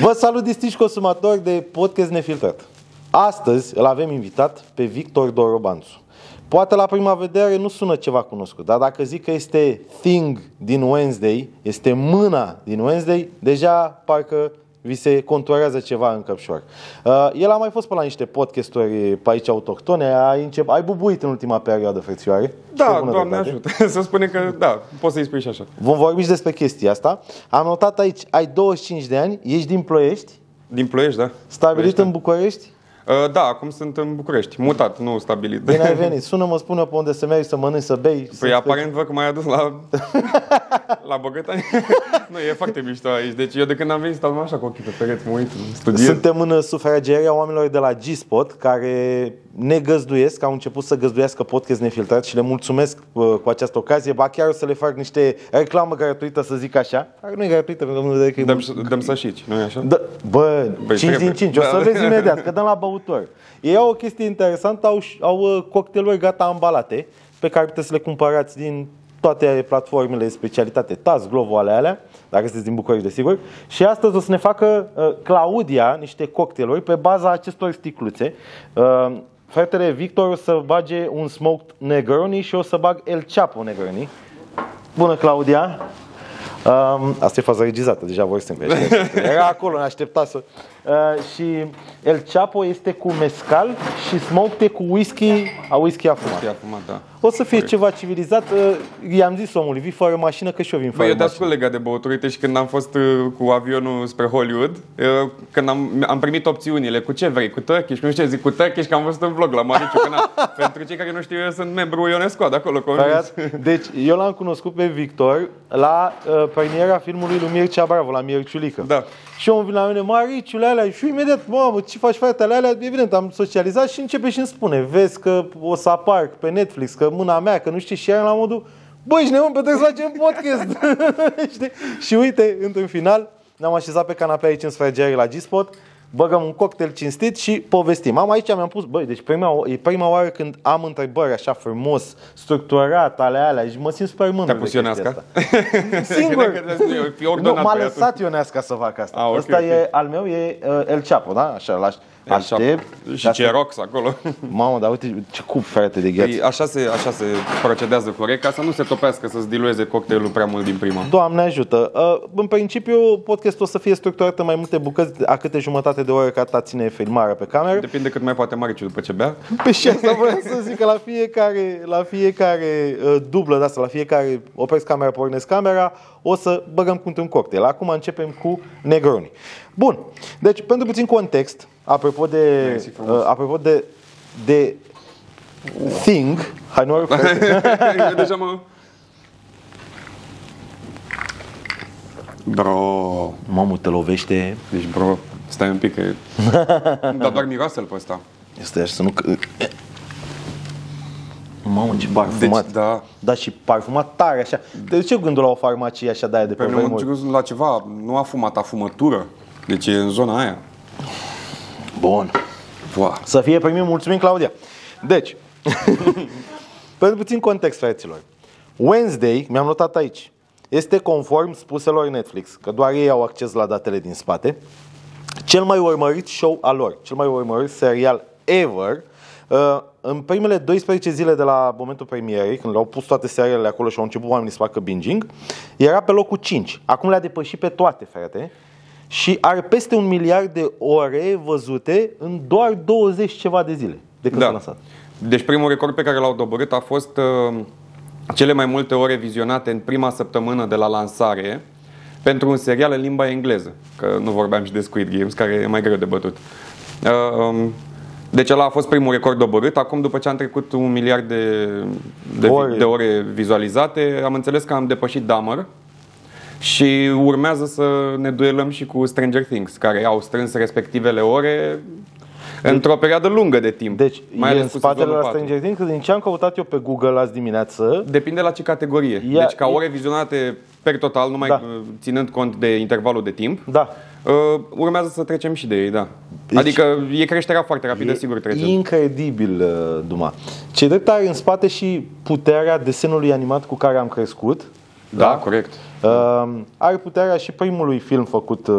Vă salut, distinși consumatori de podcast nefiltrat. Astăzi îl avem invitat pe Victor Dorobanțu. Poate la prima vedere nu sună ceva cunoscut, dar dacă zic că este Thing din Wednesday, este mâna din Wednesday, deja parcă vi se conturează ceva în căpșor. Uh, el a mai fost pe la niște podcasturi pe aici autohtone, ai, încep, ai bubuit în ultima perioadă, frățioare. Pe Da, bună Doamne dreptate. ajută. Să spune că, da, poți să-i spui și așa. Vom vorbi și despre chestia asta. Am notat aici, ai 25 de ani, ești din Ploiești, Din Ploiești, da? stabilit Ploiești, în București, da. Uh, Da, acum sunt în București. Mutat, nu stabilit. Bine ai venit, sună-mă, spune pe unde să mergi, să mănânci, să bei. Păi să-ți aparent văd că m-ai adus la, la Bogătani. nu, e foarte mișto aici. Deci eu de când am venit stau așa cu ochii pe pereți, mă uit, studiez. Suntem în uh, sufrageria oamenilor de la G-Spot care ne găzduiesc, au început să găzduiască podcast nefiltrat și le mulțumesc uh, cu această ocazie. Ba chiar o să le fac niște reclamă gratuită, să zic așa. Dar nu e gratuită, pentru că nu de că e Dăm, mult. dăm să șici, nu e așa? Da, bă, Păi 5 din trebuie. 5, o Da. să vezi imediat, că dăm la băutor. Ei au o chestie interesantă, au, și- au uh, cocktailuri gata ambalate, pe care puteți să le cumpărați din toate platformele de specialitate, Taz, Glovo, ale alea, dacă sunteți din București, desigur. Și astăzi o să ne facă uh, Claudia niște cocktailuri pe baza acestor sticluțe. Uh, fratele Victor o să bage un smoked Negroni și eu o să bag El Chapo Negroni. Bună, Claudia! Um, asta e faza regizată, deja voi suntem. Era acolo, ne aștepta să... Uh, și El Chapo este cu mescal și smoked e cu whisky, a whisky afumat. Ia acum, da. O să fie ceva civilizat. Uh, I-am zis omului, vii fără mașină, că și eu vin Bă, fără eu te mașină. ascult legat de băuturi. Uite, și când am fost uh, cu avionul spre Hollywood, uh, când am, am primit opțiunile, cu ce vrei, cu Turkish, nu știu ce, zic cu Turkish, că am văzut în vlog la Mauriciu. că na, pentru cei care nu știu, eu sunt membru Ionesco de acolo, convins. Băiat, Deci, eu l-am cunoscut pe Victor la uh, premiera filmului lui Mircea Bravo, la Mierciulică. Da. Și omul vine la mine, Mariciule, alea, și eu imediat, mamă, ce faci fratele alea? Evident, am socializat și începe și îmi spune, vezi că o să apar pe Netflix, că mâna mea, că nu știu ce, și ea la modul, băi, ești nebun, pe trebuie să facem podcast. Știi? și uite, într-un final, ne-am așezat pe canapea aici în sfragerie la G-Spot, băgăm un cocktail cinstit și povestim. Am aici, mi-am pus, băi, deci prima, o- e prima oară când am întrebări așa frumos, structurat, alea, alea, și mă simt super mândru Te-a de pus chestia Ionesca? asta. Singur! Credeam că trebuie să fie Nu, ordonat m-a băiatul. lăsat Ionesca să facă asta. A, Ah, ok, Ăsta ok. e al meu, e uh, El Chapo, da? Așa, l-aș El aștept. șapte. Și dar- ce rox acolo. Mamă, dar uite ce cup, frate, de gheață. Păi, așa, se, așa se procedează corect, ca să nu se topească, să-ți dilueze cocktailul prea mult din prima. Doamne ajută! Uh, În principiu, podcastul o să fie structurat în mai multe bucăți, a câte jumătate de oră ca ta ține filmarea pe cameră. Depinde cât mai poate Mariciu după ce bea. Pe și asta vreau să zic că la fiecare, la fiecare uh, dublă de asta, la fiecare opresc camera, pornesc camera, o să băgăm cu un cocktail. Acum începem cu Negroni. Bun, deci pentru puțin context, apropo de, Mersi frumos. uh, apropo de, de Thing, hai nu are Eu Deja mă... Bro, Mamă, te lovește. deci bro, stai un pic că... Dar doar miroase-l pe ăsta. Este așa să nu... Mamă, ce parfumat. Deci, da. Da, și parfumat tare, așa. De ce gândul la o farmacie așa de aia de Mm. pe, Pe mine păi mă vremuri? duc la ceva, nu a fumat, a fumătură. Deci e în zona aia. Bun. Wow. Să fie primit, mulțumim, Claudia. Deci, pentru puțin context, fraților. Wednesday, mi-am notat aici, este conform spuselor Netflix, că doar ei au acces la datele din spate, cel mai urmărit show al lor, cel mai urmărit serial ever. Uh, În primele 12 zile de la momentul premierei, când le-au pus toate serialele acolo și au început oamenii să facă binging, era pe locul 5. Acum le-a depășit pe toate, frate. Și are peste un miliard de ore văzute în doar 20 ceva de zile de Da. când s-a lansat. Deci primul record pe care l-au dobărât a fost uh, cele mai multe ore vizionate în prima săptămână de la lansare pentru un serial în limba engleză, că nu vorbeam și de Squid Games, care e mai greu de bătut. Uh, um, Deci ăla a fost primul record dobărât. Acum, după ce am trecut un miliard de, de, Ore. ore. de ore vizualizate, am înțeles că am depășit Dahmer și urmează să ne duelăm și cu Stranger Things, care au strâns respectivele ore într-o perioadă lungă de timp. Deci, mai e ales în cu spatele sezonul la patru. Stranger Things, că din ce am căutat eu pe Google azi dimineață, Depinde la ce categorie. Ia- deci ca e- ore vizionate per total, numai Da. da. ținând cont de intervalul de timp, da, uh, urmează să trecem și de ei, da. Deci- adică e creșterea foarte rapidă, sigur trecem. incredibil, uh, Duma. Ce drept are în spate și puterea desenului animat cu care am crescut. Da, corect. Uh, are puterea și primului film făcut uh,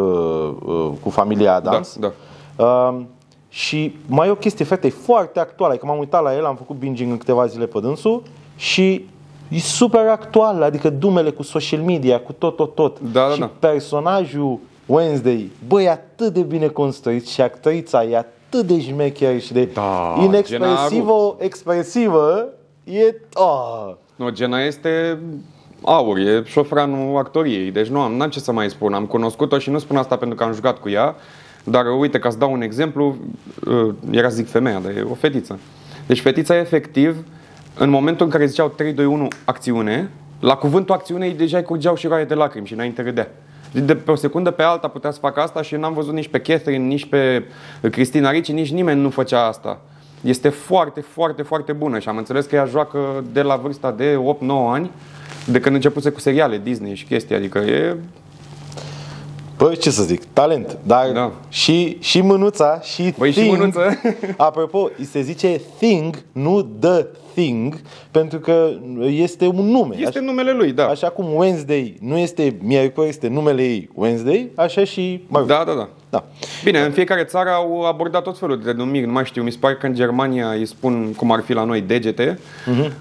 uh, cu familia Adams. Da, da. Uh, și mai e o chestie, frate, e foarte actuală. Adică m-am uitat la el, am făcut binging în câteva zile pe dânsul și e super actual. Adică dumele cu social media, cu tot, tot, tot. Da, da, și da. personajul Wednesday, bă, e atât de bine construit și actrița e atât de jmecher și de Da, inexpresivă, expresivă, e... Oh. No, Gena este aur, e șofranul actoriei, deci nu am n-am ce să mai spun. Am cunoscut-o și nu spun asta pentru că am jucat cu ea, dar uite, ca să dau un exemplu, uh, era zic femeia, dar e o fetiță. Deci fetița efectiv, în momentul în care ziceau 3, 2, 1, acțiune, la cuvântul acțiunei deja îi curgeau și roaie de lacrimi și înainte râdea. Deci De pe o secundă pe alta putea să facă asta și n-am văzut nici pe Catherine, nici pe Cristina Ricci, nici nimeni nu făcea asta este foarte, foarte, foarte bună și am înțeles că ea joacă de la vârsta de 8-9 ani, de când începuse cu seriale Disney și chestii, adică e... Bă, ce să zic, talent, dar Da. și, și mânuța și Băi, și thing. mânuță. Apropo, îi se zice thing, nu the thing, pentru că este un nume. Este așa, numele lui, da. așa cum Wednesday nu este miercuri, este numele ei Wednesday, așa și... Mă rog, Da, da, da. da. Bine, în fiecare țară au abordat tot felul de denumiri, nu mai știu, mi se pare că în Germania îi spun cum ar fi la noi degete, uh-huh.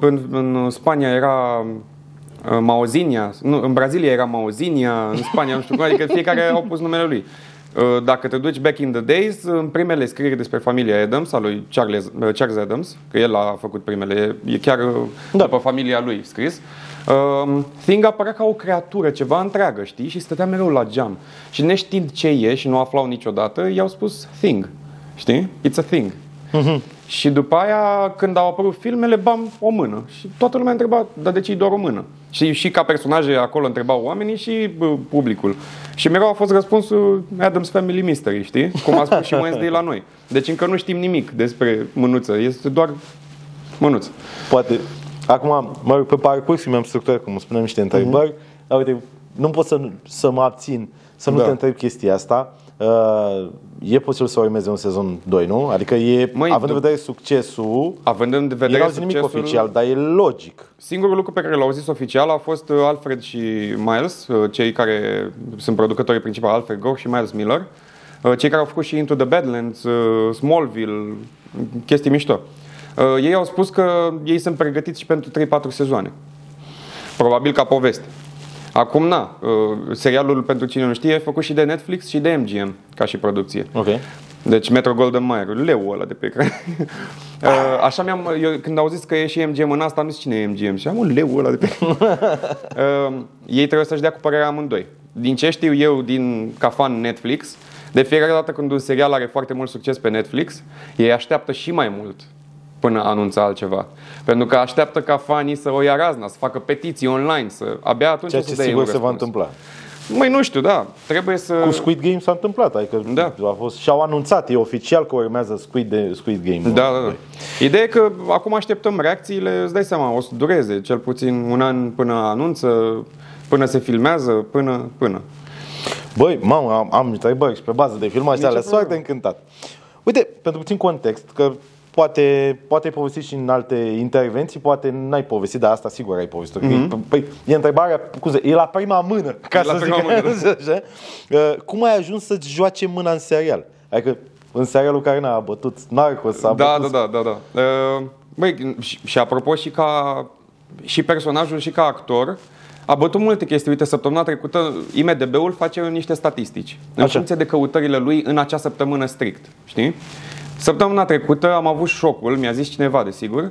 în, în Spania era uh, Mauzinia, nu, în Brazilia era Mauzinia, în Spania nu știu cum, adică fiecare au pus numele lui. Uh, Dacă te duci back in the days, în primele scrieri despre familia Adams, a lui Charles, uh, Charles Adams, că el a făcut primele, e chiar uh, Da. după familia lui scris, Um, Thing apărea ca o creatură, ceva întreagă, știi? Și stătea mereu la geam. Și neștiind ce e și nu aflau niciodată, i-au spus Thing, știi? It's a thing. Mhm. Și după aia, când au apărut filmele, bam, o mână. Și toată lumea întreba, dar de ce e doar o mână? Și, și ca personaje acolo întrebau oamenii și bă, publicul. Și mereu a fost răspunsul Adam's Family Mystery, știi? Cum a spus și Wednesday la noi. Deci încă nu știm nimic despre mânuță. Este doar mânuță. Poate. Acum, mă rog, pe parcurs mi-am structurat, cum spuneam, niște Mhm. întrebări. Mm-hmm. Dar, uite, nu pot să, să mă abțin să nu da. Da. te întreb chestia asta. Uh, e posibil să urmeze un sezon 2, nu? Adică e, Măi, da. având în dă- vedere succesul, Având în ei vedere n-au zis nimic succesul- oficial, dar e logic. Singurul lucru pe care l-au zis oficial a fost uh, Alfred și Miles, uh, cei care sunt producătorii principali, Alfred Gore și Miles Miller, uh, cei care au făcut și Into the Badlands, uh, Smallville, chestii mișto. Uh, Ei au spus că ei sunt pregătiți și pentru 3-4 sezoane. Probabil ca poveste. Acum, na, uh, serialul, pentru cine nu știe, e făcut și de Netflix și de MGM, ca și producție. Ok. Deci Metro Golden Mayer, leul ăla de pe ecran. Uh, Așa mi-am, eu când au zis că e și MGM în asta, am zis cine e MGM și am un leu ăla de pe Uh, Ei trebuie să-și dea cu părerea amândoi. Din ce știu eu din ca fan Netflix, de fiecare dată când un serial are foarte mult succes pe Netflix, ei așteaptă și mai mult până anunță altceva. Pentru că așteaptă ca fanii să o ia razna, să facă petiții online, să abia atunci Ceea o să ce dea ei sigur un se va răspuns. întâmpla. Măi, nu știu, da. Trebuie să... Cu Squid Game s-a întâmplat, adică Da. a fost, și-au anunțat, e oficial că urmează Squid, de, Squid Game. nu? Da, da, da. Ideea e că acum așteptăm reacțiile, îți dai seama, o să dureze cel puțin un an până anunță, până se filmează, până, până. Băi, mamă, am, am întrebări și pe bază de film așa, Nicio le foarte încântat. Uite, pentru puțin context, că poate, poate ai povestit și în alte intervenții, poate n-ai povestit, dar asta sigur ai povestit. Mm-hmm. Păi, e întrebarea, scuze, e la prima mână, ca Mhm. E să la prima zic așa. Uh, Cum ai ajuns să-ți joace mâna în serial? Adică în serialul care n-a bătut Narcos, s-a Da, da, bătut da, da, da. Uh, Băi, și, și apropo și ca și personajul și ca actor, a bătut multe chestii. Uite, săptămâna trecută IMDB-ul face niște statistici în Așa. funcție de căutările lui în acea săptămână strict, știi? Săptămâna trecută am avut șocul, mi-a zis cineva, desigur,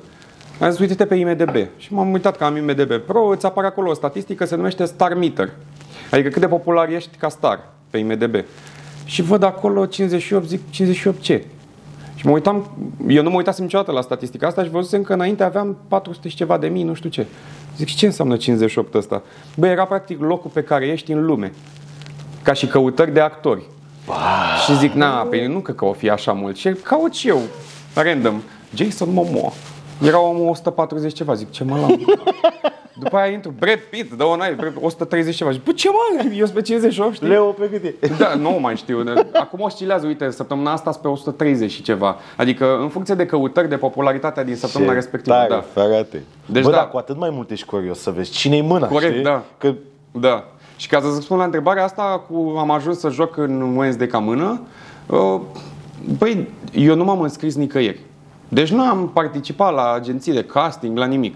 am zis, uite-te pe IMDB. Și m-am uitat că am IMDB Pro, îți apare acolo o statistică, se numește Star Meter. Adică cât de popular ești ca star pe IMDB. Și văd acolo 58, zic, 58 ce? Și mă uitam, eu nu mă uitasem niciodată la statistica asta și văzusem că înainte aveam 400 și ceva de mii, nu știu ce. Zic, și ce înseamnă 58 ăsta? Bă, era practic locul pe care ești în lume. Ca și căutări de actori. Și zic, na, pe nu cred că o fi așa mult. Și caut și eu, random, Jason Momoa. Era omul 140 ceva, zic, ce mă lam. După aia intru, Brad Pitt, dă o naie, Brad- 130 ceva. Zic, bă, ce mă, eu sunt pe 58, știi? Leo pe cât e? Da, nu mai știu. de- Acum oscilează, uite, săptămâna asta sunt pe 130 și ceva. Adică în funcție de căutări, de popularitatea din săptămâna Ce respectivă, tare, da. Frate. Deci Deci Bă, da. da. da, cu atât mai mult ești curios să vezi cine-i mâna, Corect, știi? da. Că Da. Și ca să-ți răspund la întrebarea asta, cu, am ajuns să joc în Wednesday ca mână. Uh, Păi, eu nu m-am înscris nicăieri. Deci nu am participat la agenții de casting, la nimic.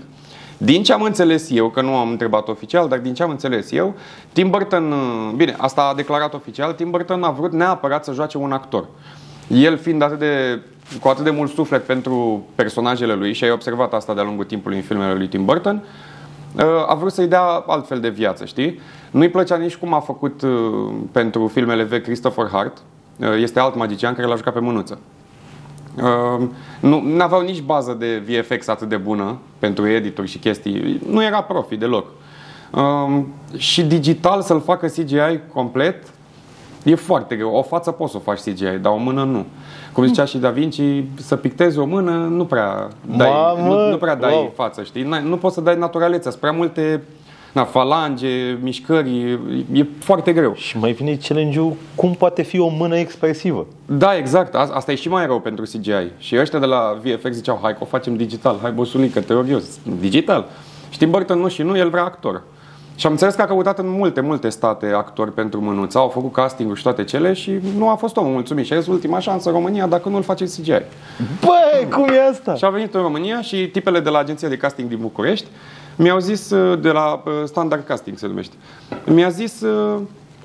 Din ce am înțeles eu, că nu am întrebat oficial, dar din ce am înțeles eu, Tim Burton, uh, bine, asta a declarat oficial, Tim Burton a vrut neapărat să joace un actor. El fiind atât de, cu atât de mult suflet pentru personajele lui, și ai observat asta de-a lungul timpului în filmele lui Tim Burton, Uh, a vrut să-i dea altfel de viață, știi? Nu-i plăcea nici cum a făcut uh, pentru filmele vechi Christopher Hart. Uh, Este alt magician care l-a jucat pe mânuță. Uh, Nu aveau nici bază de VFX atât de bună pentru edituri și chestii. Nu era profi deloc. Uh, Și digital să-l facă CGI complet e foarte greu. O față poți să o faci CGI, dar o mână nu. Cum zicea și Da Vinci, să pictezi o mână nu prea dai, Mamă! nu, nu prea dai Wow! față, știi? N-ai- Nu poți să dai naturalețea, sunt prea multe na, falange, mișcări, e, e foarte greu. Și mai vine challenge-ul cum poate fi o mână expresivă. Da, exact, A- asta e și mai rău pentru CGI. Și ăștia de la VFX ziceau, hai că o facem digital, hai bosunică, te rog eu, digital. Și Tim Burton nu și nu, el vrea actor. Și am înțeles că a căutat în multe, multe state actori pentru mânuța, au făcut casting și toate cele și nu a fost omul mulțumit. Și a zis ultima șansă în România dacă nu îl face CGI. Băi, cum e asta? Și a venit în România și tipele de la agenția de casting din București mi-au zis, uh, de la uh, Standard Casting se numește, mi-a zis, uh,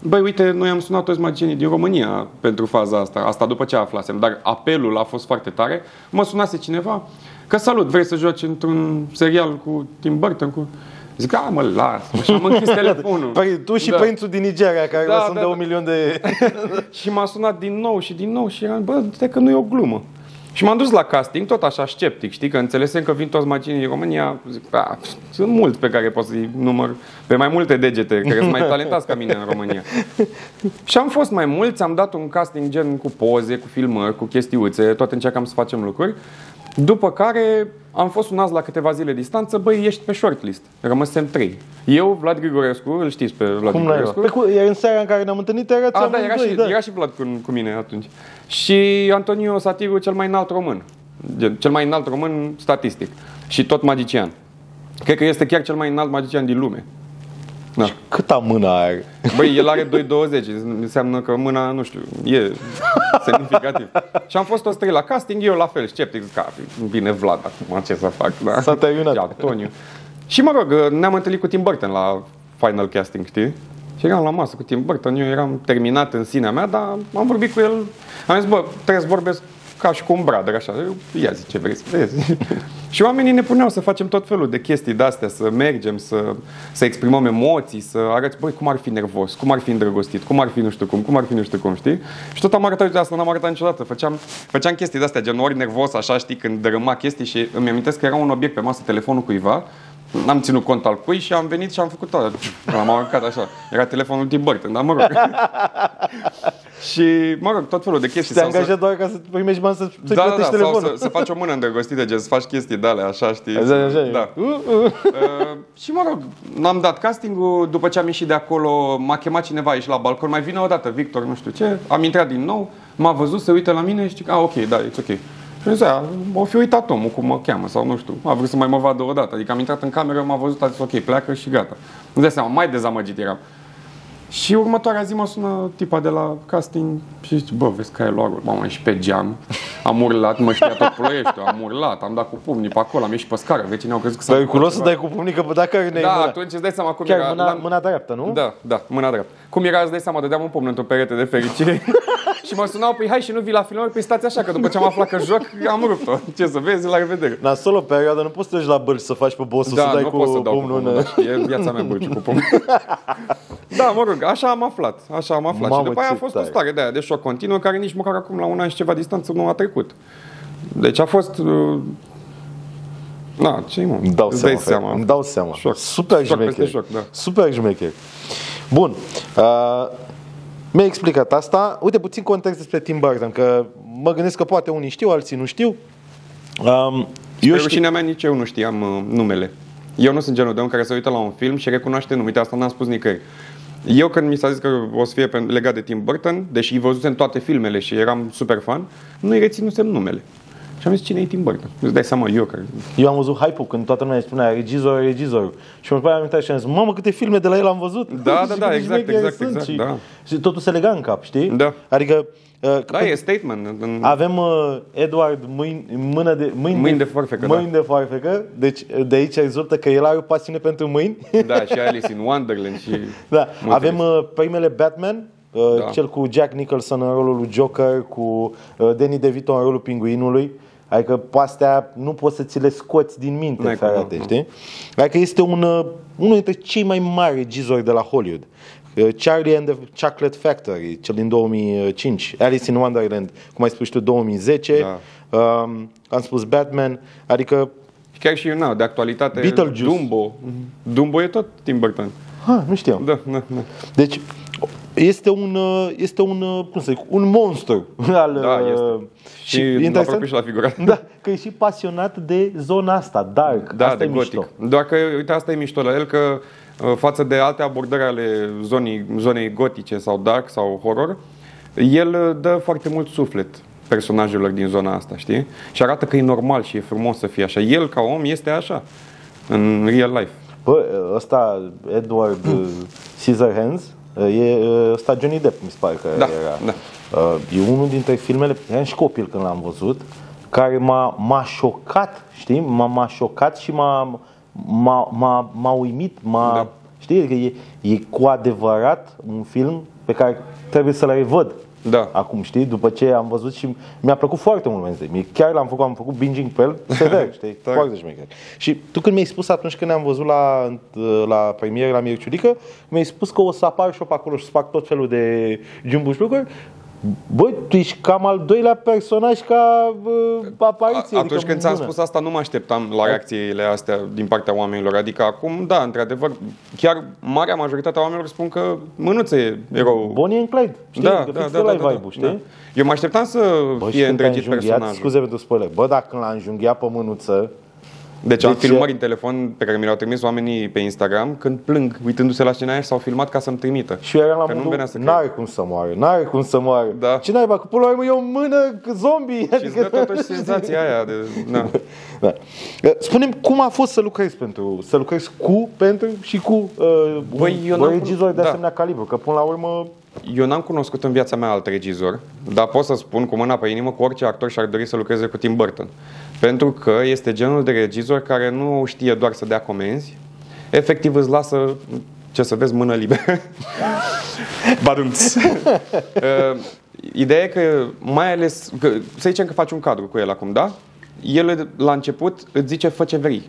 băi, uite, noi am sunat toți magicienii din România pentru faza asta, asta după ce aflasem, dar apelul a fost foarte tare. Mă sunase cineva că salut, vrei să joci într-un serial cu Tim Burton? Cu... Zic, a, mă, las, mă, și am închis telefonul. Păi, tu și da. Da. prințul din Nigeria care Da, da, sunt da, de da, da. un milion de... Și m-a sunat din nou și din nou și eram, bă, uite că nu e o glumă. Și m-am dus la casting, tot așa sceptic, știi, că înțelesem că vin toți maginii din România, zic, "A, sunt mulți pe care pot să-i număr pe mai multe degete, care sunt mai talentați ca mine în România. și am fost mai mulți, am dat un casting gen cu poze, cu filmări, cu chestiuțe, tot încercam să facem lucruri. După care am fost sunați la câteva zile distanță, băi, ești pe shortlist, rămăsem trei. Eu, Vlad Grigorescu, îl știți pe Vlad Cum n-ai luat? Grigorescu. Păi, cu- e în seara în care ne-am întâlnit, era A, da, era și, da. era și Vlad cu, cu mine atunci. Și Antonio Satiru, cel mai înalt român. Gen, Cel mai înalt român statistic. Și tot magician. Cred că este chiar cel mai înalt magician din lume. Da. Câta mână are? Băi, el are 2,20, înseamnă că mâna, nu știu, e semnificativ. Și am fost toți trei la casting, eu la fel, sceptic, zic, "A, bine Vlad, acum ce să fac, da? S-a terminat. Și Antonio. Și mă rog, ne-am întâlnit cu Tim Burton la final casting, știi? Și eram la masă cu Tim Burton, eu eram terminat în sinea mea, dar am vorbit cu el, am zis, bă, trebuie să vorbesc ca și cu un brother, așa, eu, ia zi ce vrei să vezi. și oamenii ne puneau să facem tot felul de chestii de-astea, să mergem, să, să exprimăm emoții, să arăți, băi, cum ar fi nervos, cum ar fi îndrăgostit, cum ar fi nu știu cum, cum ar fi nu știu cum, știi? Și tot am arătat, uite, asta n-am arătat niciodată, făceam, făceam chestii de-astea, gen ori nervos, așa, știi, când dărâma chestii și îmi amintesc că era un obiect pe masă, telefonul cuiva, N-am ținut cont al cui și am venit și am făcut tot. L-am aruncat așa. Era telefonul din Burton, dar mă rog. și, mă rog, tot felul de chestii. Te sau să- angajat doar ca să primești bani să, să-i da, da, da, plătești sau telefonul. să, să faci o mână îndrăgostită, gen, să faci chestii de alea, așa, știi? Așa, așa, Păi, e. da. Uh, și mă rog, n-am dat castingul, după ce am ieșit de acolo, m-a chemat cineva aici la balcon, mai vine o dată, Victor, nu știu ce, am intrat din nou, m-a văzut, se uită la mine și zic, a, ok, da, it's ok. Și am zis, "A, o fi uitat omul cum mă cheamă sau nu știu, a vrut să mai mă vadă o dată, adică am intrat în cameră, m-a văzut, a zis, ok, pleacă și gata. Îmi dai seama, mai dezamăgit eram. Și următoarea zi mă sună tipa de la casting și zice, bă, vezi că ai luat, gol." m-am ieșit pe geam, am urlat, mă știa tot ploieștiul, am urlat, am dat cu pumnii pe acolo, am ieșit pe scară, vecinii au crezut că s-a Dar e întâmplat culos să ceva. dai cu pumnică pe dacă ne Da, mâna. atunci îți dai seama cum Chiar era. mâna, l-am- mâna dreaptă, nu? Da, da, mâna dreaptă. Cum era, îți dai seama, dădeam un pumn într-o perete de fericire și mă sunau, păi hai și nu vii la filmări, păi stați așa, că după ce am aflat că joc, am rupt-o. Ce să vezi, la revedere. La solo perioadă nu poți să te duci la bâlci să faci pe bossul să dai Da, nu cu pot să dau cu pumnul pumnul, în... da, și E viața mea bâlciu cu pumnul. da, mă rog, așa am aflat. Așa am aflat. Mamă, și după aia a ce fost o tare. stare de aia de șoc continuu, care nici măcar acum la un an și ceva distanță nu a trecut. Deci a fost... uh, Na, ce mă? Îmi dau Îți seama, dai frate, seama. Îmi dau seama. Șoc. Super Șoc șmecher. peste șoc, da. Super șmecher. Bun. Uh, mi-ai explicat asta. Uite, puțin context despre Tim Burton, că mă gândesc că poate unii știu, alții nu știu. Um, eu Pe știu. rușinea mea nici eu nu știam uh, numele. Eu nu sunt genul de om care se uită la un film și recunoaște numele. Uite, Asta n-am spus nicăieri. Eu când mi s-a zis că o să fie pe- legat de Tim Burton, deși îi văzusem toate filmele și eram super fan, nu-i reținusem numele. Și am zis, cine e Tim Burton? Îți dai seama, eu care... Eu am văzut hype-ul când toată lumea îmi spunea regizor, regizor. Și mă după aia am uitat și am zis, mamă, câte filme de la el am văzut. Da, da, Și da, câte exact, șmecheri exact, sunt exact, și, da. și totul se lega în cap, știi? Da. Adică, uh, Da, e statement. în- În... avem uh, Edward mâini, mână de, mâini, Mâini de foarfecă, da. mâini de foarfecă, deci uh, de aici rezultă că el are o pasiune pentru mâini. Da, și Alice in Wonderland și... da. Multe Avem uh, primele Batman, uh, Da. cel cu Jack Nicholson în rolul lui Joker, cu uh, Danny DeVito în rolul pinguinului. Adică pe astea nu poți să ți le scoți din minte, N-ai cum, frate, nu. știi? Adică este un, uh, unul dintre cei mai mari regizori de la Hollywood. Uh, Charlie and the Chocolate Factory, cel din 2005, Alice in Wonderland, cum ai spus și tu, 2010, da. um, am spus Batman, adică, Și chiar și eu, na, de actualitate, Beetlejuice. Mhm. Dumbo. Dumbo e tot Tim Burton. ha, nu știam. Da, da, da. Deci este un, uh, este un, uh, cum să zic, un monstru al... Da, uh, este. Și, e și interesant- aproape și la figurat. Da, că e și pasionat de zona asta, dark. Da, asta de e gotic. mișto. Doar că, uite, asta e mișto la el, că uh, față de alte abordări ale zonei, zonei gotice sau dark sau horror, el uh, dă foarte mult suflet personajelor din zona asta, știi? Și arată că e normal și e frumos să fie așa. El, ca om, este așa, în real life. Bă, ăsta, Edward Hmm. uh, Scissorhands, uh, e uh, ăsta Johnny Depp, mi se pare că Da, era. da. Uh, E unul dintre filmele, eram și copil când l-am văzut, care m-a, m-a șocat, știi? M-a, m-a șocat și m-a, m-a, m-a, m-a uimit, m-a... Da. Știi? Că e, e cu adevărat un film pe care trebuie să-l revăd. Da. Acum, știi? După ce am văzut și mi-a plăcut foarte mult Wednesday. Mie Chiar l-am făcut, am făcut binging pe el sever, știi? Da. Foarte șmecher. Și tu când mi-ai spus atunci când ne-am văzut la, la premieră la Mirciulică, mi-ai spus că o să apar și eu pe acolo și să fac tot felul de jumbuș lucruri, Băi, tu ești cam al doilea personaj ca uh, A- apariție. Atunci când ți-am bună. spus asta, nu mă așteptam Da. la reacțiile astea din partea oamenilor. Adică acum, da, într-adevăr, chiar marea majoritate a oamenilor spun că mănuță e erou. Bonnie and Clyde, știi? Da, că fix ăla e vibe-ul, știi? Eu mă așteptam să Bă, și fie când l-a întregit înjunghiat, personajul. scuze pentru spoiler, bă, dacă când l-a înjunghiat pe mânuță, Deci am Deci, filmări în telefon pe care mi le-au trimis oamenii pe Instagram când plâng uitându-se la scena aia și s-au filmat ca să-mi trimită. Și eu eram la Că nu-mi venea modul, să cred. n-are cum să moară, n-are cum să moară. Da. Ce naiba, că până la urmă e o mână zombie. Și îți dă totuși senzația aia de... Na. Da. Spunem cum a fost să lucrezi pentru, să lucrezi cu, pentru și cu uh, Băi, un, eu bă, n-am- regizor de da. asemenea calibru, că până la urmă Eu n-am cunoscut în viața mea alt regizor, dar pot să spun cu mâna pe inimă că orice actor și-ar dori să lucreze cu Tim Burton. Pentru că este genul de regizor care nu știe doar să dea comenzi, efectiv îți lasă, ce să vezi, mână liberă. Badumț. Uh, Ideea e că, mai ales, că, să zicem că faci un cadru cu el acum, da? El la început îți zice fă ce vrei.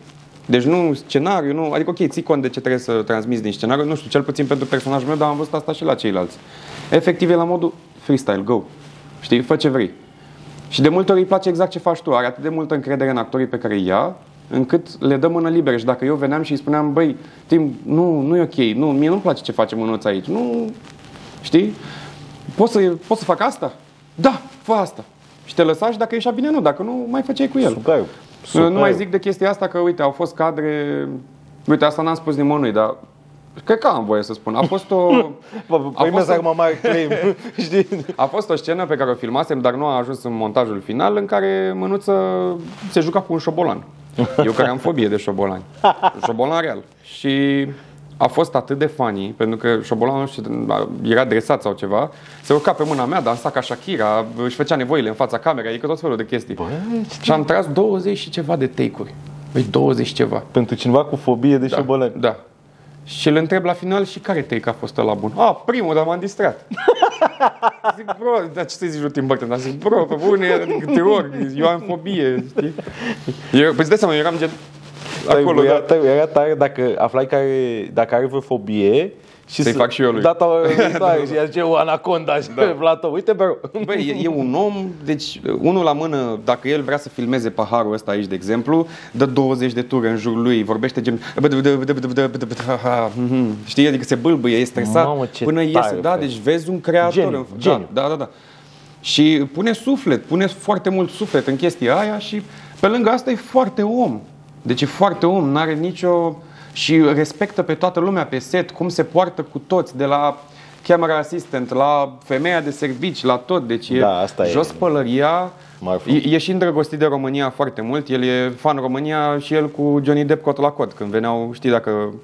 Deci nu scenariu, nu, adică ok, ții cont de ce trebuie să transmiți din scenariu, nu știu, cel puțin pentru personajul meu, dar am văzut asta și la ceilalți. Efectiv e la modul freestyle, go. Știi, fă ce vrei. Și de multe ori îi place exact ce faci tu. Are atât de multă încredere în actorii pe care îi ia, încât le dă mână liberă. Și dacă eu veneam și îi spuneam, băi, Tim, nu, nu e ok, nu, mie nu-mi place ce face mânuța aici. Nu, știi? Pot să, pot să fac asta? Da, fă asta. Și te lăsa și dacă ieșea bine, nu. Dacă nu, mai făceai cu el. superb. Nu, superb. nu mai zic de chestia asta că, uite, au fost cadre... Uite, asta n-am spus nimănui, dar cred că am voie să spun. A fost o... Păi mi o- acum mai claim, știi? a fost o scenă pe care o filmasem, dar nu a ajuns în montajul final, în care Mânuță se juca cu un șobolan. Eu care am fobie de șobolani. Șobolan real. Și a fost atât de funny, pentru că șobolanul nu știu, era dresat sau ceva, se urca pe mâna mea, dansa ca Shakira, își făcea nevoile în fața camerei, adică tot felul de chestii. și am tras 20 și ceva de take-uri. Băi, 20 și ceva. Pentru cineva cu fobie de da. șobolani. Da. Și îl întreb la final și care take a fost la bun? A, primul, dar m-am distrat. zic, bro, dar ce să zici lui Tim Burton? Dar zic, bro, pe bune, de câte ori, eu am fobie, știi? Eu, păi îți dai seama, eu eram gen... Acolo, era, da. da. era tare dacă aflai care, dacă are vreo fobie și Să-i să- fac și eu lui. Data viitoare și ea zice, "O, anaconda și da. platou. Uite, bro. Băi, e, e un om, deci unul la mână, dacă el vrea să filmeze paharul ăsta aici, de exemplu, dă 20 de ture în jurul lui, vorbește gen... Știi, adică se bâlbâie, e stresat, Mamă, ce până iese, tare, da, frate. deci vezi un creator. Geniu, în- geniu. Da, da, da, da. Și pune suflet, pune foarte mult suflet în chestia aia și pe lângă asta e foarte om. Deci e foarte om, n-are nicio... Și respectă pe toată lumea pe set, cum se poartă cu toți, de la camera assistant, la femeia de servici, la tot. Deci e Da, asta e. jos pălăria. Marfă. E, e și îndrăgostit de România foarte mult. El e fan România și el cu Johnny Depp cot la cot. Când veneau, știi dacă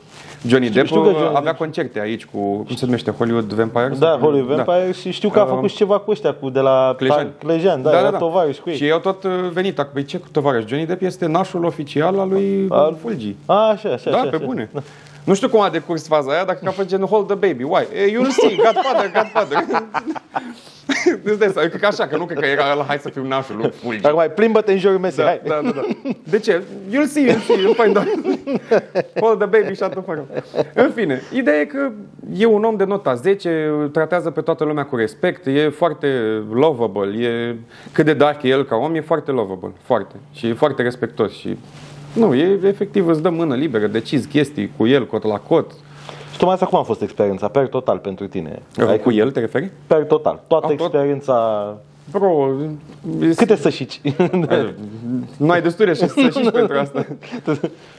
Johnny Depp știu că Johnny avea concerte aici cu, cum se numește, Hollywood Vampire? Da, Holy Vampire da. și știu că a Um, făcut și ceva cu ăștia, cu de la Clejan. Clejan da, da, da, da. tovarăși cu ei. Și eu tot uh, venit acum. Păi ce cu tovarăș? Johnny Depp este nașul oficial al lui Al- al... Fulgi. A, așa, așa, Da, așa, pe așa. bune. Nu știu cum a decurs faza aia, dacă a fost genul Hold the baby, why? E, You'll see, Godfather, Godfather. Îți dai seama, cred că așa, că nu cred că era ăla, hai să fiu nașul lui Fulgi. Dacă mai plimbă-te în jurul mesei, Da, hai. da, da, da. De ce? You'll see, you'll see, you'll find out. Hold the baby, shut the fuck up. În fine, ideea e că e un om de nota 10, îl tratează pe toată lumea cu respect, e foarte lovable, e cât de dark e el ca om, e foarte lovable, foarte. Și e foarte respectos și nu, e efectiv, îți dă mână liberă, decizi chestii cu el, cot la cot. Și tocmai asta cum a fost experiența, per total pentru tine? Adică, cu el te referi? Per total, toată Am tot- experiența... Bro, Câte să șici? nu ai destule și să și pentru asta.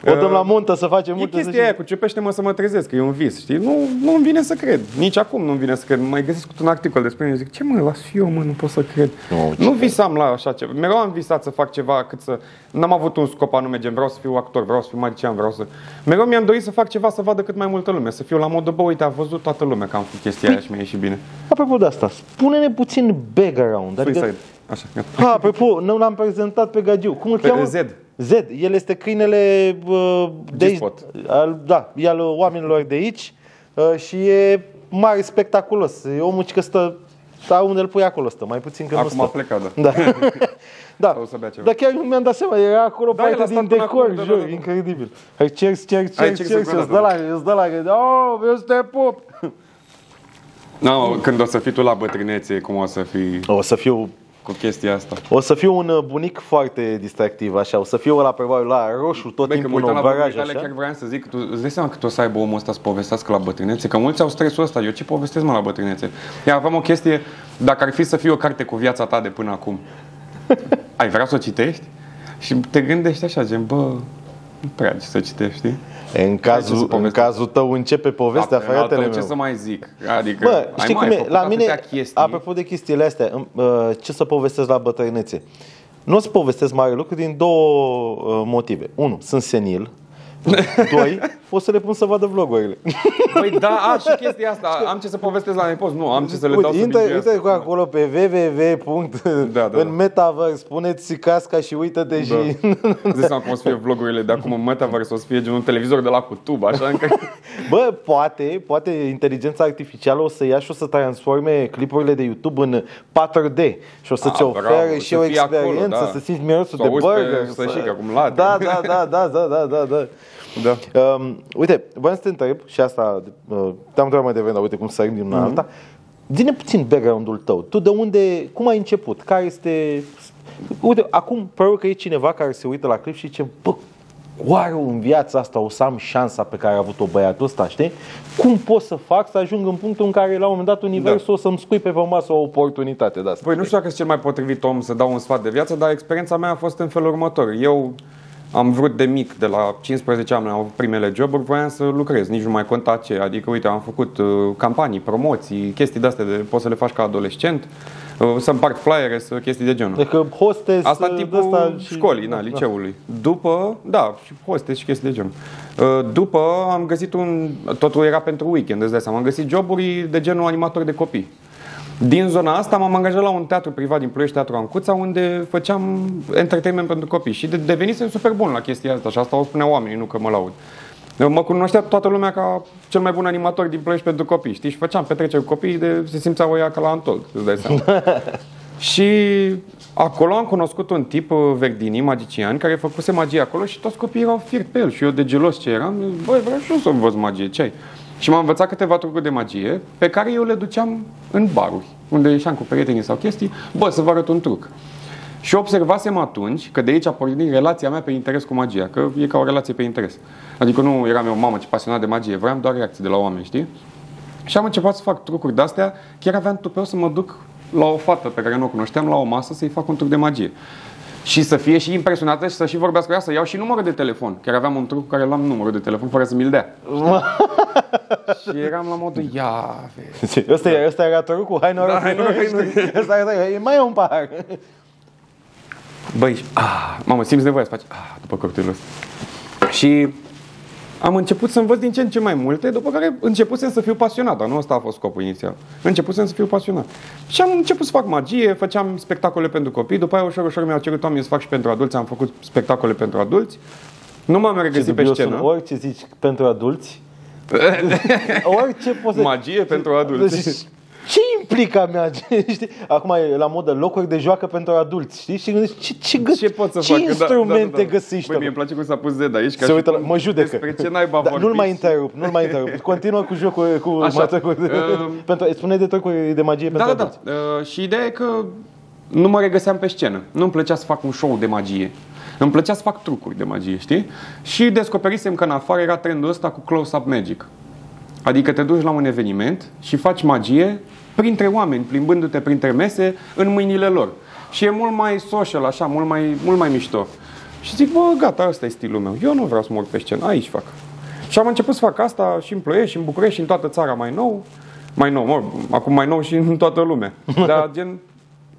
o dăm la muntă să facem Uh, E multe să chestia aia șici. cu ciupește-mă să mă trezesc, că e un vis, știi? Nu, nu îmi vine să cred. Nici acum nu îmi vine să cred. Mai găsesc un articol despre mine, zic, ce mă, las eu, mă, nu pot să cred. Nu, ce Nu, visam la așa ceva. Mereu am visat să fac ceva cât să... N-am avut un scop anume, gen, vreau să fiu actor, vreau să fiu magician, vreau să... Mereu mi-am dorit să fac ceva să vadă cât mai multă lume, să fiu la modul, bă, uite, a văzut toată lumea că am făcut chestia aia și mi-a ieșit bine. Apropo de asta, spune-ne puțin background. Adică, Suicide. Păi, Așa, gata. ha, apropo, nu l-am prezentat pe Gagiu. Cum îl Pe- cheamă? Z. Z. El este câinele uh, de aici, G-spot. al, da, e al oamenilor de aici uh, și e mare spectaculos. E omul ce că stă, stă unde îl pui acolo stă, mai puțin că Acum nu a stă. plecat, da. Da. da. O să bea ceva. Dar chiar nu mi-am dat seama, era acolo Da, da, el a parte stat din până decor, acum, da, jur, da, da. incredibil. Hai, cerc, cerc, Hai, cerc, cerc cerc, să da, și îți vadă, dă la, îți dă la, că, oh, eu să te pup. No, Da, când o să fii tu la bătrânețe, cum o să fii O să fiu cu chestia asta? o să fiu un uh, bunic foarte distractiv, așa. O să fiu ăla probabil la roșu tot Băi, că mă timpul în uitam la obaraj, vorbele tale, așa. chiar vreau să zic, tu îți dai seama cât o să aibă omul ăsta să povestească la bătrânețe? Că mulți au stresul ăsta, eu ce povestesc mă la bătrânețe? Iar aveam o chestie, dacă ar fi să fie o carte cu viața ta de până acum, ai vrea să o citești? Și te gândești așa, gen, bă, nu prea ce să citești, știi? În Hai cazul, să-ți în povestesc. cazul tău începe povestea, Al- al tău fratele ce meu. să mai zic? Adică, Bă, ai știi mai cum e? făcut La mine, atâtea chestii. apropo de chestiile astea, îmi- uh, ce să povestesc la bătrânețe? Nu o să povestesc mare lucru din două uh, motive. Unu, sunt senil. Doi, o să le pun să vadă vlogurile. Păi da, a, și chestia asta, am ce să povestesc la nepoți, nu, am ce să le dau să Uite, bingească. uite cu acolo pe www. Da, da, în da. metaverse, puneți casca și uită-te Da. și... Îți dai seama cum o să fie vlogurile de acum în metaverse, o să fie gen un televizor de la cu tub, așa încă... Bă, poate, poate inteligența artificială o să ia și o să transforme clipurile de YouTube în 4D și o să-ți Ah, ofere bravo, și să o fie acolo, experiență, da. să simți mirosul de Să auzi pe burger. stășică cum late. Da, da, da, da, da, da, da, da. Da. Um, uite, vreau să te întreb și asta, uh, te-am întrebat mai devreme, dar uite cum sărim din una Mhm. mm-hmm. alta. Dine puțin background-ul tău. Tu de unde, cum ai început? Care este... Uite, acum probabil că e cineva care se uită la clip și zice, bă, oare în viața asta o să am șansa pe care a avut-o băiatul ăsta, știi? Cum pot să fac să ajung în punctul în care la un moment dat universul da. o să-mi scuipe pe masă o oportunitate de asta? Păi nu știu dacă sunt cel mai potrivit om să dau un sfat de viață, dar experiența mea a fost în felul următor. Eu am vrut de mic, de la 15 ani, am avut primele joburi, voiam să lucrez, nici nu mai conta ce. Adică, uite, am făcut uh, campanii, promoții, chestii de-astea, de, poți să le faci ca adolescent, uh, să împart flyere, să chestii de genul. Adică hostez Asta în uh, timpul de-asta și- școlii, da. na, liceului. După, da, și hoste și chestii de genul. Uh, După am găsit un, totul era pentru weekend, îți dai seama, am găsit joburi de genul animator de copii. Din zona asta m-am angajat la un teatru privat din Ploiești, Teatru Ancuța, unde făceam entertainment pentru copii și de- devenisem super bun la chestia asta și asta o spunea oamenii, nu că mă laud. Uh, Mă cunoștea toată lumea ca cel mai bun animator din Ploiești pentru copii, știi? Și făceam petreceri cu copii, de, se simțeau ea ca la Antold, îți dai seama. Și acolo am cunoscut un tip, uh, Verdini, magician, care făcuse magie acolo și toți copiii erau fir pe el. Și eu de gelos ce eram, zic, băi, vreau și eu să învăț magie, ce ai? Și m-am învățat câteva trucuri de magie pe care eu le duceam în baruri, unde ieșeam cu prietenii sau chestii, bă, să vă arăt un truc. Și observasem atunci că de aici a pornit relația mea pe interes cu magia, că e ca o relație pe interes. Adică nu eram eu, mamă, ce pasionat de magie, vreau doar reacții de la oameni, știi? Și am început să fac trucuri de-astea. Chiar aveam tupeu să mă duc la o fată pe care nu o cunoșteam, la o masă, să-i fac un truc de magie. și să fie și impresionată și să și vorbească cu ea, să iau și numărul de telefon. Chiar aveam un truc cu care luam numărul de telefon fără să mi-l dea. și eram la modul, ia, vezi. Ăsta e, ăsta era trucul, hai noroc, Da, hai noroc, hai noroc. Ăsta era, e mai e un pahar. Băi, și- ah, mamă, simți nevoia să faci ah, după cocktailul ăsta. Și am început să învăț din ce în ce mai multe, după care începusem să fiu pasionat, dar nu ăsta a fost scopul inițial. Începusem să fiu pasionat. Și am început să fac magie, făceam spectacole pentru copii, după aia ușor, ușor mi-au cerut oamenii să fac și pentru adulți, am făcut spectacole pentru adulți. Nu m-am regăsit pe Eu scenă. sunt orice zici pentru adulți. orice poți să... Magie pentru adulți. Deci, ce implica mea? Știi? Acum e la modă locuri de joacă pentru adulți. Știi? Și gândești, ce, ce, găs- Ce pot să ce fac? Da, instrumente găsești? Băi, acolo? mie îmi place cum s-a pus Z aici. se Ca și uită la, cum- mă judecă. Despre ce naiba da, nu-l mai vorbiți. interup, nu-l mai interup. Continuă cu jocul cu Așa. trucuri. Um, pentru, spune de trucuri de magie pentru Da, da, adulți. da. Uh, și ideea e că nu mă regăseam pe scenă. Nu-mi plăcea să fac un show de magie. Îmi plăcea să fac trucuri de magie, știi? Și descoperisem că în afară era trendul ăsta cu close-up magic. Adică te duci la un eveniment și faci magie printre oameni, plimbându-te printre mese, în mâinile lor. Și e mult mai social, așa, mult mai, mult mai mișto. Și zic, bă, gata, ăsta e stilul meu. Eu nu vreau să mor pe scenă, aici fac. Și am început să fac asta și în Ploiești, și în București, și în toată țara mai nou. Mai nou, mă, acum mai nou și în toată lumea. Dar gen,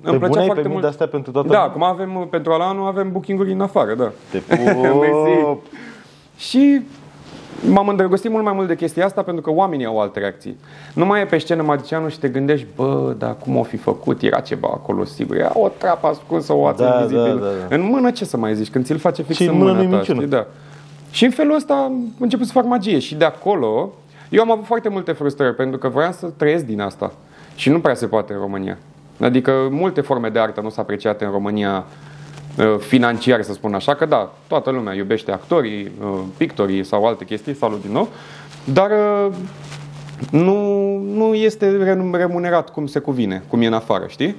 îmi Pe plăcea bune ai foarte primit mult. de-astea pentru toată Da, lumea? acum avem, pentru ala anul avem booking-uri în afară, da. Te Mersi. pup. Și m-am îndrăgostit mult mai mult de chestia asta pentru că oamenii au alte reacții. Nu mai e pe scenă magicianul și te gândești, bă, dar cum o fi făcut? Era ceva acolo, sigur. Era o trapă ascunsă, o ață Da, invizibilă. da, da, da. În mână ce să mai zici? Când ți-l face fix Și în în mână mână, nu-i ta, minciună. știi? Da. Și în felul ăsta am început să fac magie și de acolo eu am avut foarte multe frustrări pentru că voiam să trăiesc din asta și nu prea se poate în România. Adică multe forme de artă nu sunt apreciate în România uh, financiar, să spun așa, că da, toată lumea iubește actorii, uh, pictorii sau alte chestii, salut din nou, dar uh, nu, nu este renum- remunerat cum se cuvine, cum e în afară, știi?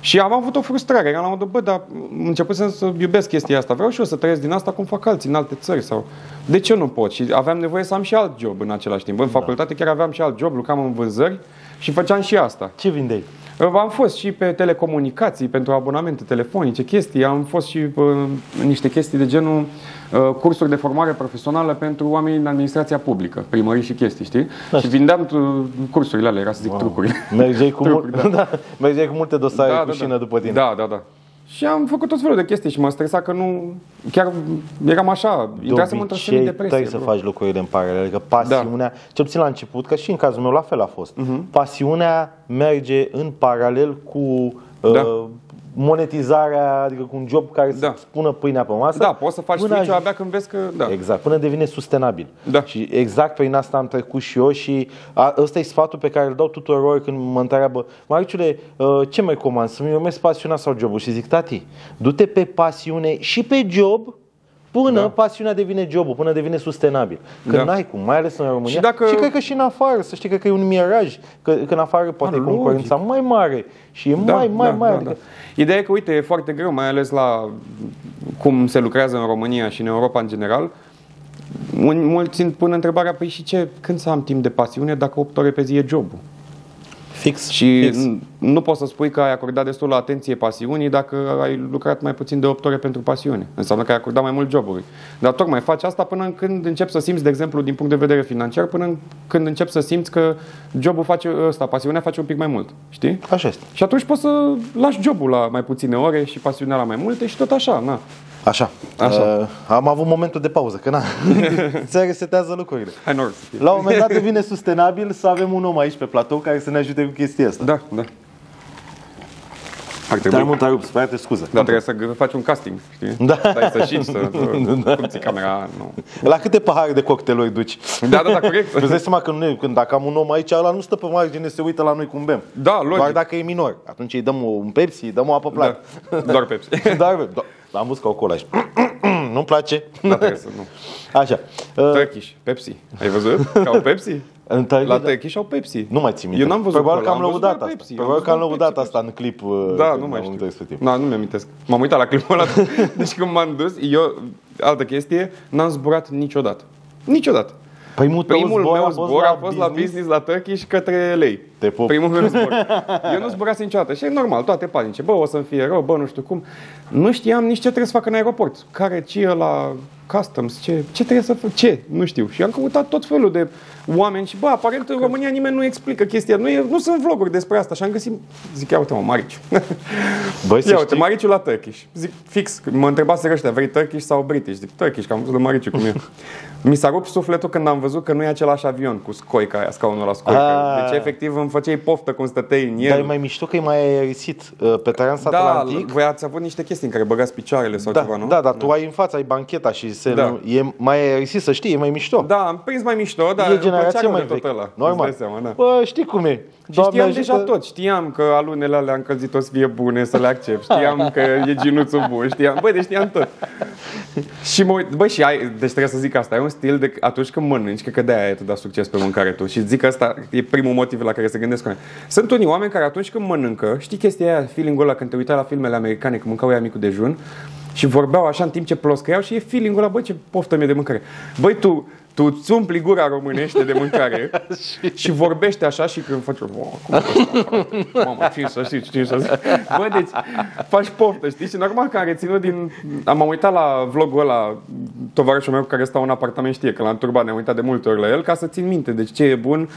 Și am avut o frustrare, eram la modul, bă, dar m- începusem să iubesc chestia asta, vreau și eu să trăiesc din asta cum fac alții în alte țări sau... De ce nu pot? Și aveam nevoie să am și alt job în același timp. În facultate chiar aveam și alt job, lucram în vânzări și făceam și asta. Ce vindeai? Am fost și pe telecomunicații pentru abonamente telefonice, chestii, am fost și uh, în niște chestii de genul uh, cursuri de formare profesională pentru oamenii din administrația publică, primării și chestii, știi? Da. Și vindeam uh, cursurile alea, era să zic wow. trucurile. Mergeai cu, mul- Trucuri, da. Mergeai cu multe dosare cu șină după tine. Da, da, da. Și am făcut tot felul de chestii și mă stresa că nu... Chiar eram așa, intrasem într-o semidepresie. trebuie să bro. faci lucrurile în paralel, adică pasiunea, da. ce puțin la început, că și în cazul meu la fel a fost, Mhm. pasiunea merge în paralel cu Da. uh, monetizarea, adică cu un job care Da. să-ți pună pâinea pe masă. Da, poți să faci până switch-ul ajungi- abia când vezi că... Da. Exact, până devine sustenabil. Da. Și exact prin asta am trecut și eu și a, ăsta e sfatul pe care îl dau tuturor când mă întreabă Mariciule, ă, ce mai comand? Să-mi urmez pasiunea sau jobul? Și zic, tati, du-te pe pasiune și pe job până Da. da. pasiunea devine jobul, până devine sustenabil. Că Da. n-ai cum, mai ales în România. Și dacă- și cred că și în afară, să știi, cred că e un miraj, că, că în afară poate Ah, e concurența mai mare și e mai, mai, mai. adică, da. Ideea e că, uite, e foarte greu, mai ales la cum se lucrează în România și în Europa în general. Un- Mulți îmi pun întrebarea, păi și ce, când să am timp de pasiune dacă 8 ore pe zi e jobul? Fix. Și fix. n- nu poți să spui că ai acordat destul la atenție pasiunii dacă ai lucrat mai puțin de 8 ore pentru pasiune. Înseamnă că ai acordat mai mult joburi. Dar tocmai faci asta până în când începi să simți, de exemplu, din punct de vedere financiar, până în când începi să simți că jobul face ăsta, pasiunea face un pic mai mult. Știi? Așa este. Și atunci poți să lași jobul la mai puține ore și pasiunea la mai multe și tot așa, na. Așa. Așa. Uh, am avut momentul de pauză, că na, se resetează lucrurile. Hai noroc. La un moment dat devine sustenabil să avem un om aici pe platou care să ne ajute cu chestia asta. Da, da. Ar Te-am trebui. întrerupt, frate, scuze. Dar trebuie să gă- faci un casting, știi? Da. Stai să știi, să... Da, să- Cum ții camera, nu. La câte pahare de cocktailuri duci? Da, da, da, corect. Îți dai seama că nu, e- când, dacă am un om aici, ăla nu stă pe margine, se uită la noi cum bem. Da, logic. Doar dacă e minor. Atunci îi dăm un Pepsi, îi dăm o apă Da. plată. Doar Pepsi. Da. Dar, bă, da, am văzut că o cola și nu-mi place. Da, trebuie să, nu. Așa. Uh, Turkish, Pepsi. Ai văzut? Că au Pepsi? în Turkey, La da. Turkish au Pepsi. Nu mai țin minte. Eu n-am văzut Probabil că cola, am văzut doar lăudat asta. Pepsi. Probabil Am că am văzut doar lăudat Pepsi. asta în clip. uh, Da, nu mai știu. știu. Da, nu mi-am amintesc. M-am uitat la clipul ăla. Deci când m-am dus, eu, altă chestie, n-am zburat niciodată. Niciodată. Păi mut, Primul meu zbor a fost la business la Turkey și către lei. te pup. Primul meu nu zbor. Eu nu zburase niciodată și e normal, toate panice. Bă, o să-mi fie rău, bă, nu știu cum. Nu știam nici ce trebuie să fac în aeroport. Care, ce la customs, ce, ce trebuie să fac, ce, nu știu. Și am căutat tot felul de oameni și, bă, aparent în România nimeni nu explică chestia. Nu, e, nu sunt vloguri despre asta și am găsit, zic, ia uite mă, Mariciu. Băi, să Ia uite, știi- Mariciu la Turkish. Zic, fix, mă întrebaseră ăștia, vrei Turkish sau British? Zic, Turkish, că am văzut de Mariciu cum e. Mi s-a rupt sufletul când am văzut că nu e același avion cu scoica aia, scaunul la scoica. Ah. Deci, efectiv, îmi făceai poftă cum stăteai în Dar e el. mai mișto că e mai aerisit uh, pe da, transatlantic. voi ați avut niște chestii în care băgați picioarele sau Da, ceva, nu? da, dar tu ai în față, ai bancheta și se, Da. da. e mai aerisit, să știi, e mai mișto. Da, am prins mai mișto, dar e îmi plăcea generație rău mai de tot veche. ăla. Normal. Îți dai seama, da. Bă, știi cum e. Și știam deja tot, știam că alunele alea încălzite o să fie bune, să le accept, știam că e ginuțul bun, știam, băi, deci știam tot. Și mă uit, băi, și ai, deci trebuie să zic asta, e un stil de atunci când mănânci, cred că de-aia ai atât de succes pe mâncare tu. Și zic că asta e primul motiv la care se gândesc oameni. Sunt unii oameni care atunci când mănâncă, știi chestia aia, feeling-ul ăla când te uitai la filmele americane, când mâncau ea micul dejun, și vorbeau așa în timp ce ploscăiau și e feeling-ul ăla, băi, ce poftă mie de mâncare. Băi, tu, tu îți umpli gura românește de mâncare și vorbește așa și când faci... "Wow, cum e asta? Mamă, cine să știi, cine să zic. Bă, deci faci poftă, știi? Și normal că am reținut din... Am uitat la vlogul ăla, tovarășul meu care stau în apartament știe că l-am turbat, ne-am uitat de multe ori la el, ca să țin minte, deci ce e bun,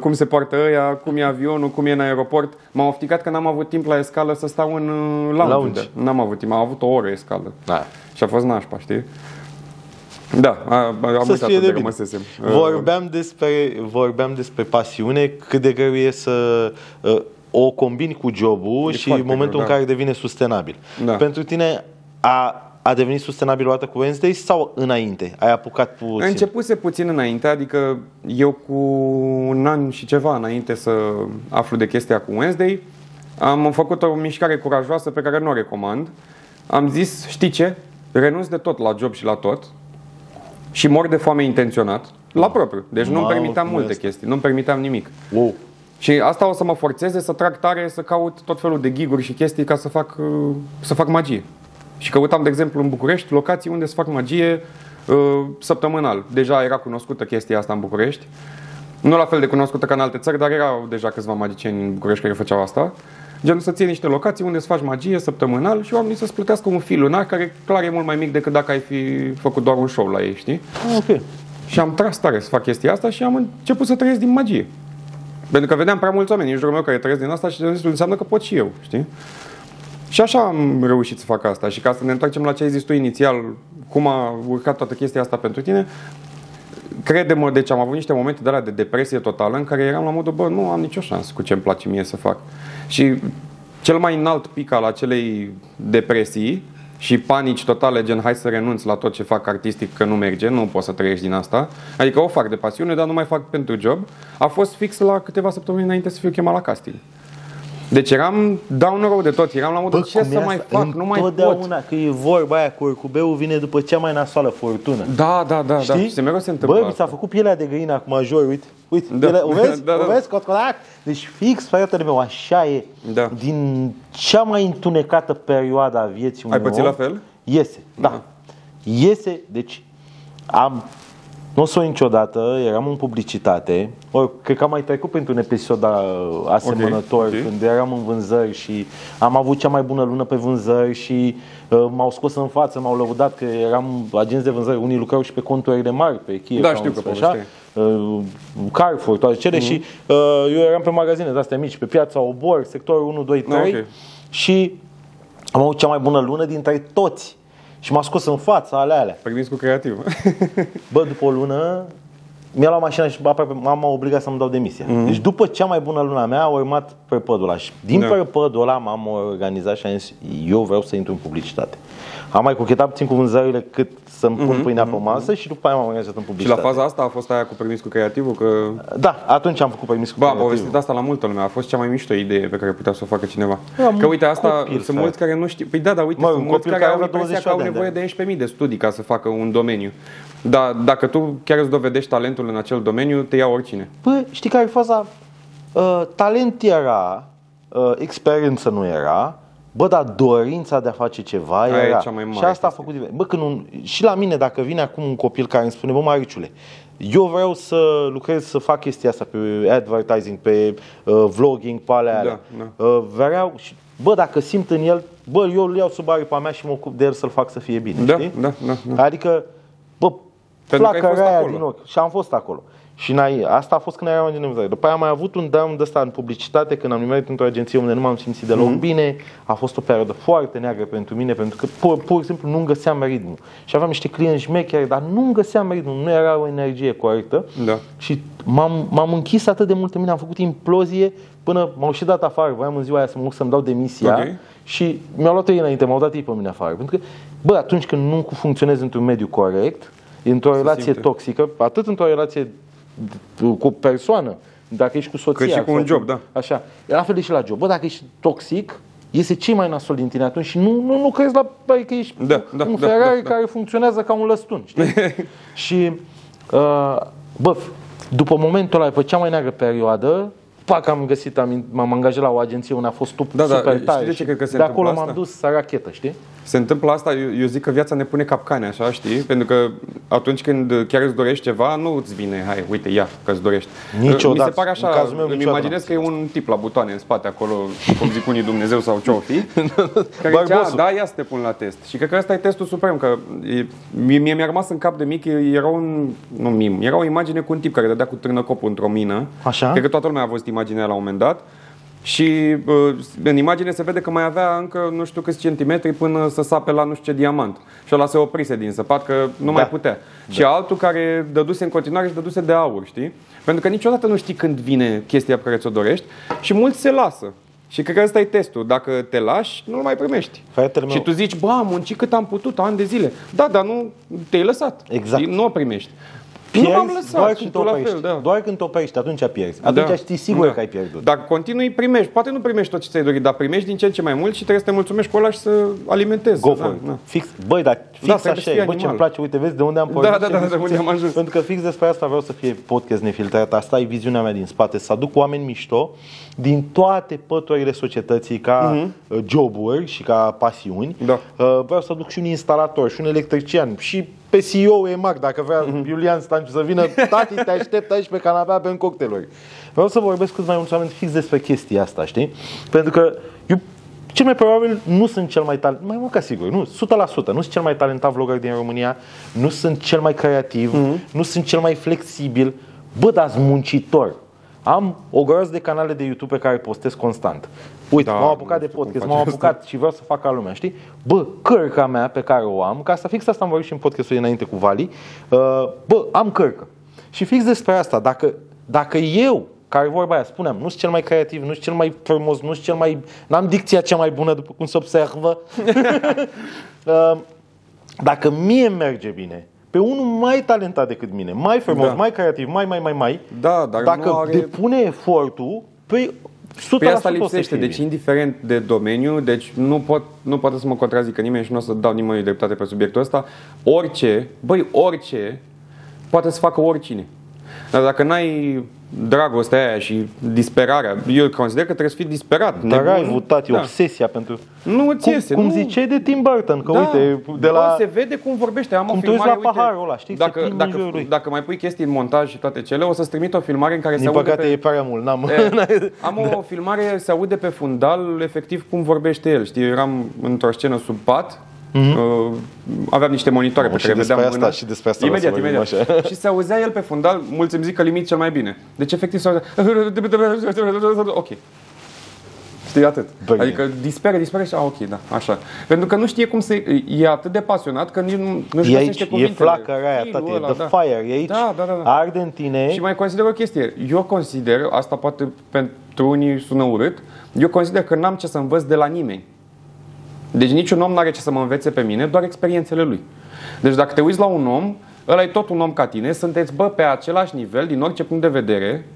cum se poartă ăia, cum e avionul, cum e în aeroport. M-am ofticat că n-am avut timp la escală să stau în uh, lounge. Lounge. lounge. N-am avut timp, am avut o oră escală. Da. Și a fost nașpa, știi? Da, a, a, am Să uitat fie de de bine. rămăsesem. Uh, Vorbeam despre, vorbeam despre pasiune, cât de greu e să uh, o combini cu jobul E și foarte în momentul greu, în da. care devine sustenabil. Da. Pentru tine a, a devenit sustenabil o dată cu Wednesday sau înainte? Ai apucat puțin? Începuse puțin înainte, adică eu cu un an și ceva înainte să aflu de chestia cu Wednesday, am făcut o mișcare curajoasă pe care nu o recomand. Am zis, știi ce, renunț de tot la job și la tot și mor de foame intenționat, la propriu. Deci nu-mi Mamă, permiteam cum e multe asta? chestii, nu-mi permiteam nimic. Wow. Și asta o să mă forțeze să trag tare, să caut tot felul de giguri și chestii ca să fac, uh, să fac magie. Și căutam, de exemplu, în București locații unde să fac magie uh, săptămânal. Deja era cunoscută chestia asta în București. Nu la fel de cunoscută ca în alte țări, dar erau deja câțiva magicieni în București care făceau asta. Gen să ții niște locații unde să faci magie săptămânal și oamenii să-ți plătească un fil lunar, care clar e mult mai mic decât dacă ai fi făcut doar un show la ei, știi? Ok. Și am tras tare să fac chestia asta și am început să trăiesc din magie. Pentru că vedeam prea mulți oameni în jurul meu care trăiesc din asta și zis, înseamnă că pot și eu, știi? Și așa am reușit să fac asta. Și ca să ne întoarcem la ce ai zis tu inițial, cum a urcat toată chestia asta pentru tine, crede-mă, deci am avut niște momente de alea de depresie totală în care eram la modul, bă, nu am nicio șansă cu ce-mi place mie să fac. Și cel mai înalt pic al acelei depresii și panici totale, gen hai să renunț la tot ce fac artistic că nu merge, nu pot să trăiești din asta, adică o fac de pasiune, dar nu mai fac pentru job, a fost fix la câteva săptămâni înainte să fiu chemat la casting. Deci eram down road de tot, eram la modul ce cum e să mai asta? fac, nu mai pot. Întotdeauna, că e vorba aia, curcubeul vine după cea mai nasoală furtună. Da, da, da, da. Știi? Și se mereu se întâmplă. Bă, mi s-a asta. făcut pielea de găină acum, joi, uite. Uite, Da. da. pielea, o vezi? da, Da, da, da, da. o vezi? Cotcolac? Deci fix, fratele meu, așa e. Da. Din cea mai întunecată perioadă a vieții unui pățit om, la fel? Iese, da. Da. Iese, deci am... Nu o să o uit niciodată, eram în publicitate, ori, cred că am mai trecut printr-un episod a, asemănător ok. când când eram în vânzări și am avut cea mai bună lună pe vânzări și uh, m-au scos în față, m-au lăudat că eram agenți de vânzări, unii lucrau și pe conturile mari, pe Kiev, Da, sau știu că Mhm. pe așa, povesteai. uh, Carrefour, toate cele mm-hmm. și uh, eu eram pe magazine de astea mici, pe piața Obor, sectorul 1, 2, 3 Ah, ok. și am avut cea mai bună lună dintre toți și m-a scos în fața alea, alea. Pregniți cu creativ. Bă, după o lună mi-a luat mașina și aproape mama a obligat să-mi dau demisia. Mhm. Mm-hmm. Deci după cea mai bună luna mea a urmat prăpădul ăla. Și din Da. da. prăpădul ăla m-am organizat și am zis, eu vreau să intru în publicitate. Am mai cochetat puțin cu vânzările cât să-mi pun mm-hmm. pâinea pe masă și după aia m-am organizat în Mhm, Și la publicitate. faza asta a fost aia cu permis cu creativul, că Da, atunci am făcut permis cu Ba, a creativul. povestit asta la multă lume. A fost cea mai mișto idee pe care putea să o facă cineva. Am că un uite, asta Da, copil, sunt frate. mulți care nu știu. Păi da, dar uite, Mă, sunt un mulți copil care, care au avea impresia că 28 au de ani, da. nevoie de 11.000 de studii ca să facă un domeniu. Dar dacă tu chiar îți dovedești talentul în acel domeniu, te ia oricine. Bă, știi care e faza? Uh, talent era, uh, experiență nu era, Bă, dar dorința de a face ceva Aia e era. cea mai mare și asta a chestie. făcut diferența. Bă, când un, și la mine, dacă vine acum un copil care îmi spune, bă, Mariciule, eu vreau să lucrez, să fac chestia asta pe advertising, pe uh, vlogging, pe alea, alea. Da, Uh, vreau și, bă, dacă simt în el, bă, eu îl iau sub aripa mea și mă ocup de el să-l fac să fie bine, Da, știi? da, da, da. Adică, bă, Pentru că ai flacăra fost aia acolo. din ochi. Și am fost acolo. Și n-ai, asta a fost când eram în universitate. După aia am mai avut un down de ăsta în publicitate, când am nimerit într-o agenție unde nu m-am simțit Mhm. deloc mm-hmm. bine. A fost o perioadă foarte neagră pentru mine, pentru că pur, pur și simplu nu găseam ritmul. Și aveam niște clienți șmecheri, dar nu găseam ritmul, nu era o energie corectă. Da. Și m-am, m-am închis atât de mult în mine, am făcut implozie până m-au și dat afară. Voiam în ziua aia să mă duc să-mi dau demisia. Ok. Și mi-au luat ei înainte, m-au dat ei pe mine afară. Pentru că, bă, atunci când nu funcționezi într-un mediu corect, într-o relație simte. toxică, atât într-o relație cu o persoană, dacă ești cu soția. Cât și cu sau un job, da. Așa. La fel e și la job. Bă, dacă ești toxic, iese cei mai nasol din tine atunci și nu, nu, nu crezi la băi, că ești Da, da, un da, Ferrari da, da. care funcționează ca un lăstun, știi? și, uh, bă, după momentul ăla, după cea mai neagră perioadă, pac, am găsit, am, m-am angajat la o agenție unde a fost tup Da, da, super știi tare. de ce și cred că de se întâmplă acolo m-am asta? dus să rachetă, știi? Se întâmplă asta, eu, eu zic că viața ne pune capcane, așa, știi? Pentru că atunci când chiar îți dorești ceva, nu îți vine, hai, uite, ia, că îți dorești. Mi Niciodată. se pare așa, În cazul meu, îmi niciodată imaginez că e un tip la butoane în spate acolo, cum zic unii Dumnezeu sau ce-o fi, care zice, "A, Barbosul." da, ia să te pun la test. Și cred că ăsta e testul suprem, că e, mie, mie mi-a rămas în cap de mic, e- era un, nu mim, era o imagine cu un tip care dădea cu trână copul într-o mină. Așa. Cred că toată lumea a văzut imaginea la un moment dat. Și uh, în imagine se vede că mai avea încă nu știu câți centimetri până să sape la nu știu ce diamant. Și ăla se oprise din săpat că nu da. mai putea. Da. Și altul care dăduse în continuare și dăduse de aur, știi? Pentru că niciodată nu știi când vine chestia pe care ți-o dorești și mulți se lasă. Și cred că ăsta e testul. Dacă te lași, nu-l mai primești. Fratele meu- Și tu zici, bă, am muncit cât am putut, ani de zile. Da, dar nu te-ai lăsat. Exact. Știi? Nu o primești. nu m-am Pierzi lăsat doar și când te tu la oprești. fel, da. Doar când te oprești, atunci pierzi. Atunci știi sigur că ai pierdut. Dacă Da. continui, primești. Poate nu primești tot ce ți-ai dorit, dar primești din ce în ce mai mult și trebuie să te mulțumești cu ăla și să alimentezi. Go Da, for it. da. Fix, băi, dar trebuie fix să așa fii e. Bă, animal. ce-mi place, uite, vezi de unde am pornit. Da, da, și da, de discuția. unde am ajuns. Pentru că fix despre asta vreau să fie podcast nefiltrat. Asta e viziunea mea din spate, să aduc oameni mișto din toate păturile societății ca uh, joburi și ca pasiuni. Mhm. Da. Uh, Vreau să aduc și un instalator și un electrician și pe CEO EMAC, dacă vrea Mhm. Iulian Stanciu să vină, tati, te aștept aici pe canapea pe cocktailuri. Vreau să vorbesc cât mai mulți oameni fix despre chestia asta, știi? Pentru că eu cel mai probabil nu sunt cel mai talent, mai mult ca sigur, nu, 100%, nu sunt cel mai talentat vlogger din România, nu sunt cel mai creativ, Mhm. nu sunt cel mai flexibil, bă, dar sunt muncitor. Am o groază de canale de YouTube pe care postez constant. Uite, Da, m-am apucat nu de știu cum podcast, faci m-am asta. apucat și vreau să fac ca lumea, știi? Bă, cărca mea pe care o am, că asta fix asta am vorbit și în podcastul înainte cu Vali, uh, bă, am cărcă. Și fix despre asta, dacă, dacă eu, care vorba aia, spuneam, nu sunt cel mai creativ, nu sunt cel mai frumos, nu sunt cel mai... N-am dicția cea mai bună, după cum se observă, uh, dacă mie îmi merge bine, pe unul mai talentat decât mine, mai frumos, Da. mai creativ, mai, mai, mai, mai, Da, dar dacă nu are- depune efortul, păi 100% Pe asta o să lipsește, fie deci bine. indiferent de domeniu, deci nu pot, nu poate să mă contrazică nimeni și nu o să dau nimănui dreptate pe subiectul ăsta, orice, băi, orice, poate să facă oricine. Dar dacă n-ai dragostea aia și disperarea, eu consider că trebuie să fii disperat. Dar ai nebun. avut, tati, Da. obsesia pentru... Nu îți cum, iese, cum nu- Da. ziceai de Tim Burton, că uite, de bă, la... se vede cum vorbește, am Cum o te uiți filmare, la uite, paharul ăla, știi, se Dacă, plimbă în jurul dacă, lui. dacă mai pui chestii în montaj și toate cele, o să-ți trimit o filmare în care se Din aude păcate pe... e prea mult, n-am... E, am o Da. filmare, se aude pe fundal efectiv cum vorbește el. Știi, eram într-o scenă sub pat, Uh, aveam niște monitoare pe Mhm. și care despre vedeam asta- mâna. și despre asta vreau imediat, să imediat. vorbim Așa. Și se auzea el pe fundal, mulți îmi zic că limit cel mai bine. Deci efectiv se auzea... Ok. Știi, atât. Bine. Adică dispere, dispere și, a, ok, da, așa. Pentru că nu știe cum să... E atât de pasionat că nici nu, E nu-și găsește aici, e cuvintele. flacăra aia, Filul tati, e ăla, the da. fire, e aici, Da, da, da. da. arde în tine. Și mai consider o chestie. Eu consider, asta poate pentru unii sună urât, eu consider că n-am ce să învăț de la nimeni. Deci niciun om n-are ce să mă învețe pe mine, doar experiențele lui. Deci dacă te uiți la un om, ăla e tot un om ca tine, sunteți, bă, pe același nivel, din orice punct de vedere.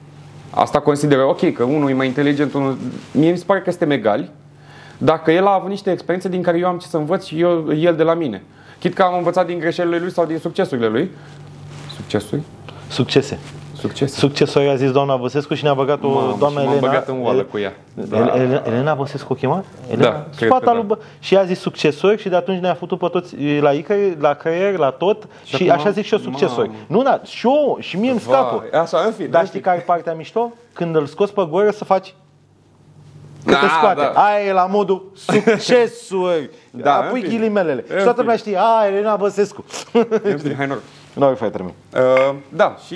Asta consideră, ok, că unul e mai inteligent, unul... Mie mi se pare că suntem egali, dacă el a avut niște experiențe din care eu am ce să învăț și eu, el de la mine. Chit că am învățat din greșelile lui sau din succesurile lui. Succesuri? Succese. Succes. Succesor, a zis doamna Băsescu și ne-a băgat o Mamă, doamna și m-am Elena. băgat în oală cu ea. Da. Elena, Elena Băsescu o chema? Elena? Da, cred Spata că da. lui Bă- Și a zis succesori și de atunci ne-a făcut pe toți e, la Icări, la creier, la tot și, acum așa am- zic și eu succesori. Mamă. Nu, da, și eu, și mie îmi scapă. Vai, Așa, în fine. Dar în știi fine. care e partea mișto? Când îl scoți pe gură să faci că te Da, scoate. da. Aia e la modul succesuri. Da, Da, în pui fine. ghilimelele. În Și toată lumea știe, a, Elena Băsescu. Hai, noroc. nu ai fai termin. Uh, da, și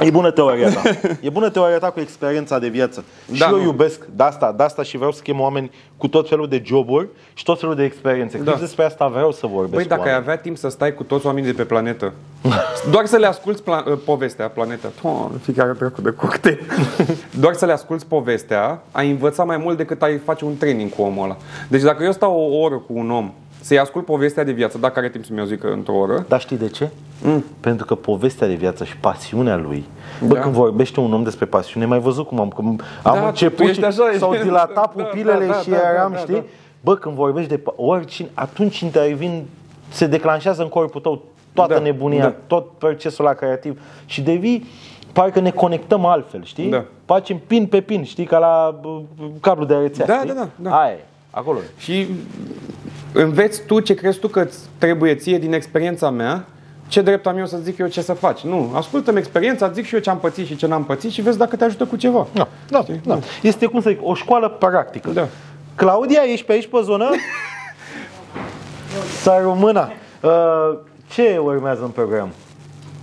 E bună teoria ta. E bună teoria ta cu experiența de viață. și Da, eu nu. iubesc de asta, de asta și vreau să chem oameni cu tot felul de joburi și tot felul de experiențe. Da. Da. Fix despre asta vreau să vorbesc Băi, cu dacă ai oameni. avea timp să stai cu toți oamenii de pe planetă, doar să le asculți pla- povestea, planeta, Doamne, fiecare dracu de cocktail. doar să le asculți povestea, ai învăța mai mult decât ai face un training cu omul ăla. Deci dacă eu stau o oră cu un om să-i ascult povestea de viață, dacă are timp să-mi o zică într-o oră, Dar știi de ce? Mm. Pentru că povestea de viață și pasiunea lui. Bă, Da. când vorbește un om despre pasiune, ai mai văzut cum am, cum am Da, tu început ești și așa, s-au ești- dilatat da, pupilele da, da, și da, da, eram, da, știi? da. Bă, când vorbești de pa- oricine, atunci intervin, se declanșează în corpul tău toată Da, nebunia, da. tot procesul la creativ și devii parcă ne conectăm altfel, știi? Da. Facem pin pe pin, știi, ca la bă, cablu de rețea, Da, știi? da, da, da. Aia e, acolo. e. Și înveți tu ce crezi tu că îți trebuie ție din experiența mea, ce drept am eu să zic eu ce să faci. Nu, ascultă-mi experiența, zic și eu ce am pățit și ce n-am pățit și vezi dacă te ajută cu ceva. Da, da, da. Este, cum să zic, o școală practică. Da. Claudia, ești pe aici pe zonă? Să română. Uh, ce urmează în program?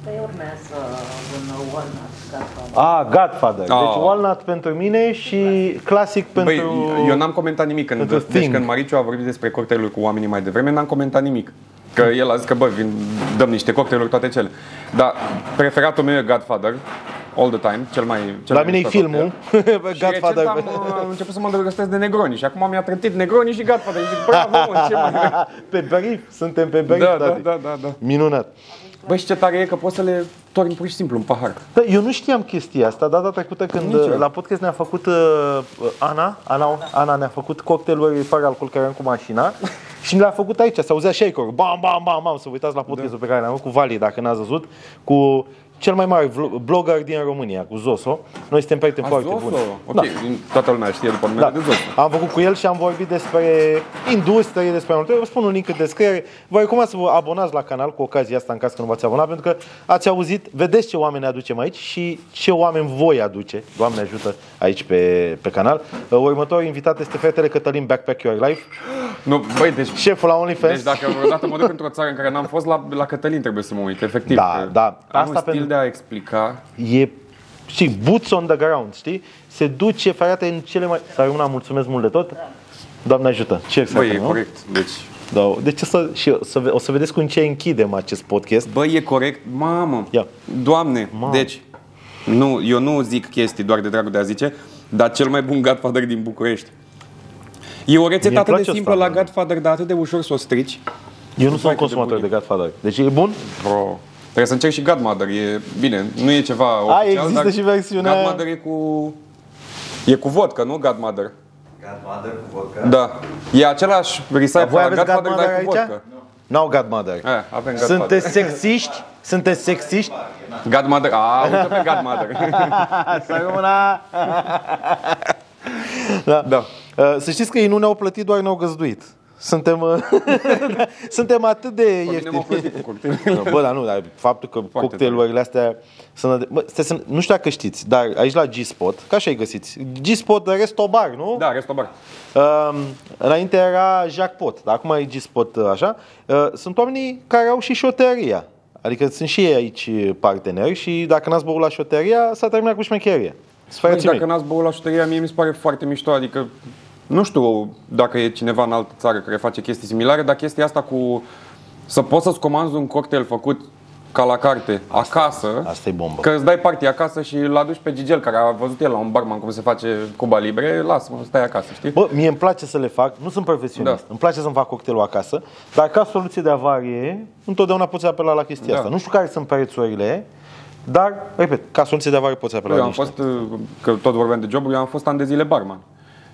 Păi urmează un walnut gata. Ah, Godfather. Deci Ah. Walnut pentru mine și clasic Băi, pentru... eu n-am comentat nimic când, pentru deci Thing. când Mariciu a vorbit despre cocktailuri cu oamenii mai devreme, n-am comentat nimic. Că el a zis că, bă, vin, dăm niște cocktailuri toate cele. Dar preferatul meu e Godfather, all the time, cel mai... Cel La mai mine e mișto filmul. cocktail. Și Godfather. recent am uh, început să mă îndrăgostesc de negroni și acum mi-a trântit negroni și Godfather. Și zic, bravo, mă, ce mai... pe brief. Suntem pe brief, uh, Da, da, tati. da, da, da. Minunat. Băi, și ce tare e că poți să le torni pur și simplu în pahar. Da, eu nu știam chestia asta. Data trecută când Nici eu. la podcast ne-a făcut uh, Ana, Ana, Ana ne-a făcut cocktailuri fără alcool care eram cu mașina și ne l-a făcut aici. Se auzea shaker. Bam, bam, bam, bam. Să vă Da. uitați la podcastul pe care l-am făcut cu Vali, dacă n-ați văzut, cu cel mai mare vlo- blogger din România, cu Zoso. Noi suntem prieteni foarte Zoso. buni. Ok, Da. toată lumea știe după numele Da. de Zoso. Am făcut cu el și am vorbit despre industrie, despre multe. Vă spun un link în descriere. Vă recomand să vă abonați la canal cu ocazia asta în caz că nu v-ați abonat, pentru că ați auzit, vedeți ce oameni ne aducem aici și ce oameni voi aduce. Doamne ajută aici pe, pe canal. Următorul invitat este fetele Cătălin Backpack Your Life, Nu, băi, deci șeful la Deci OnlyFans. dacă vreodată mă duc într-o țară în care n-am fost, la, la Cătălin trebuie să mă uit, efectiv. Da, că da. Am Asta un stil pentru- de a explica. e și boots on the ground, știi? Se duce, frate, în cele mai... Să rămână, mulțumesc mult de tot. Doamne ajută. Ce exact, Băi, e nu? corect. Deci, Da, deci o să, și o să, ve- o să vedeți cu ce închidem acest podcast. băi, e corect. Mamă, Ia. doamne, Mamă. deci, nu, eu nu zic chestii doar de dragul de a zice, dar cel mai bun Godfather din București. E o Mie rețetă îmi atât de place simplă asta, da. la mă. Godfather, dar atât de ușor să o strici. Eu nu sunt foarte consumator de bunic. Godfather. Deci e bun? Bro, trebuie să încerci și Godmother. E, bine, nu e ceva oficial, există dar și versiunea- Godmother e cu... E cu vodka, nu Godmother. Godmother cu vodka. Da. E același recipe Voi la aveți Godfather, Godmother dar cu aici? vodka. Nu au Godmother. Eh, avem Godmother. Sunteți sexiști? Sunteți sexiști? Godmother. A, uite pe Godmother. Să rămână! da. Da. Uh, Să știți că ei nu ne-au plătit, doar ne-au găzduit. Suntem, uh, suntem atât de Bine m-au ieftini. plătit cu cocktail. Bă, dar nu, dar faptul că tare. cocktailurile astea sunt... Bă, stai să- nu știu dacă știți, dar aici la G-Spot, ca așa ai găsiți. G-Spot, de rest, o bar, nu? Da, restul bar. Um, înainte era jackpot, dar acum e G-Spot uh, așa. Uh, sunt oamenii care au și șoteria. Adică sunt și ei aici parteneri și dacă n-ați băut la șoteria, s-a terminat cu șmecheria. Băi, Sferați Păi, dacă mei. n-ați băut la șuteria, mie mi se pare foarte mișto, adică nu știu dacă e cineva în altă țară care face chestii similare, dar chestia asta cu să poți să-ți comanzi un cocktail făcut ca la carte, acasă, asta e bombă. că îți dai party acasă și îl aduci pe Gigel, care a văzut el la un barman cum se face Cuba Libre, lasă-mă, stai acasă, știi? Bă, mie îmi place să le fac, nu sunt profesionist, Da. îmi place să-mi fac cocktailul acasă, dar ca soluție de avarie, întotdeauna poți apela la chestia Da. asta. Nu știu care sunt prețurile, dar, repet, ca soluție de avarie poți apela Eu la am niște. fost, că tot vorbeam de joburi, eu am fost ani de zile barman.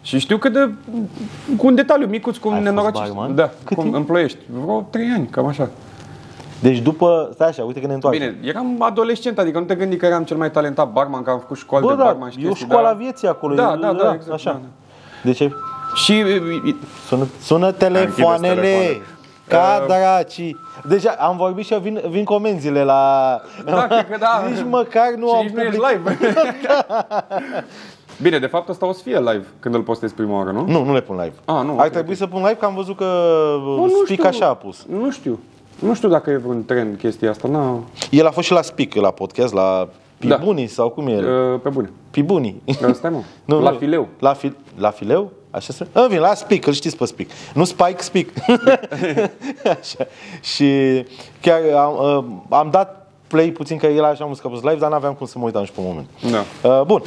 Și știu că de, cu un detaliu micuț, cum Ai fost nenorocești. barman? Da, Cât cum timp? îmi ploiești. Vreo 3 ani, cam așa. Deci după, stai așa, uite că ne întoarcem. Bine, eram adolescent, adică nu te gândi că eram cel mai talentat barman, că am făcut școală Bă, de da, barman și e o chestii, școală a dar- vieții acolo. Da, e, da, da, exact, așa. da, da. De ce? Și e, e, Sună, sună telefoanele. telefoanele. Ca Uh, dracii. Deci am vorbit și vin, vin comenzile la... Da, cred că da. Nici măcar nu și am nici nu ești live. Bine, de fapt asta o să fie live când îl postezi prima oară, nu? Nu, nu le pun live. Ah, nu, Ar ok, trebui ok. să pun live, că am văzut că Bă, nu Speak știu. așa a pus. Nu știu. Nu știu dacă e vreun trend chestia asta, na. El a fost și la Speak, la podcast, la Da. Pibunii sau cum e? el? E, Ă, Pe bune. Pibunii. E, Stai mă, Nu, la nu. fileu. La, fi, la fileu? Așa se În vin, la Speak, îl știți pe Speak. Nu Spike, Speak. așa. Și chiar am, uh, am dat play puțin că el așa am văzut că a pus live, dar n-aveam cum să mă uitam și pe moment. Da. Uh, bun.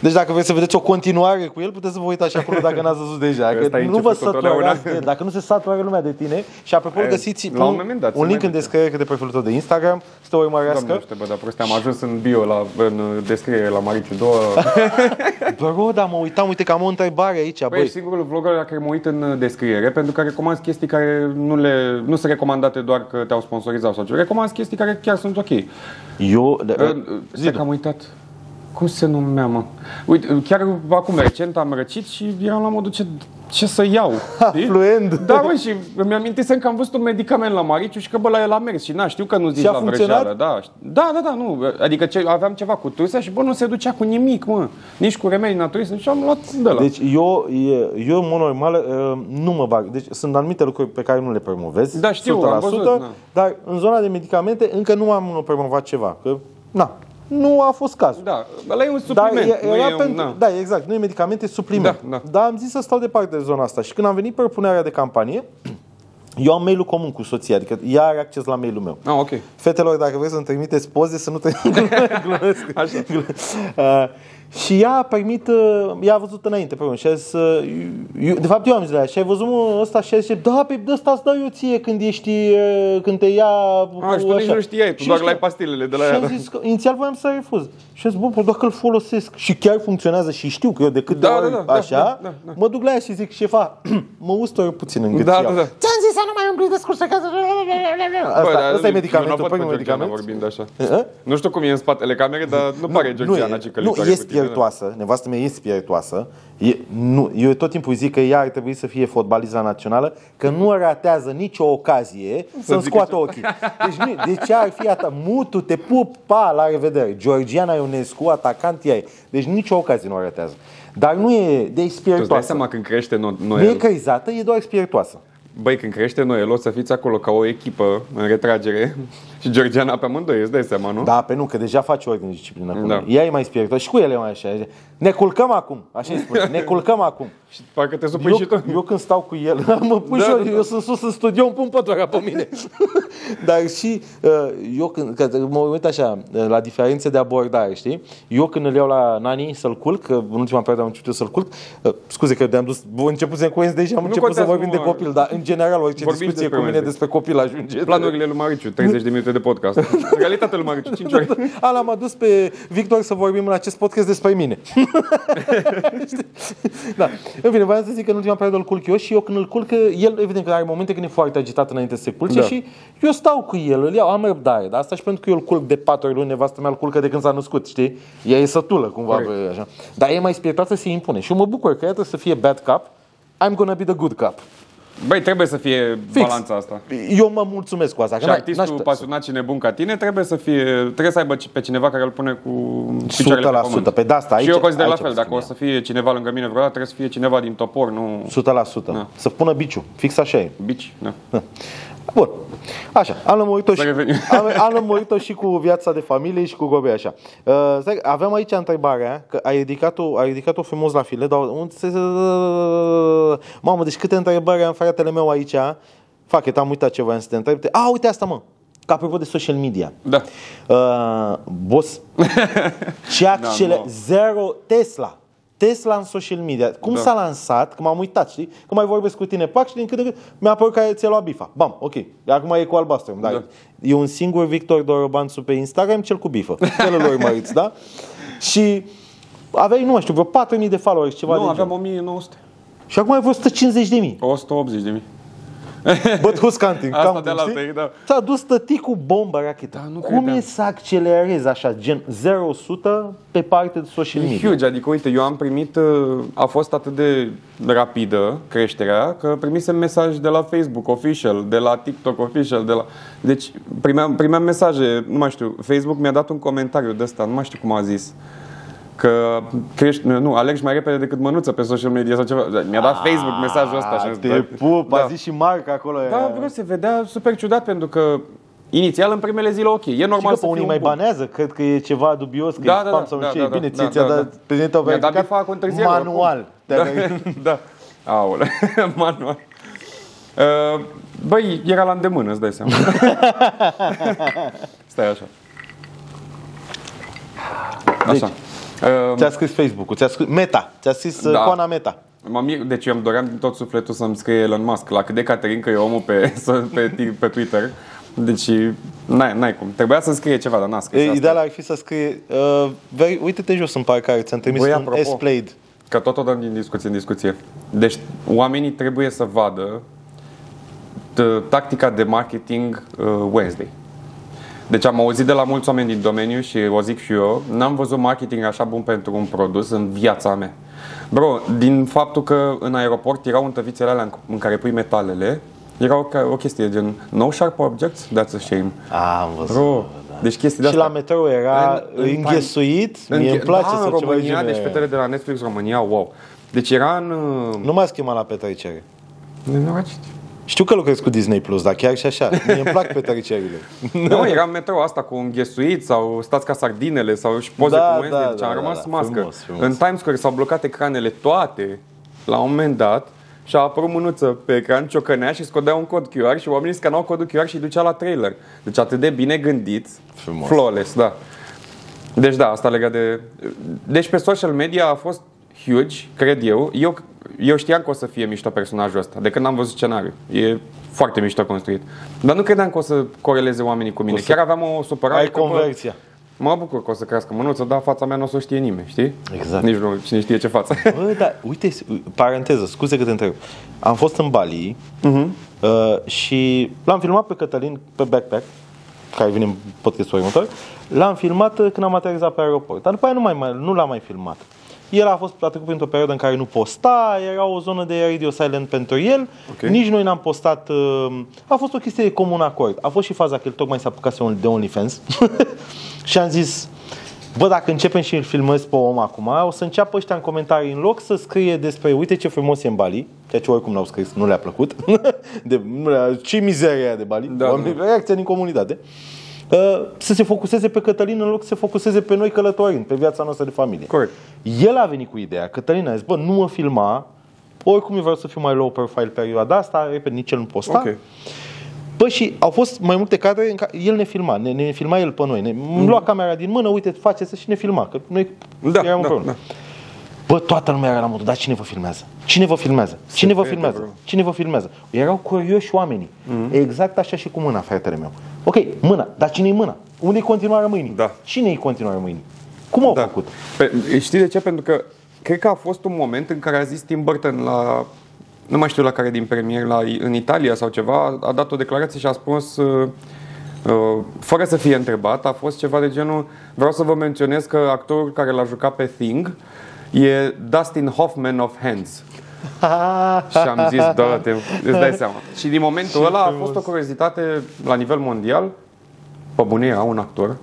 Deci dacă vreți să vedeți o continuare cu el, puteți să vă uitați și acolo dacă n-ați văzut deja. Că Ăsta e nu vă începutul totdeauna. săturați de, dacă nu se saturează lumea de tine și apropo E, găsiți la un moment dat, un se link mai în descriere de profilul tău de Instagram, să te Doamne, urmărească. știu, bă, dar prostia, am ajuns în bio, la, în descriere, la Mariciu 2. Bro, dar mă uitam, uite că am o întrebare aici, Băi, băi. ești singurul vlogger la care mă uit în descriere, pentru că recomand chestii care nu, le, nu sunt recomandate doar că te-au sponsorizat sau ceva. Recomand chestii care chiar sunt ok. Eu, Zi că am uitat. Cum se numea, mă? Uite, chiar acum, recent, am răcit și eram la modul ce, ce să iau. știi? Fluent. Da, mă, și mi-am amintit că am văzut un medicament la Mariciu și că, bă, la el a mers. Și, na, știu că nu zici Și a la funcționat? vrăjeală. Da, ș- da, da, da, nu. Adică ce, aveam ceva cu tusea și, bă, nu se ducea cu nimic, mă. Nici cu remedii naturiste. Și am luat de la. Deci eu, e- eu în mod normal, uh, nu mă bag. Deci sunt anumite lucruri pe care nu le promovez, Da, știu, am 100%, văzut, da. dar în zona de medicamente încă nu am promovat ceva. Că, na, nu a fost cazul. da, ăla e un Dar supliment. nu era e un- pentru, na. da, exact, nu e medicamente, e supliment. Da, da. Dar am zis să stau departe de zona asta și când am venit propunerea de campanie, eu am mail-ul comun cu soția, adică ea are acces la mail-ul meu. Ah, ok. Fetelor, dacă vreți să-mi trimiteți poze, să nu te glumesc. Așa. Uh, și ea a permit, uh, ea a văzut înainte pe urmă și a zis, uh, eu, de fapt eu am zis la ea, și ai văzut mă, ăsta și a zis, da, pe de ăsta îți dau eu ție când ești, uh, când te ia cu Ah, și tu nici nu știai, tu Și doar eu luai știam. pastilele de la și ea. da. am zis că inițial voiam să refuz. Și am zis, bun, păi dacă îl folosesc și chiar funcționează și știu că eu de câte Da, da, ori da, da, așa, da, da, da. mă duc la ea și zic, șefa, mă ustor puțin în gât Da, și iau. da, da. Ți-am zis să nu mai umpli descursul că... Bă, Asta, dar asta e eu nu medicamentul, pot primul cu Georgiana medicament. vorbind așa. Hă? Nu știu cum e în spatele camerei, dar nu, pare Georgiana nu, e, ce nu, călătoare e cu tine. spiritoasă, nevastă mea e spiritoasă. E, nu, eu tot timpul zic că ea ar trebui să fie fotbalista națională, că nu ratează nicio ocazie să-mi zică scoată ochii. Deci, nu, deci ea ar fi ata, mutu, te pup, pa, la revedere. Georgiana Ionescu, atacant ea e. Deci nicio ocazie nu o ratează. Dar nu e, deci Tu îți dai spiritoasă. seama când crește no- Nu e Noel. căizată, e doar spiritoasă. Băi, când crește Noel, o să fiți acolo ca o echipă în retragere și Georgiana pe amândoi, îți dai seama, nu? Da, pe nu, că deja face ordine de disciplină acum. Da. Ea e mai spirituală și cu ele mai așa. Ne culcăm acum, așa îi spune, ne culcăm acum. Și parcă te supui Eu, și tu. eu când stau cu el, mă pun Da, și eu, da, da. eu sunt sus în studio, îmi pun pătura pe mine. Dar și uh, eu când, că mă uit așa, uh, la diferențe de abordare, știi? Eu când îl iau la Nani să-l culc, că în ultima perioadă am început eu să-l culc, uh, scuze că ne-am dus, bun, început să ne și am început să contează, vorbim de mă. copil, dar în general orice discuție Vorbim cu despre mine Wednesday. despre copil ajunge. Planurile lui Mariciu, 30 de minute de podcast. În realitate lui Mariciu, 5 ore. A, l-am adus pe Victor să vorbim în acest podcast despre mine. Știi? da. În fine, voiam să zic că în ultima perioadă îl culc eu și eu când îl culc, el evident că are momente când e foarte agitat înainte să se culce Da. și eu stau cu el, îl iau, am răbdare, dar asta și pentru că eu îl culc de patru ori luni, nevastă mea îl culcă de când s-a născut, știi? Ea e sătulă cumva, Corect. pe- așa. Dar e mai spiritoasă, se impune și eu mă bucur că iată să fie bad cup, I'm gonna be the good cup. Băi, trebuie să fie Fix. balanța asta. Eu mă mulțumesc cu asta. că Și n-ai- artistul n-aș- pasionat și nebun ca tine trebuie să fie, trebuie să aibă pe cineva care îl pune cu picioarele pe 100%, pământ. pe de-asta, aici- și eu consider la aici fel, mă dacă o să scrie. fie cineva lângă mine vreodată, trebuie să fie cineva din topor, nu 100%. Da. Să pună biciu. Fix așa e. bici. Da. Bun. Așa, am lămurit-o și, Să revenim. am, am lămurit-o și cu viața de familie și cu gobe așa. Uh, stai, că aveam aici întrebarea, că ai ridicat-o, ai ridicat-o frumos la file, dar unde se... Mamă, deci câte întrebări am fratele meu aici. Fac, it, am uitat ce voiam să te întreb. Te- A, uite asta, mă. Ca apropo de social media. da. Uh, boss, ce accele... nu. Zero Tesla. Tesla în social media. Cum Da. s-a lansat, că m-am uitat, știi? Că mai vorbesc cu tine, pac, și din când în când mi-a apărut că ți-a luat bifa. Bam, ok. Acum e cu albastru. Dar Da. E un singur Victor Dorobanțu pe Instagram, cel cu bifă. Cel îl urmăriți, da? Și aveai, nu mai știu, vreo 4.000 de followers, ceva Nu, de aveam genul. 1900. Și acum ai vreo 150.000. 180 de mii. But who's counting? Asta counting de la știi? altă, da. S-a dus tăticul bombă racheta. Da, nu Cum credeam. e să accelerezi așa, gen 0-100 pe parte de social media? Huge, adică uite, eu am primit, uh, a fost atât de rapidă creșterea, că primisem mesaj de la Facebook official, de la TikTok official, de la... Deci primeam, primeam mesaje, nu mai știu, Facebook mi-a dat un comentariu de ăsta, nu mai știu cum a zis, că crești, nu, alergi mai repede decât mănuță pe social media sau ceva. Mi-a dat Facebook mesajul ăsta. și am Ah, zis, Te "Da." pup, a zis și Marc acolo. Da, e- bro, se vedea super ciudat pentru că inițial în primele zile ok, e Știi normal că pe să fii unii un mai bug. banează, cred că e ceva dubios, că Da, e da, spam da, sau nu da, ce. da, e bine, da, ție da, ți-a da. dat prezidentul Mi-a dat verificat bifa cu întârziere, oricum. Manual. Da, Te-a dat- da. Aole, manual. Uh, Băi, era la îndemână, îți dai seama. Stai așa. Deci- Așa. Uh, Ți-a scris Facebook-ul, ți-a scris Meta, ți-a scris uh, Da. coana Meta. M-am mir- deci eu îmi doream din tot sufletul să-mi scrie Elon Musk, la cât de Caterin că e omul pe, să- pe, ti- pe Twitter. Deci, n-ai, n-ai cum. Trebuia să-mi scrie ceva, dar n-a scris E, asta. ideal ar fi să scrie, uh, veri, uite-te jos în parcare, ți-am trimis Băi, un apropo. S-Played. Că tot o dăm din discuție în discuție. Deci oamenii trebuie să vadă t- tactica de marketing uh, Wednesday. Deci am auzit de la mulți oameni din domeniu și o zic și eu, n-am văzut marketing așa bun pentru un produs în viața mea. Bro, din faptul că în aeroport erau întăvițele alea în- în care pui metalele, era o, ca- o chestie gen no sharp objects, that's a shame. A, am văzut. Bro, deci chestii de Și la metrou era înghesuit, mie îmi place da, sau ceva în de România, genul deci ăla. fetele de la Netflix România, wow. Deci era în... uh, Nu m-a chemat la petrecere. Nenorocit. Știu că lucrez cu Disney Plus, dar chiar și așa. Mie îmi plac petrecerile. Nu, era în metrou asta cu înghesuit sau stați ca sardinele sau și poze Da, cu Wednesday, da, deci da, am da, rămas da, mască. frumos, frumos. În Times Square s-au blocat ecranele toate la un moment dat și a apărut mânuță pe ecran, ciocănea și scodea un cod QR și oamenii scanau codul QR și îi ducea la trailer. Deci atât de bine gândit, Frumos. flawless, da. Deci da, asta legat de... Deci pe social media a fost huge, cred eu. Eu, eu știam că o să fie mișto personajul ăsta, de când am văzut scenariul. E foarte mișto construit. Dar nu credeam că o să coreleze oamenii cu mine. să- Chiar aveam o supărare. Ai că, bă, conversia. Mă bucur că o să crească mânuță, dar fața mea nu o să o știe nimeni, știi? Exact. Nici nu, cine știe ce față. Bă, da, uite, paranteză, scuze că te întreb. Am fost în Bali uh-huh. uh, și l-am filmat pe Cătălin pe backpack, care vine în podcastul următor, l-am filmat uh, când am aterizat pe aeroport. Dar după aia nu, mai, mai, nu l-am mai filmat. El a fost a trecut printr-o perioadă în care nu posta, era o zonă de radio silent pentru el, Ok. okay. nici noi n-am postat, uh, a fost o chestie de comun acord. A fost și faza că el tocmai s-a apucat să- de OnlyFans și am zis, Bă, dacă începem și îl filmez pe om acum, o să înceapă ăștia în comentarii în loc să scrie despre uite ce frumos e în Bali, ceea ce oricum n-au scris, nu le-a plăcut, de, nu le-a, ce mizerie e aia de Bali, Da, da, Oamenii, reacția din comunitate, Uh, să se focuseze pe Cătălin în loc să se focuseze pe noi călătorind, pe viața noastră de familie. Corect. El a venit cu ideea, Cătălin a zis, bă, nu mă filma, oricum eu vreau să fiu mai low profile perioada asta, repede, nici el nu posta. Ok. Bă, și au fost mai multe cadre în care el ne filma, ne, ne filma el pe noi, ne mm lua camera din mână, uite, face să și ne filma, că noi Da, eram da, împreună. da. Bă, toată lumea era la modul, dar cine vă filmează? Cine vă filmează? Cine vă vede, filmează? bro. Mm. Cine vă filmează? Erau curioși oamenii. Exact așa și cu mâna, fratele meu. Ok, mâna, dar cine-i mâna? Unde-i continuarea mâinii? Da. Cine-i continuarea mâinii? Cum au făcut? Pe, știi de ce? Pentru că cred că a fost un moment în care a zis Tim Burton la nu mai știu la care din premier, la, în Italia sau ceva, a- a dat o declarație și a spus, uh, uh, fără să fie întrebat, a fost ceva de genul, vreau să vă menționez că actorul care l-a jucat pe Thing e Dustin Hoffman of Hands. Și am zis, da, te, îți dai seama. Și din momentul ăla a fost o curiozitate la nivel mondial. Pe bune, era un actor.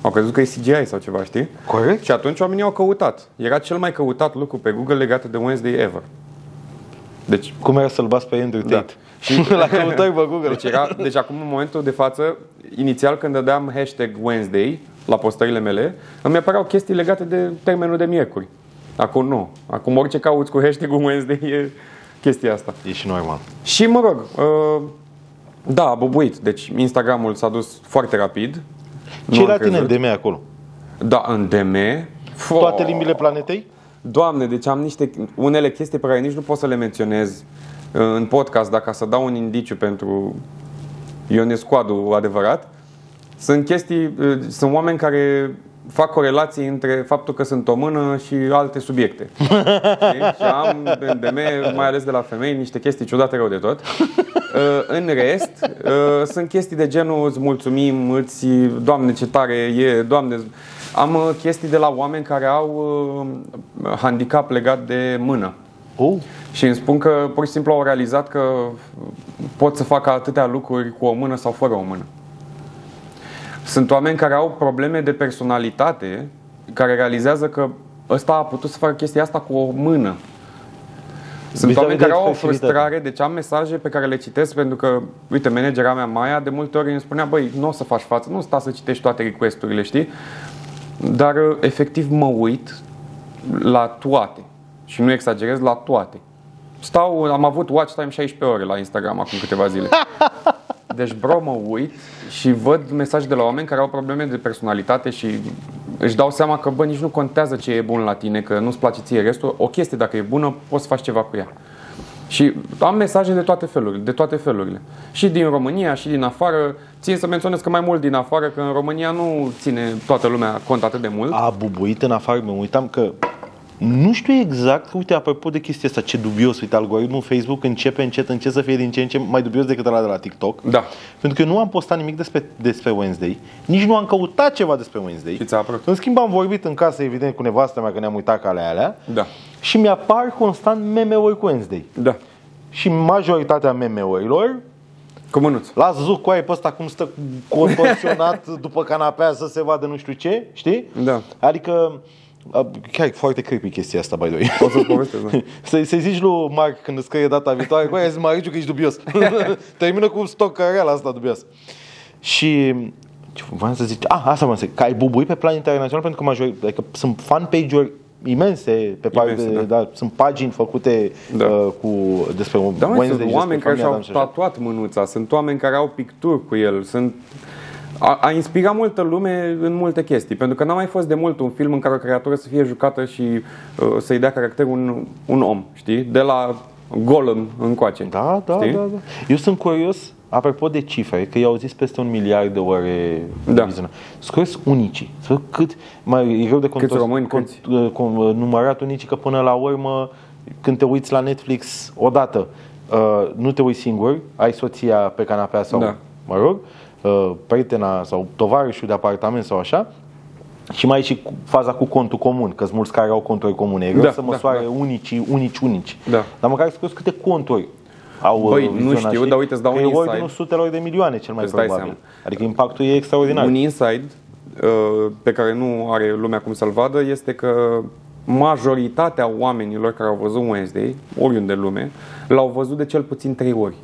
Au crezut că e CGI sau ceva, știi? Corect. Și atunci oamenii au căutat. Era cel mai căutat lucru pe Google legat de Wednesday ever. Deci, Cum era să-l bați pe Andrew Tate? Da. Și la căutări pe Google. deci, era, deci acum, în momentul de față, inițial când dădeam hashtag Wednesday la postările mele, îmi apăreau chestii legate de termenul de miercuri. Acum nu. Acum orice cauți cu hashtag Wednesday e chestia asta. E și normal. Și mă rog, uh, da, a bubuit. Deci Instagramul s-a dus foarte rapid. Nu Ce am la tine crezut. de mea acolo? Da, în DM. Fo- Toate limbile planetei? Doamne, deci am niște unele chestii pe care nici nu pot să le menționez uh, în podcast, dacă să dau un indiciu pentru Ionescoadul adevărat. Sunt chestii, uh, sunt oameni care fac corelații între faptul că sunt o mână și alte subiecte. Știi? și am în DM, mai ales de la femei, niște chestii ciudate rău de tot. Uh, În rest, uh, sunt chestii de genul îți mulțumim, îți, doamne ce tare e, doamne... Am uh, chestii de la oameni care au uh, handicap legat de mână. Uh, Și îmi spun că pur și simplu au realizat că pot să facă atâtea lucruri cu o mână sau fără o mână. Sunt oameni care au probleme de personalitate, care realizează că ăsta a putut să facă chestia asta cu o mână. Sunt Vis-a-vis oameni de care au o expresivitate. frustrare, deci am mesaje pe care le citesc pentru că, uite, managera mea, Maia, de multe ori îmi spunea, băi, nu o să faci față, nu sta să citești toate requesturile, știi? Dar, efectiv, mă uit la toate. Și nu exagerez, la toate. Stau, am avut watch time 16 ore la Instagram acum câteva zile. Deci, bro, mă uit și văd mesaje de la oameni care au probleme de personalitate și își dau seama că, bă, nici nu contează ce e bun la tine, că nu-ți place ție restul. O chestie, dacă e bună, poți să faci ceva cu ea. Și am mesaje de toate felurile, de toate felurile. Și din România, și din afară. Țin să menționez că mai mult din afară, că în România nu ține toată lumea cont atât de mult. a bubuit în afară, mă uitam că nu știu exact, uite, apropo de chestia asta, ce dubios, uite, algoritmul Facebook începe încet, încet să fie din ce în ce mai dubios decât ăla de la TikTok. Da. Pentru că eu nu am postat nimic despre, despre Wednesday, nici nu am căutat ceva despre Wednesday. Și ți-a apărut. În schimb, am vorbit în casă, evident, cu nevastă mea, că ne-am uitat ca alea, alea Da. și mi-apar constant meme-uri cu Wednesday. Da. Și majoritatea meme-urilor Cu mânuț. Las zuc cu aia pe ăsta cum stă contorsionat după canapea să se vadă nu știu ce, știi? Da. Adică, a, chiar e foarte creepy chestia asta, by the way. O să povestesc, da. Să-i, să-i zici lui Marc când îți scrie data viitoare, cu aia zi, Mariciu, că ești dubios. Termină cu stocăreala asta dubios. Și ce vreau să zic, ah, asta vreau să zic, că ai bubuit pe plan internațional pentru că major, adică sunt fan page-uri imense pe parte, Imense, da. da. sunt pagini făcute Da. uh, cu despre Da, mă, Wednesday sunt și oameni despre familia care și-au Adams și așa. tatuat mânuța, sunt oameni care au picturi cu el, sunt... A, a inspirat multă lume în multe chestii, pentru că n-a mai fost de mult un film în care o creatură să fie jucată și uh, să-i dea caracter un, un om, știi? De la Golem încoace. Da, da, știi? da, da. Eu sunt curios, apropo de cifre, că i-au zis peste un miliard de ore Da. vizionate. Sunt curios unicii. Să văd cât mai e greu de contos, români, con- câți? con- uh, numărat unicii, că până la urmă, când te uiți la Netflix odată, uh, nu te uiți singur, ai soția pe canapea sau, Da. mă rog, uh, prietena sau tovarășul de apartament sau așa, și mai e și cu- faza cu contul comun, că sunt mulți care au conturi comune. E greu Da, să da, măsoare da. unici, unici, unici. Da. Dar măcar să scoți câte conturi au Băi, uh, nu vizionat, știu, știi? dar uite, îți dau Că un e insight. ordinul sutelor de milioane cel mai Îți dai probabil. seama. Adică impactul e extraordinar. Un inside uh, pe care nu are lumea cum să-l vadă este că majoritatea oamenilor care au văzut Wednesday, oriunde în lume, l-au văzut de cel puțin trei ori.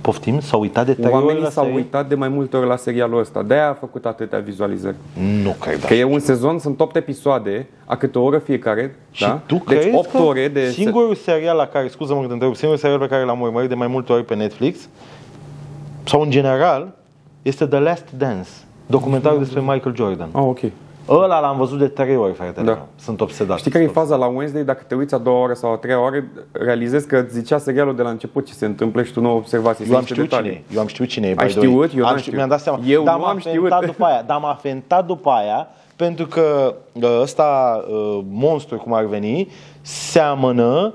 Poftim? S-au uitat de trei ori Oamenii la s-au serie? uitat de mai multe ori la serialul ăsta. De-aia a făcut atâtea vizualizări. Nu cred, da. Că e un sezon, sunt 8 episoade, a câte o oră fiecare. și da? tu deci crezi 8 că ore de... singurul serial la care, scuză-mă că te întreb, singurul serial pe care l-am urmărit de mai multe ori pe Netflix, sau în general, este The Last Dance, documentarul despre Michael Jordan. Ah, ok. Ăla l-am văzut de trei ori, fratele Da. meu. Sunt obsedat. Știi care e faza la Wednesday? Dacă te uiți a doua oră sau a treia oră, realizezi că îți zicea serialul de la început ce se întâmplă și tu nu observasi. Eu Sunt am niște știut cine detalii. e. Eu am știut cine e. Ai by the way. știut? am Eu n-am știut. știut. Mi-am dat seama. Eu dar nu m-am am știut. fentat după aia. Dar m-a fentat după aia pentru că ă, ăsta, ă, monstru cum ar veni, seamănă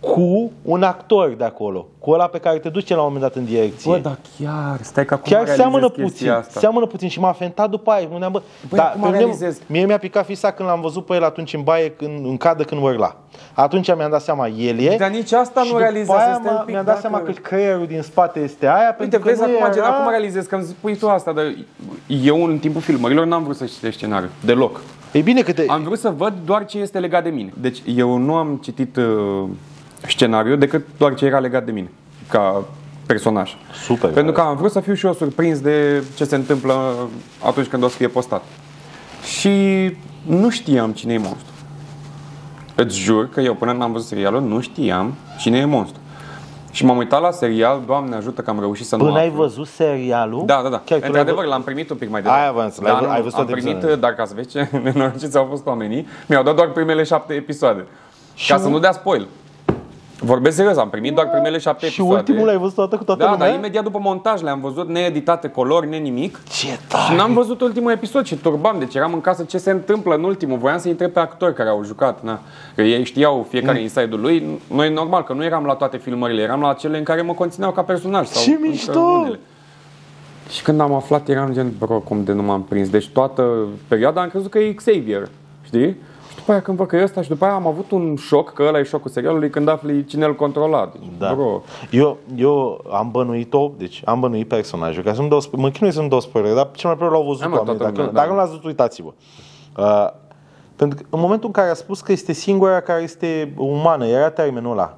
cu un actor de acolo. Cu ăla pe care te duce la un moment dat în direcție. Bă, dar chiar, stai că acum Chiar realizez seamănă chestia puțin, Asta. seamănă puțin și m-a fentat după aia. Mă gândeam, bă, Băi, dar acum pe mine- realizez. Mie mi-a picat fisa când l-am văzut pe el atunci în baie, când, în cadă când urla. Atunci mi-am dat seama, el e. Dar nici asta și nu după realizează, aia stai un m-a- pic, Mi-am dat dacă- seama că creierul din spate este aia. Uite, pentru că vezi, nu acum, era... gen, acum realizez că îmi spui tu asta, dar eu în timpul filmărilor n-am vrut să citesc scenariul, deloc. E bine că te... Am vrut să văd doar ce este legat de mine. Deci eu nu am citit uh, scenariul decât doar ce era legat de mine, ca personaj. Super. Pentru că am vrut să fiu și eu surprins de ce se întâmplă atunci când o să fie postat. Și nu știam cine e monstru. Îți jur că eu până n-am văzut serialul nu știam cine e monstru. Și m-am uitat la serial, Doamne ajută că am reușit să nu Până ai aflu. văzut serialul? Da, da, da. Chiar tu l-ai Într-adevăr, văzut? l-am primit un pic mai Aia v-am zis, l-ai Dar văzut- nu, ai văzut am toate primit, episoadele. dar ca să vezi ce nenorociți au fost oamenii, mi-au dat doar primele șapte episoade. Și Ca un- să nu dea spoil. Vorbesc serios, am primit doar primele șapte Și episoade. ultimul l-ai văzut toată cu toată Da, lumea? dar imediat după montaj le-am văzut, needitate colori, ne nimic. Ce Și tare! n-am văzut ultimul episod și turbam, deci eram în casă ce se întâmplă în ultimul. Voiam să intre pe actori care au jucat, na. Că ei știau fiecare mm. inside-ul lui. Noi normal că nu eram la toate filmările, eram la cele în care mă conțineau ca personaj. Sau Ce încă mișto! unele. Și când am aflat eram gen, bro, cum de nu m-am prins. Deci toată perioada am crezut că e Xavier, știi? Și după aia când văd că e ăsta și după aia am avut un șoc, că ăla e șocul serialului, când afli cine îl controla. Deci, Da. bro, Eu, eu am bănuit-o, deci am bănuit personajul, ca să-mi dau, spo- mă chinui să-mi dau spoiler, dar cel mai probabil l-au văzut Hai, mă, oamenii. toată Dacă, lumea, da. dacă nu l-ați văzut, uitați-vă. Uh, pentru că în momentul în care a spus că este singura care este umană, era termenul ăla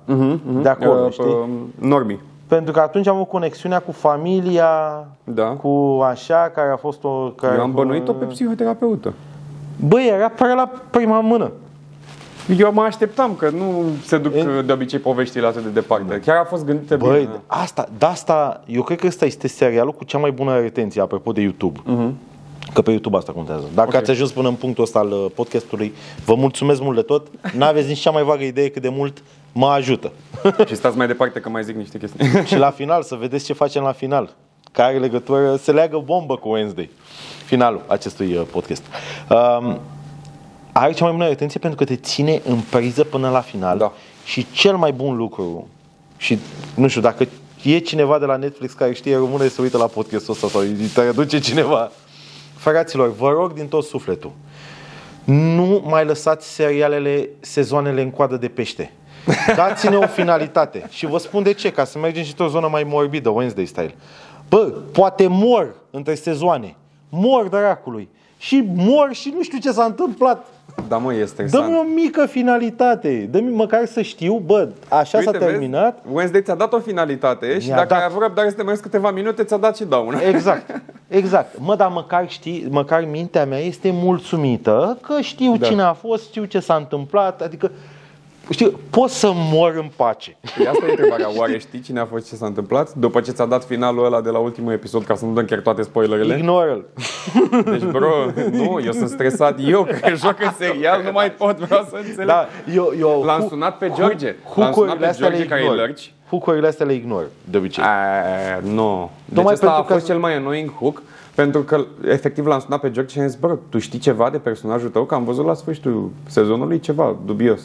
de acolo, uh, știi? uh, normii. Pentru că atunci am avut conexiunea cu familia, Da. cu Uh. așa, care a fost o... Care Eu am bănuit-o pe psihoterapeută. Băi, era prea la prima mână. Eu mă așteptam că nu se duc E- de obicei poveștile atât de departe. Chiar a fost gândită Băi, bine. asta, de asta, eu cred că ăsta este serialul cu cea mai bună retenție, apropo de YouTube. Că pe YouTube asta contează. Dacă Mhm. Ok. ați ajuns până în punctul ăsta al uh, podcastului, vă mulțumesc mult de tot. N-aveți nici cea mai vagă idee cât de mult mă ajută. Și stați mai departe că mai zic niște chestii. Și la final, să vedeți ce facem la final. Care are legătură, se leagă bombă cu Wednesday. Finalul acestui uh, podcast. Um, are cea mai bună retenție pentru că te ține în priză până la final. Da. Și cel mai bun lucru, și nu știu, dacă e cineva de la Netflix care știe română, se uită la podcastul ăsta sau îi traduce cineva. Fraților, vă rog din tot sufletul, nu mai lăsați serialele, sezoanele în coadă de pește. Dați-ne o finalitate. Și vă spun de ce, ca să mergem și într-o zonă mai morbidă, Wednesday style. Bă, poate mor între sezoane. Mor dracului. Și mor și nu știu ce s-a întâmplat. da, mă, e Dă-mi o stresant. mică finalitate. Dă-mi măcar să știu, bă, așa s-a vezi, terminat. Wednesday ți-a dat o finalitate și Mi-a dacă dat. ai avut răbdare să te mai uiți câteva minute, ți-a dat și dauna. Exact, exact. Mă, dar măcar știi, măcar mintea mea este mulțumită că știu Da. da. cine a fost, știu ce s-a întâmplat, adică știu, pot să mor în pace. Păi asta e întrebarea. Oare știi cine a fost ce s-a întâmplat? După ce ți-a dat finalul ăla de la ultimul episod, ca să nu dăm chiar toate spoilerele. Ignoră-l. Deci, bro, nu, eu sunt stresat eu, că joc serial, nu mai pot, vreau să înțeleg. Da, eu, eu, L-am hu- sunat pe hu- George. L-am sunat Hucurile pe astea le George care e ignor. lărgi. Hucurile astea le ignor, de obicei. A, nu. Deci Tocmai ăsta a pentru că- fost cel mai annoying hook, pentru că efectiv l-am sunat pe George și am zis, bă, tu știi ceva de personajul tău? Că am văzut la sfârșitul sezonului ceva dubios.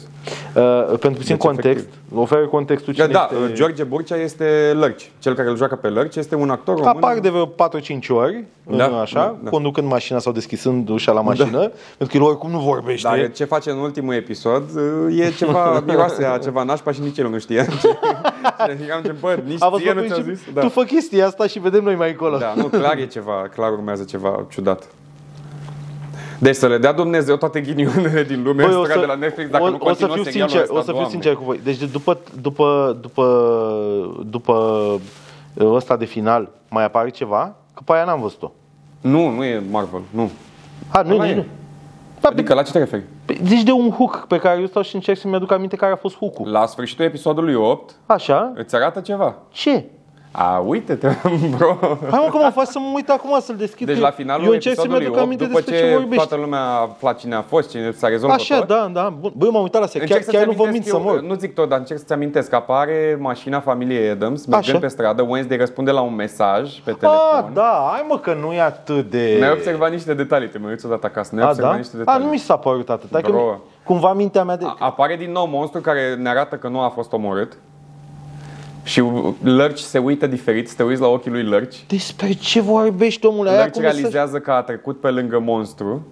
Uh, pentru puțin Deci, context, oferă contextul Da, cine da este... George Burcea este Lărci. Cel care îl joacă pe Lărci este un actor român. Apar de vreo 4-5 ori, Da, da, așa, da, da, da. conducând mașina sau deschizând ușa la mașină, pentru că el oricum nu vorbește. Dar ce face în ultimul episod e ceva miroase a ceva nașpa și nici el nu știe. Și am zis, bă, nici A văzut ție nu pe ți-a principiu, zis. Da. Tu fă chestia asta și vedem noi mai încolo. Da, nu, clar e ceva, clar urmează ceva ciudat. Deci să le dea Dumnezeu toate ghinionele din lume Băi, de la Netflix dacă o, nu o să continuă fiu serialul sincer, ăsta, o să fiu Doamne. sincer cu voi. Deci de- după după după după ăsta de final mai apare ceva, că pe aia n-am văzut-o. Nu, nu e Marvel, nu. Ha, nu, Ăla nici e. nu. Da, Adică la ce te referi? pe- deci de un hook pe care eu stau și încerc să-mi aduc aminte care a fost hook-ul. La sfârșitul episodului 8 Așa? îți arată ceva. Ce? A, uite-te, bro. Hai mă, că mă faci să mă uit acum să-l deschid. Deci că la finalul eu încerc să-mi episodului aduc 8, aminte după despre ce, ce vorbești. toată lumea afla cine a fost, cine s-a rezolvat Așa, da, da. Bun. Băi, m-am uitat la asta. Chiar, Încerc să-ți chiar nu vă mint amintesc să eu, uh, mor. Nu zic tot, dar încerc să-ți amintesc. Apare mașina familiei Adams, mergând Așa. pe stradă, Wednesday răspunde la un mesaj pe telefon. Ah, da, hai mă că nu e atât de... Ne-ai observat niște detalii, te mai uiți odată acasă, ne-ai A, observat da? niște A, detalii. nu mi s-a părut atât. Dacă Bro. mi- cumva mintea mea de... A- Apare din nou monstru care ne arată că nu a fost omorât. Și Lărci se uită diferit, să te uiți la ochii lui Lărci. Despre ce vorbești, omule? Aia Lărci cum să... realizează că a trecut pe lângă monstru.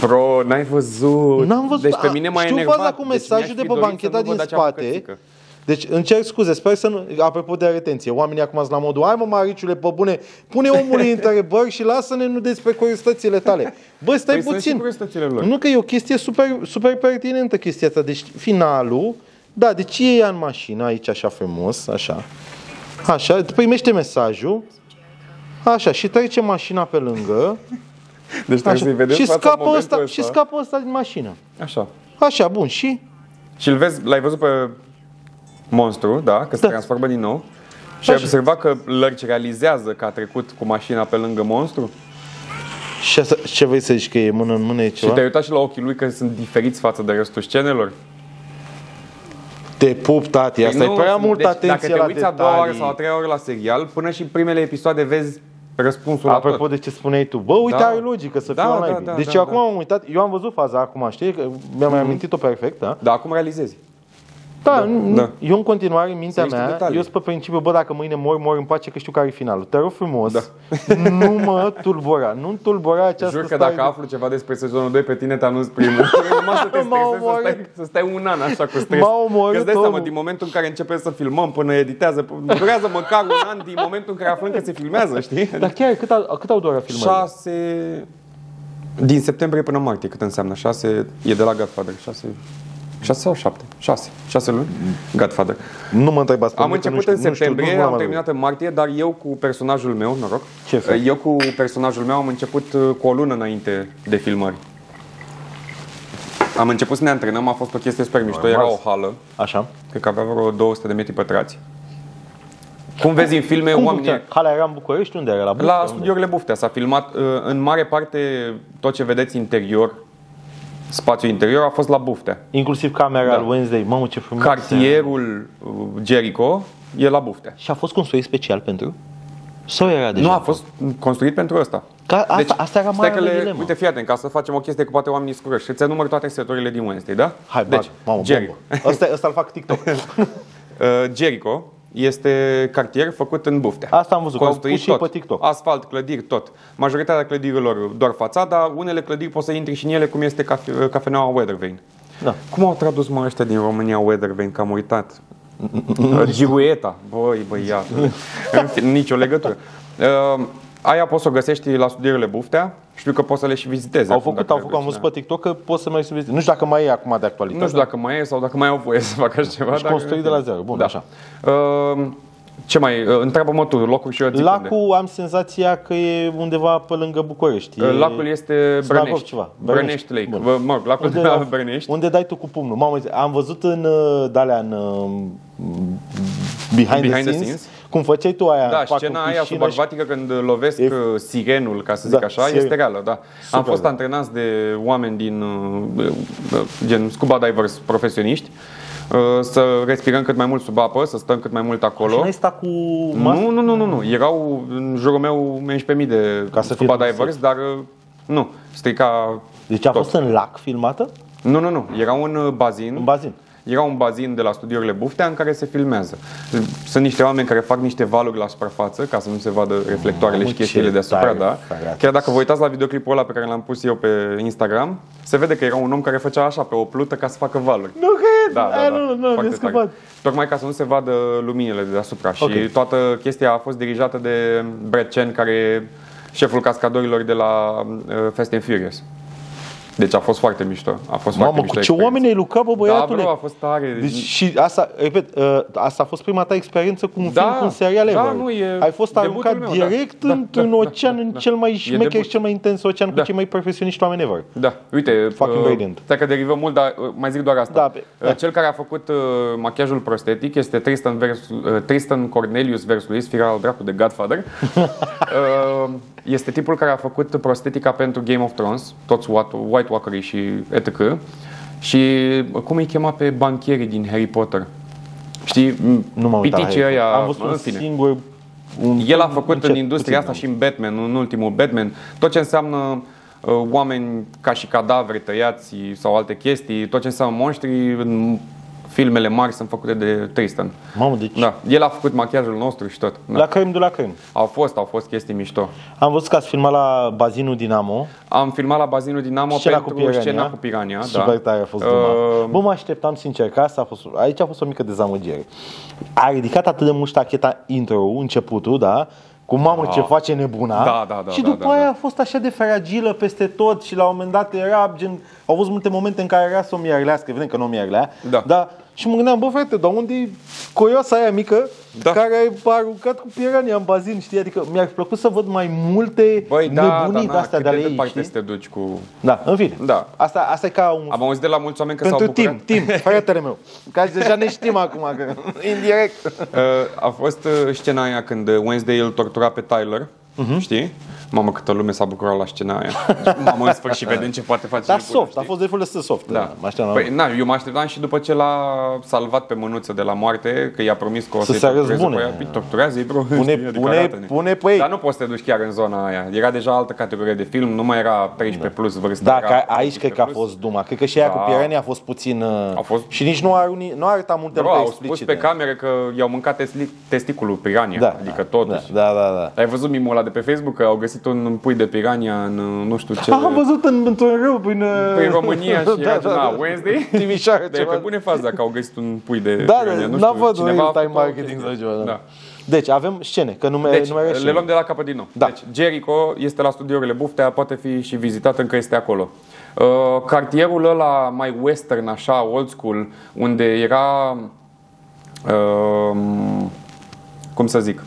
Bro, n-ai văzut. N-am văzut. Deci pe A, mine m-a Știu enervat. faza cu Deci mesajul mi-aș de fi pe dorit să bancheta nu din văd acea spate. bucățică. Deci încerc scuze, sper să nu... Apropo de retenție, oamenii acum sunt la modul Hai mă, Mariciule, pe bune, pune omului întrebări și lasă-ne nu despre curiozitățile tale. Bă, stai Păi sunt și puțin. curiozitățile lor. Nu că e o chestie super, super pertinentă chestia asta. Deci finalul, da, deci e ea în mașină, aici așa frumos, așa. Așa, primește mesajul. Așa, și trece mașina pe lângă. Deci trebuie Așa. să-i vedeți și, fața în scapă momentul ăsta, ăsta. și scapă ăsta din mașină. Așa. Așa, bun, și? Și îl vezi, l-ai văzut pe monstru, da, că se Da. transformă din nou. Și ai Așa. observat că Lărci realizează că a trecut cu mașina pe lângă monstru Și asta, ce vrei să zici, că e mână în mână, e și ceva? te-ai uitat și la ochii lui că sunt diferiți față de restul scenelor. Te pup, tati, asta e nu, prea multă deci, atenție dacă la te uiți a doua oară sau a detalii. treia oară la serial, până și primele episoade vezi răspunsul la Apropo tot. de ce spuneai tu, bă, uite, Da. are logică să Da, fiu da, online. da, deci da, acum da. am uitat, eu am văzut faza acum, știi, că mi-am mai amintit-o perfect, da? Dar acum realizezi. Da, nu- da. eu în continuare, în mintea Sunt niște mea, detalii. eu sunt pe principiu, bă, dacă mâine mor, mor în pace, că știu care e finalul. Te rog frumos, nu mă tulbura, nu tulbura această Da. Jur că stare dacă aflu ceva despre sezonul 2 pe tine te anunț primul. Numai să te M-a stresezi, să omorât. stai, să stai un an așa cu stres. M-a omorât Că îți dai seama, omul. din momentul în care începem să filmăm până editează, durează măcar un an din momentul în care aflăm că se filmează, știi? Dar chiar, cât au, cât au durat filmările? 6 din septembrie până martie, cât înseamnă? 6 e de la Godfather, 6 6 sau 7? 6. 6 luni? Mm. Godfather. Nu mă întrebați pe Am mine, că nu început știu, în nu știu, septembrie, nu am am avut. terminat în martie, dar eu cu personajul meu, noroc, Ce faci? eu cu personajul meu am început uh, cu o lună înainte de filmări. Am început să ne antrenăm, a fost o chestie super mișto, era o hală, Așa. cred că avea vreo 200 de metri pătrați. Cum vezi în filme, Cum oamenii... funcționa? Halea era în București? Unde era? La, București? La studiourile Buftea s-a filmat uh, în mare parte tot ce vedeți interior, spațiul interior a fost la Buftea. Inclusiv camera Da. al Wednesday. Mamă, ce frumos. Cartierul uh, Jericho e la Buftea. Și a fost construit special pentru? Sau era deja? Nu a fost construit pentru asta. Ca, asta, asta era stai marea că mea le, dilemă. uite, fii atent, ca să facem o chestie că poate oamenii scurești. Îți enumăr toate setorile din Wednesday, da? Hai, deci, deci, mamă, Jerry, bombă. Asta, asta îl fac TikTok. uh, Jericho este cartier făcut în buftea. Asta am văzut, că au pus și tot. pe TikTok. Asfalt, clădiri, tot. Majoritatea clădirilor doar fațada, unele clădiri poți să intri și în ele, cum este cafe- cafeneaua Weathervane. Da. Cum au tradus mă ăștia din România Weathervane, că am uitat? Uh, Giueta. Băi, băiat. În fine, Nicio legătură. Uh, Aia poți să o găsești la studiile Buftea. Știu că poți să le și vizitezi. au acum, făcut, dacă au le făcut, am duci, văzut da. pe TikTok că poți să mergi să vezi. Nu știu dacă mai e acum de actualitate. Nu știu dacă mai e sau dacă mai au voie să facă așa ceva. Deci dar- construit de la zero. Bun, așa. Uh, Ce mai? uh, Întreabă-mă tu, locul și eu zic unde. Lacul am senzația că e undeva pe lângă București. E... Uh, Lacul este Slavov Brănești. ceva. Brănești. Brănești Bun. Lake. Bă, Mă rog, lacul de la Brănești. unde dai tu cu pumnul? Mamă, am văzut în uh, dalea în uh, behind, the the, scenes, scenes. cum făceai tu aia. Da, fac în scena aia piscină și- subacvatică când uh, lovesc E- e... sirenul, ca să Da, zic așa, siren. este reală, da. Am Super, fost da. antrenați de oameni din uh, uh, gen scuba divers profesioniști uh, să respirăm cât mai mult sub apă, să stăm cât mai mult Și acolo. n-ai stat cu mască? Nu, nu, nu, nu, nu. Erau în jurul meu 11.000 de Ca să fie scuba tot divers, dar uh, nu, strica Deci a tot. fost în lac filmată? Nu, nu, nu. Era un uh, bazin. În bazin. Era un bazin de la studiourile Buftea în care se filmează. Sunt niște oameni care fac niște valuri la suprafață ca să nu se vadă reflectoarele Mamă, și chestiile ce deasupra, tare, da. frate. Chiar dacă vă uitați la videoclipul ăla pe care l-am pus eu pe Instagram, se vede că era un om care făcea așa pe o plută ca să facă valuri. Nu cred! Da, da, da. Nu, nu, Foarte mi-a scăpat. tare. Tocmai ca să nu se vadă luminile de deasupra. Și Ok. toată chestia a fost dirijată de Brad Chen, care e șeful cascadorilor de la uh, Fast and Furious. Deci a fost foarte mișto. A fost foarte Mamă, mișto cu ce experiență. oameni ai lucrat, bă, băiatule? Da, bro, a fost tare. Păi, Deci și asta, repet, uh, asta a fost prima ta experiență cu un Da, film, cu un serial da, ever. nu, e Ai fost debutul aruncat meu, da. direct într-un ocean, în cel mai șmecher debut. și cel mai intens ocean cu Da. cei mai profesioniști oameni ever. Da, uite, Fucking brilliant. stai că derivăm mult, dar uh, mai zic doar asta. Da, pe- Uh, Cel care a făcut uh, machiajul prostetic este Tristan, vers, uh, Tristan Cornelius Versluis, firea al dracu de Godfather. Uh, este tipul care a făcut prostetica pentru Game of Thrones, toți Wat- White Walkerii și etc. Și uh, cum îi chema pe bancherii din Harry Potter? Știi, Nu m-am uitat. la piticii el. ăia, Am văzut mă, un în fine. singur... Un El a făcut Încet, în industria puțin, asta și în Batman, în ultimul Batman, tot ce înseamnă uh, oameni ca și cadavre tăiați sau alte chestii, tot ce înseamnă monștri în filmele mari sunt făcute de Tristan. Mamă, deci Da, el a făcut machiajul nostru și tot. Da. la crem de la crem. Au fost, au fost chestii mișto. Am văzut că ați filmat la bazinul Dinamo. Am filmat la bazinul Dinamo Scena cu pentru Pirania. scena cu Pirania. Super da. tare a fost Uh, uh... Bă, mă așteptam sincer că asta a fost, aici a fost o mică dezamăgire. A ridicat atât de mult ștacheta intro începutul, da? Cu mamă ce face nebuna Da, da, da, Și da, după da, aia da. a fost așa de fragilă peste tot Și la un moment dat era gen Au fost multe momente în care era să o mierlească Evident că nu o mierlea Da. dar, Și mă gândeam, bă frate, dar unde e coioasa aia mică Da. Care a aruncat cu pirania în bazin Știi, adică mi-ar fi plăcut să văd mai multe Băi, da, da, Nebunii da, de-astea cât de ale de ei departe știi? să te duci cu... Da, în fine. Da. Asta, asta e ca un... Am auzit de la mulți oameni că pentru s-au bucurat. timp, timp, fratele meu. Că deja ne știm acum, că indirect. Mhm. Uh, a fost uh, scena aia când Wednesday îl tortura pe Tyler, știi? Mamă, câtă lume s-a bucurat la scena aia. Deci, Mamă, în sfârșit vedem ce poate face. Dar și Da. bună, soft, a știi? fost destul de soft. Da. Mă așteptam la păi, na, eu mă așteptam și după ce l-a salvat pe mânuță de la moarte, că i-a promis că o Să să-i se tortureze răzbune. pe ea, Păi, torturează-i, bro. Pune- Știi, adică pune- arată-ne. pune pe ei. Dar nu poți să te duci chiar în zona aia. Era deja altă categorie de film, nu mai era 13 plus vârsta. Da, era că aici 18 cred că a plus. fost Duma. Cred că și aia Da. cu Pirani a fost puțin... A fost- Și nici nu, ar, nu arăta multe Bro, lucruri au spus explicite. pe cameră că i-au mâncat tesli- testiculul pirania, da, adică da, totuși. Da, da, da. Ai văzut mimul ăla de pe Facebook că au găsit un pui de pirania în uh, nu știu ce... da. Am văzut în, într-un râu prin... uh, Prin România și era da, da, Wednesday. Timișoara Dar e pe ceva. bune faza că au găsit un pui de Da, pirania, nu n-a știu, văzut cineva a real-time făcut o marketing sau chestie. ceva. Da. Da. Deci avem scene, că nume, Deci, numere le scene. luăm de la capăt din nou. Da. Deci, Jericho este la studiourile Buftea, poate fi și vizitat, încă este acolo. Uh, cartierul ăla mai western, așa, old school, unde era... Uh, cum să zic?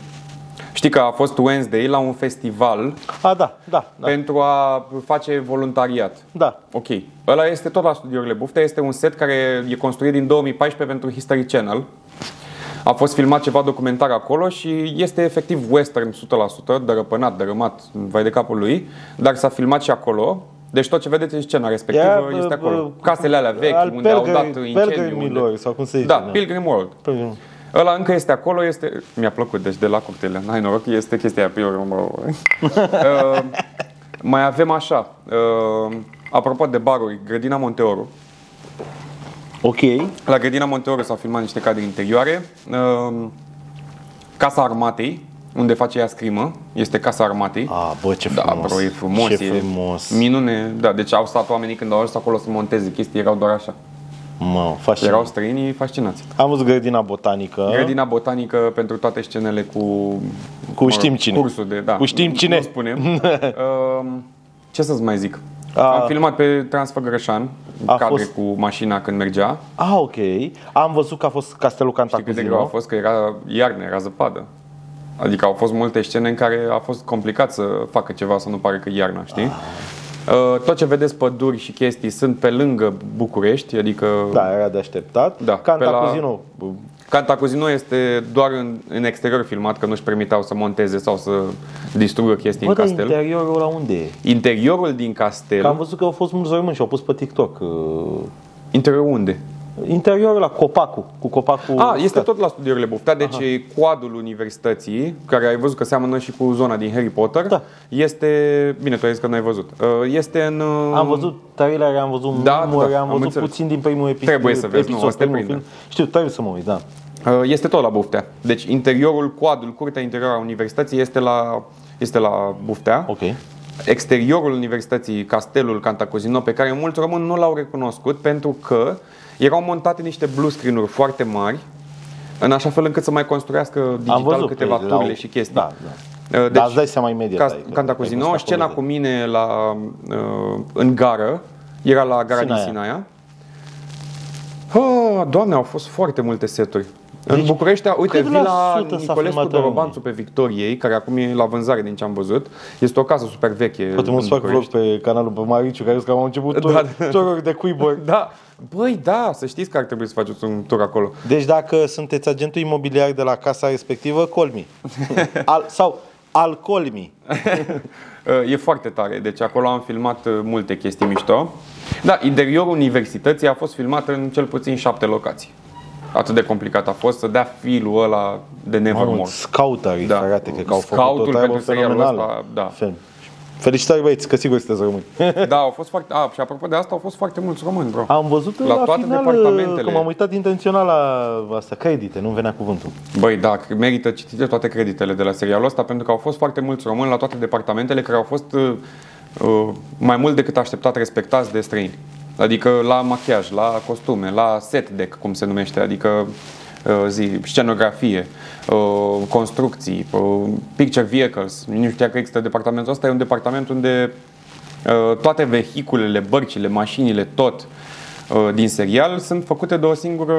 Știi că a fost Wednesday la un festival A, da, da, da. da, pentru a face voluntariat. da. Ok. Ăla este tot la studiourile Buftea, este un set care e construit din 2014 pentru History Channel. A fost filmat ceva documentar acolo și este efectiv western 100%, dărăpânat, dărâmat, vai de capul lui, dar s-a filmat și acolo. Deci tot ce vedeți în scena respectivă Era, este acolo. bă, Casele alea vechi, al unde au dat pelgrim- incendiu. pelgrimilor, unde- sau cum se zice, Da, da. Pilgrim World. Păi, Ăla încă este acolo, este... Mi-a plăcut, deci de la cocktail. N-ai noroc, este chestia aia pe urmă. Uh, Mai avem așa, uh, apropo de baruri, Grădina Monteoru. Ok, La Grădina Monteoru s-au filmat niște cadre interioare. Uh, Casa Armatei, unde face ea scrimă, este Casa Armatei. A, bă, ce Da, frumos. bro, e frumos. Ce e frumos. Minune. Da, deci au stat oamenii când au ajuns acolo să monteze chestii, erau doar așa. mă, fascinant. Erau străinii fascinați. Am văzut grădina botanică. Grădina botanică pentru toate scenele cu... Cu mă știm rog, cine. Cursul de, da. Cu știm Nu- cine. Nu spunem. Um, ce să-ți mai zic? A. Am filmat pe Transfăgărășan, A cadre fost- cu mașina când mergea. Ah, ok. Am văzut că a fost Castelul Știi cât de Cantacuzino. greu a fost? Că era iarnă, era zăpadă. Adică au fost multe scene în care a fost complicat să facă ceva să nu pare că e iarna, știi? Ah. Uh, tot ce vedeți păduri și chestii sunt pe lângă București, adică Da, era de așteptat. Da, Cantacuzino. La... Cantacuzino este doar în, în exterior filmat, că nu-și permiteau să monteze sau să distrugă chestii Bă, în dar castel. interiorul la unde e? Interiorul din castel... Că am văzut că au fost mulți români și au pus pe TikTok. uh, Interiorul unde? Interiorul la copacul, cu copacul. A, Ah, este tot la studiourile Bufta, deci e coadul universității, care ai văzut că seamănă și cu zona din Harry Potter. Da. Este, bine, tu ai zis că n-ai văzut. Uh, Este în... uh, Am văzut trailer, am văzut Da, da, memuri, da, am am văzut înțeles. puțin din primul episod. Trebuie să vezi, nu, episod, o să te primul prindă. film. Știu, trebuie să mă uit, da. Uh, Este tot la Buftea. Deci interiorul, coadul, curtea interioară a universității este la, este la Buftea. Ok. Exteriorul universității, castelul Cantacuzino, pe care mulți români nu l-au recunoscut pentru că erau montate niște blue screen-uri foarte mari, în așa fel încât să mai construiască digital am văzut câteva că e la o- turile și chestii. Da, da. Uh, Deci, Dar îți dai seama imediat. Cas- adică ai Cantacuzino, fost scena acolo cu de- mine la, uh, în gară, era la gara din Sinaia. Sinaia. Oh, doamne, au fost foarte multe seturi. Deci, în Deci, București, uite, cât la vila sută s-a Nicolescu filmat în Dorobanțu pe Victoriei, care acum e la vânzare din ce am văzut. Este o casă super veche. Poate mă în să fac vlog București. pe canalul pe Mariciu, care zic că am început Da, tur- tururi de cuiburi. Da, băi, da, să știți că ar trebui să faceți un tur acolo. Deci dacă sunteți agentul imobiliar de la casa respectivă, colmi. Al, sau al colmi. Uh, E foarte tare, deci acolo am filmat uh, multe chestii mișto. Da, interiorul universității a fost filmat în cel puțin șapte locații. Atât de complicat a fost să dea filul ăla de Mamă, Nevermore. scautarii, da. Da. frate, cred că au Scoutul făcut o treabă pentru serialul fenomenală. ăsta, da. Fel. Felicitări, băieți, că sigur sunteți români. Da, au fost foarte... A, și apropo de asta, au fost foarte mulți români, bro. Am văzut la, La toate final departamentele. că m-am uitat intenționat la asta, credite, nu venea cuvântul. Băi, da, merită citite toate creditele de la serialul ăsta, pentru că au fost foarte mulți români la toate departamentele care au fost uh, uh, mai mult decât așteptat respectați de străini. Adică la machiaj, la costume, la set deck, cum se numește, adică uh, zi, scenografie, uh, construcții, uh, picture vehicles. Nu știa că există departamentul ăsta, e un departament unde uh, toate vehiculele, bărcile, mașinile, tot uh, din serial sunt făcute de o singură,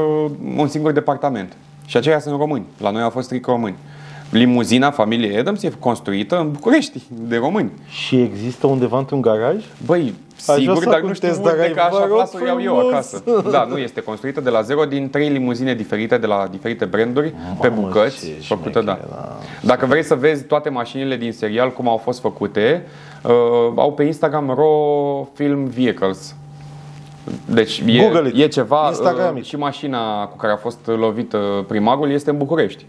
un singur departament. Și aceia sunt români. La noi au fost strict români. Limuzina familiei Adams e construită în București, de români. Și există undeva într-un garaj? Băi, Aș sigur, vrea să dar nu știu contest, unde, dar ai- că așa vă rog vreau să o iau eu frumos. acasă. Da, nu, este construită de la zero din trei limuzine diferite de la diferite branduri, pe bucăți, ce făcută, da. șmecherie, Dacă vrei să vezi toate mașinile din serial, cum au fost făcute, uh, au pe Instagram Raw Film Vehicles. Deci Google e, it. e ceva, Instagram uh, it. și mașina cu care a fost lovită primarul este în București.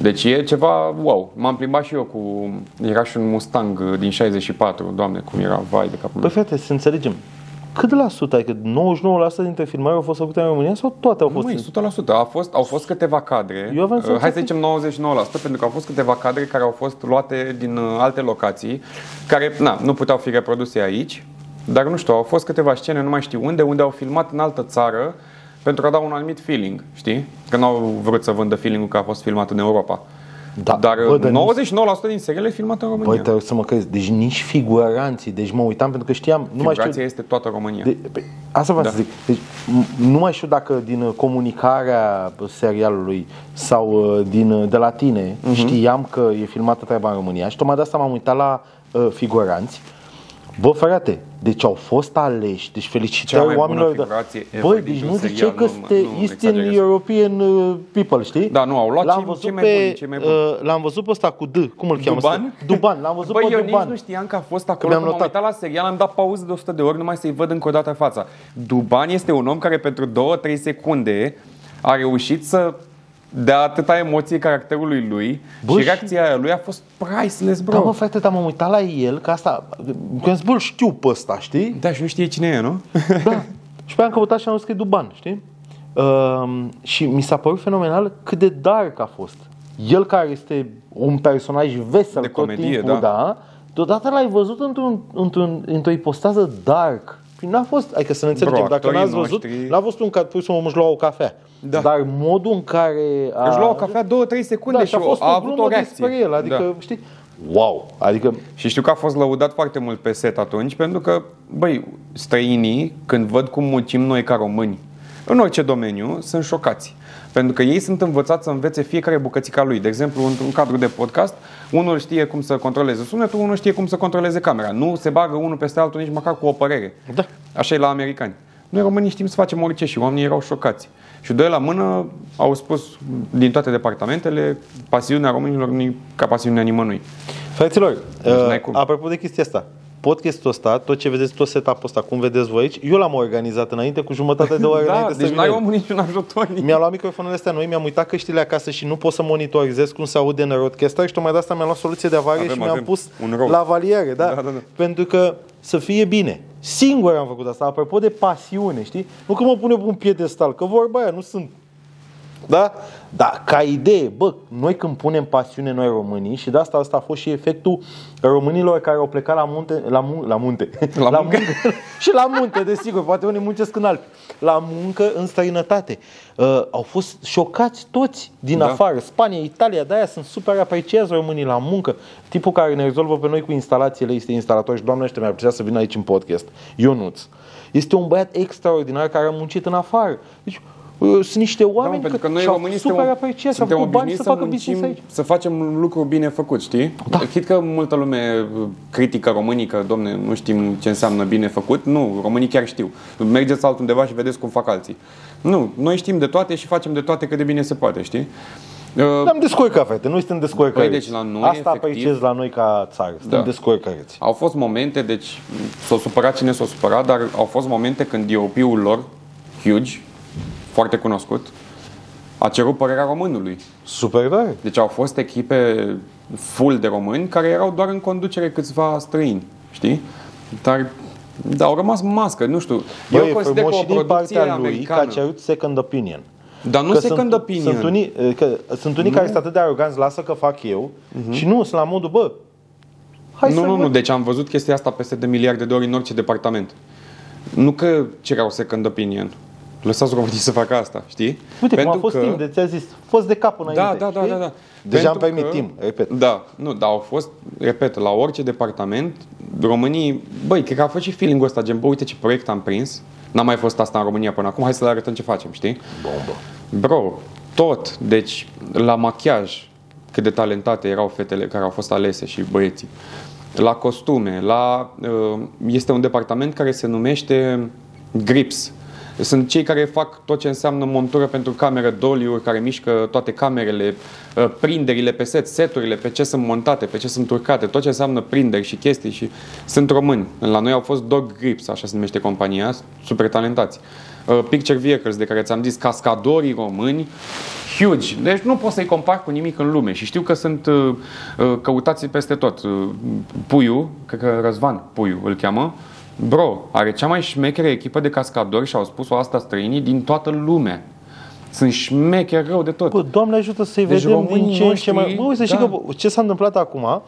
Deci e ceva wow. M-am plimbat și eu cu... Era și un Mustang uh, din 64, doamne, cum era, vai de capul meu. Păi frate, să înțelegem. Cât de la sută? Adică 99% dintre filmare au fost făcute în România sau toate au fost? Măi, 100%. A fost, au fost câteva cadre. Eu aveam Uh, Hai să zicem 99%, pentru că au fost câteva cadre care au fost luate din uh, alte locații, care na, nu puteau fi reproduse aici, dar nu știu, au fost câteva scene, nu mai știu unde, unde au filmat în altă țară pentru a da un anumit feeling, știi? Că n-au vrut să vândă feeling-ul că a fost filmat în Europa. Da, Dar bă, dar nu- uh, 99% din seriale e filmat în România. Băi, te rog să mă crezi, deci nici figuranții, deci mă uitam pentru că știam, nu mai știu... Figurația este toată România. De, pe, asta vreau Da. să zic. Deci, m- nu mai știu dacă din uh, comunicarea serialului sau uh, din, uh, de la tine Mhm. uh-huh. știam că e filmată treaba în România și tocmai de asta m-am uitat la uh, figuranți. Bă, frate, deci au fost aleși, deci Cea felicitări mai bună oamenilor. de- figurație ever Băi, deci dintr-un nu serial, ziceai că nu- sunteți nu Eastern exagerez. European uh, people, știi? Da, nu, au luat L-am cei- văzut cei mai pe, buni, cei mai buni. uh, L-am văzut pe ăsta cu D, cum îl cheamă? Duban? Duban, l-am văzut Băi, pe eu Duban. nici nu știam că a fost acolo, mi-am că m-am notat. uitat la serial, am dat pauză de 100 de ori numai să-i văd încă o dată fața. Duban este un om care pentru 2-3 secunde a reușit să dea atâta emoție caracterului lui Bă, și și- reacția aia lui a fost priceless, bro. Da, mă, frate, dar m-am uitat la el, că asta... Că îmi spun, știu pe ăsta, știi? da, și nu știe cine e, nu? Da. și pe aia am căutat și am scris Duban, știi? Um, și mi s-a părut fenomenal cât de dark a fost. El care este un personaj vesel De tot comedie, timpul, da. da deodată l-ai văzut într-un, într-un, într-o ipostază dark. Și N-a fost, adică să ne înțelegem, Bro, dacă actorii n-ați văzut, noștri- n-a fost un cat pus om își lua o cafea. Da. Dar modul în care... A... Își lua o cafea 2-3 secunde da, și și a fost a o avut glumă o reacție. despre el, adică, Da. știi? Wow! Adică Și știu că a fost lăudat foarte mult pe set atunci, pentru că, băi, străinii, când văd cum muncim noi ca români, în orice domeniu, sunt șocați. Pentru că ei sunt învățați să învețe fiecare bucățica lui. De exemplu, într-un cadru de podcast, unul știe cum să controleze sunetul, unul știe cum să controleze camera. Nu se bagă unul peste altul nici măcar cu o părere. Da. Așa e la americani. Noi românii știm să facem orice și oamenii erau șocați. Și doi la mână au spus din toate departamentele, pasiunea românilor nu e ca pasiunea nimănui. Fraților, n-ai uh, cum. apropo de chestia asta, podcastul ăsta, tot ce vedeți, tot setup-ul ăsta, cum vedeți voi aici, eu l-am organizat înainte, cu jumătate de oră Da, înainte deci să n-ai vină. omul niciun ajutor. nici- Mi-a luat microfonul astea noi, mi-am uitat căștile acasă și nu pot să monitorizez cum se aude în roadcaster și tocmai de asta mi-am luat soluție de avarie Avem, și mi-am avem pus un road. la valiere, da? Da, da, da. Pentru că să fie bine. Singur am făcut asta, apropo de pasiune, știi? Nu că mă pun eu pe un piedestal, că vorba aia, nu sunt da? Da, ca idee, bă, noi când punem pasiune noi românii și de asta asta a fost și efectul românilor care au plecat la munte, la, mun- la munte, La muncă. și la munte, desigur, poate unii muncesc în Alpi, la muncă în străinătate. Uh, au fost șocați toți din Da. afară, Spania, Italia, de aia sunt super apreciați românii la muncă. Tipul care ne rezolvă pe noi cu instalațiile este instalator și doamne ăștia mi-ar plăcea să vină aici în podcast, Ionuț. Este un băiat extraordinar care a muncit în afară. Deci, uh, sunt niște oameni Da, mă, oameni pentru că noi și-au românii super suntem, apreciați, au suntem făcut bani obișnuiți să, să, facă business muncim, aici. să facem un lucru bine făcut, știi? Da. Chit că multă lume critică românii că, domne, nu știm ce înseamnă bine făcut. Nu, românii chiar știu. Mergeți altundeva și vedeți cum fac alții. Nu, noi știm de toate și facem de toate cât de bine se poate, știi? Uh, Ne-am descurcat, frate, noi suntem descurcăreți. Păi, deci, la noi, Asta efectiv- apreciez la noi ca țară, suntem Da. descurcăreți. Au fost momente, deci s-a supărat cine s-a supărat, dar au fost momente când DOP-ul lor, huge, foarte cunoscut, a cerut părerea românului. Super tare. Deci au fost echipe full de români care erau doar în conducere câțiva străini, știi? Dar da, au rămas mască, nu știu. Băi, Eu e consider că frumos și o din producție partea lui că a americană. cerut second opinion. Dar nu că second sunt, opinion. Sunt unii, eh, că, sunt unii care sunt atât de aroganți, lasă că fac eu și nu, sunt la modul, bă, hai Mhm. nu, să nu, văd. nu, deci am văzut chestia asta peste de miliarde de ori în orice departament. Nu că cereau second opinion. Lăsați românii să facă asta, știi? Uite cum a Pentru fost că- timp, de ți-a zis, fost de cap înainte, Da, da, da, știi? da, da. Deja am Pentru primit timp, repet. Da, nu, dar au fost, repet, la orice departament, românii, băi, cred că a fost și feeling-ul ăsta, gen, bă, uite ce proiect am prins, n-a mai fost asta în România până acum, hai să le arătăm ce facem, știi? Bombă. Bro, tot, deci, la machiaj, cât de talentate erau fetele care au fost alese și băieții. La costume, la, uh, este un departament care se numește grips. Sunt cei care fac tot ce înseamnă montură pentru cameră, doliuri care mișcă toate camerele, uh, prinderile pe set, seturile, pe ce sunt montate, pe ce sunt urcate, tot ce înseamnă prinderi și chestii și sunt români. La noi au fost Dog Grips, așa se numește compania, super talentați. Uh, Picture Vehicles, de care ți-am zis, cascadorii români, huge. Deci nu pot să-i compar cu nimic în lume și știu că sunt uh, uh, căutați peste tot. Uh, Puiu, cred că Răzvan Puiu îl cheamă, Bro, are cea mai șmecheră echipă de cascadori și au spus-o asta străinii din toată lumea. Sunt șmecheri rău de tot. Bă, Doamne ajută să-i Deci vedem din românii ce în ce noștri, mai... Bă, uite, știi da. că ce s-a întâmplat acum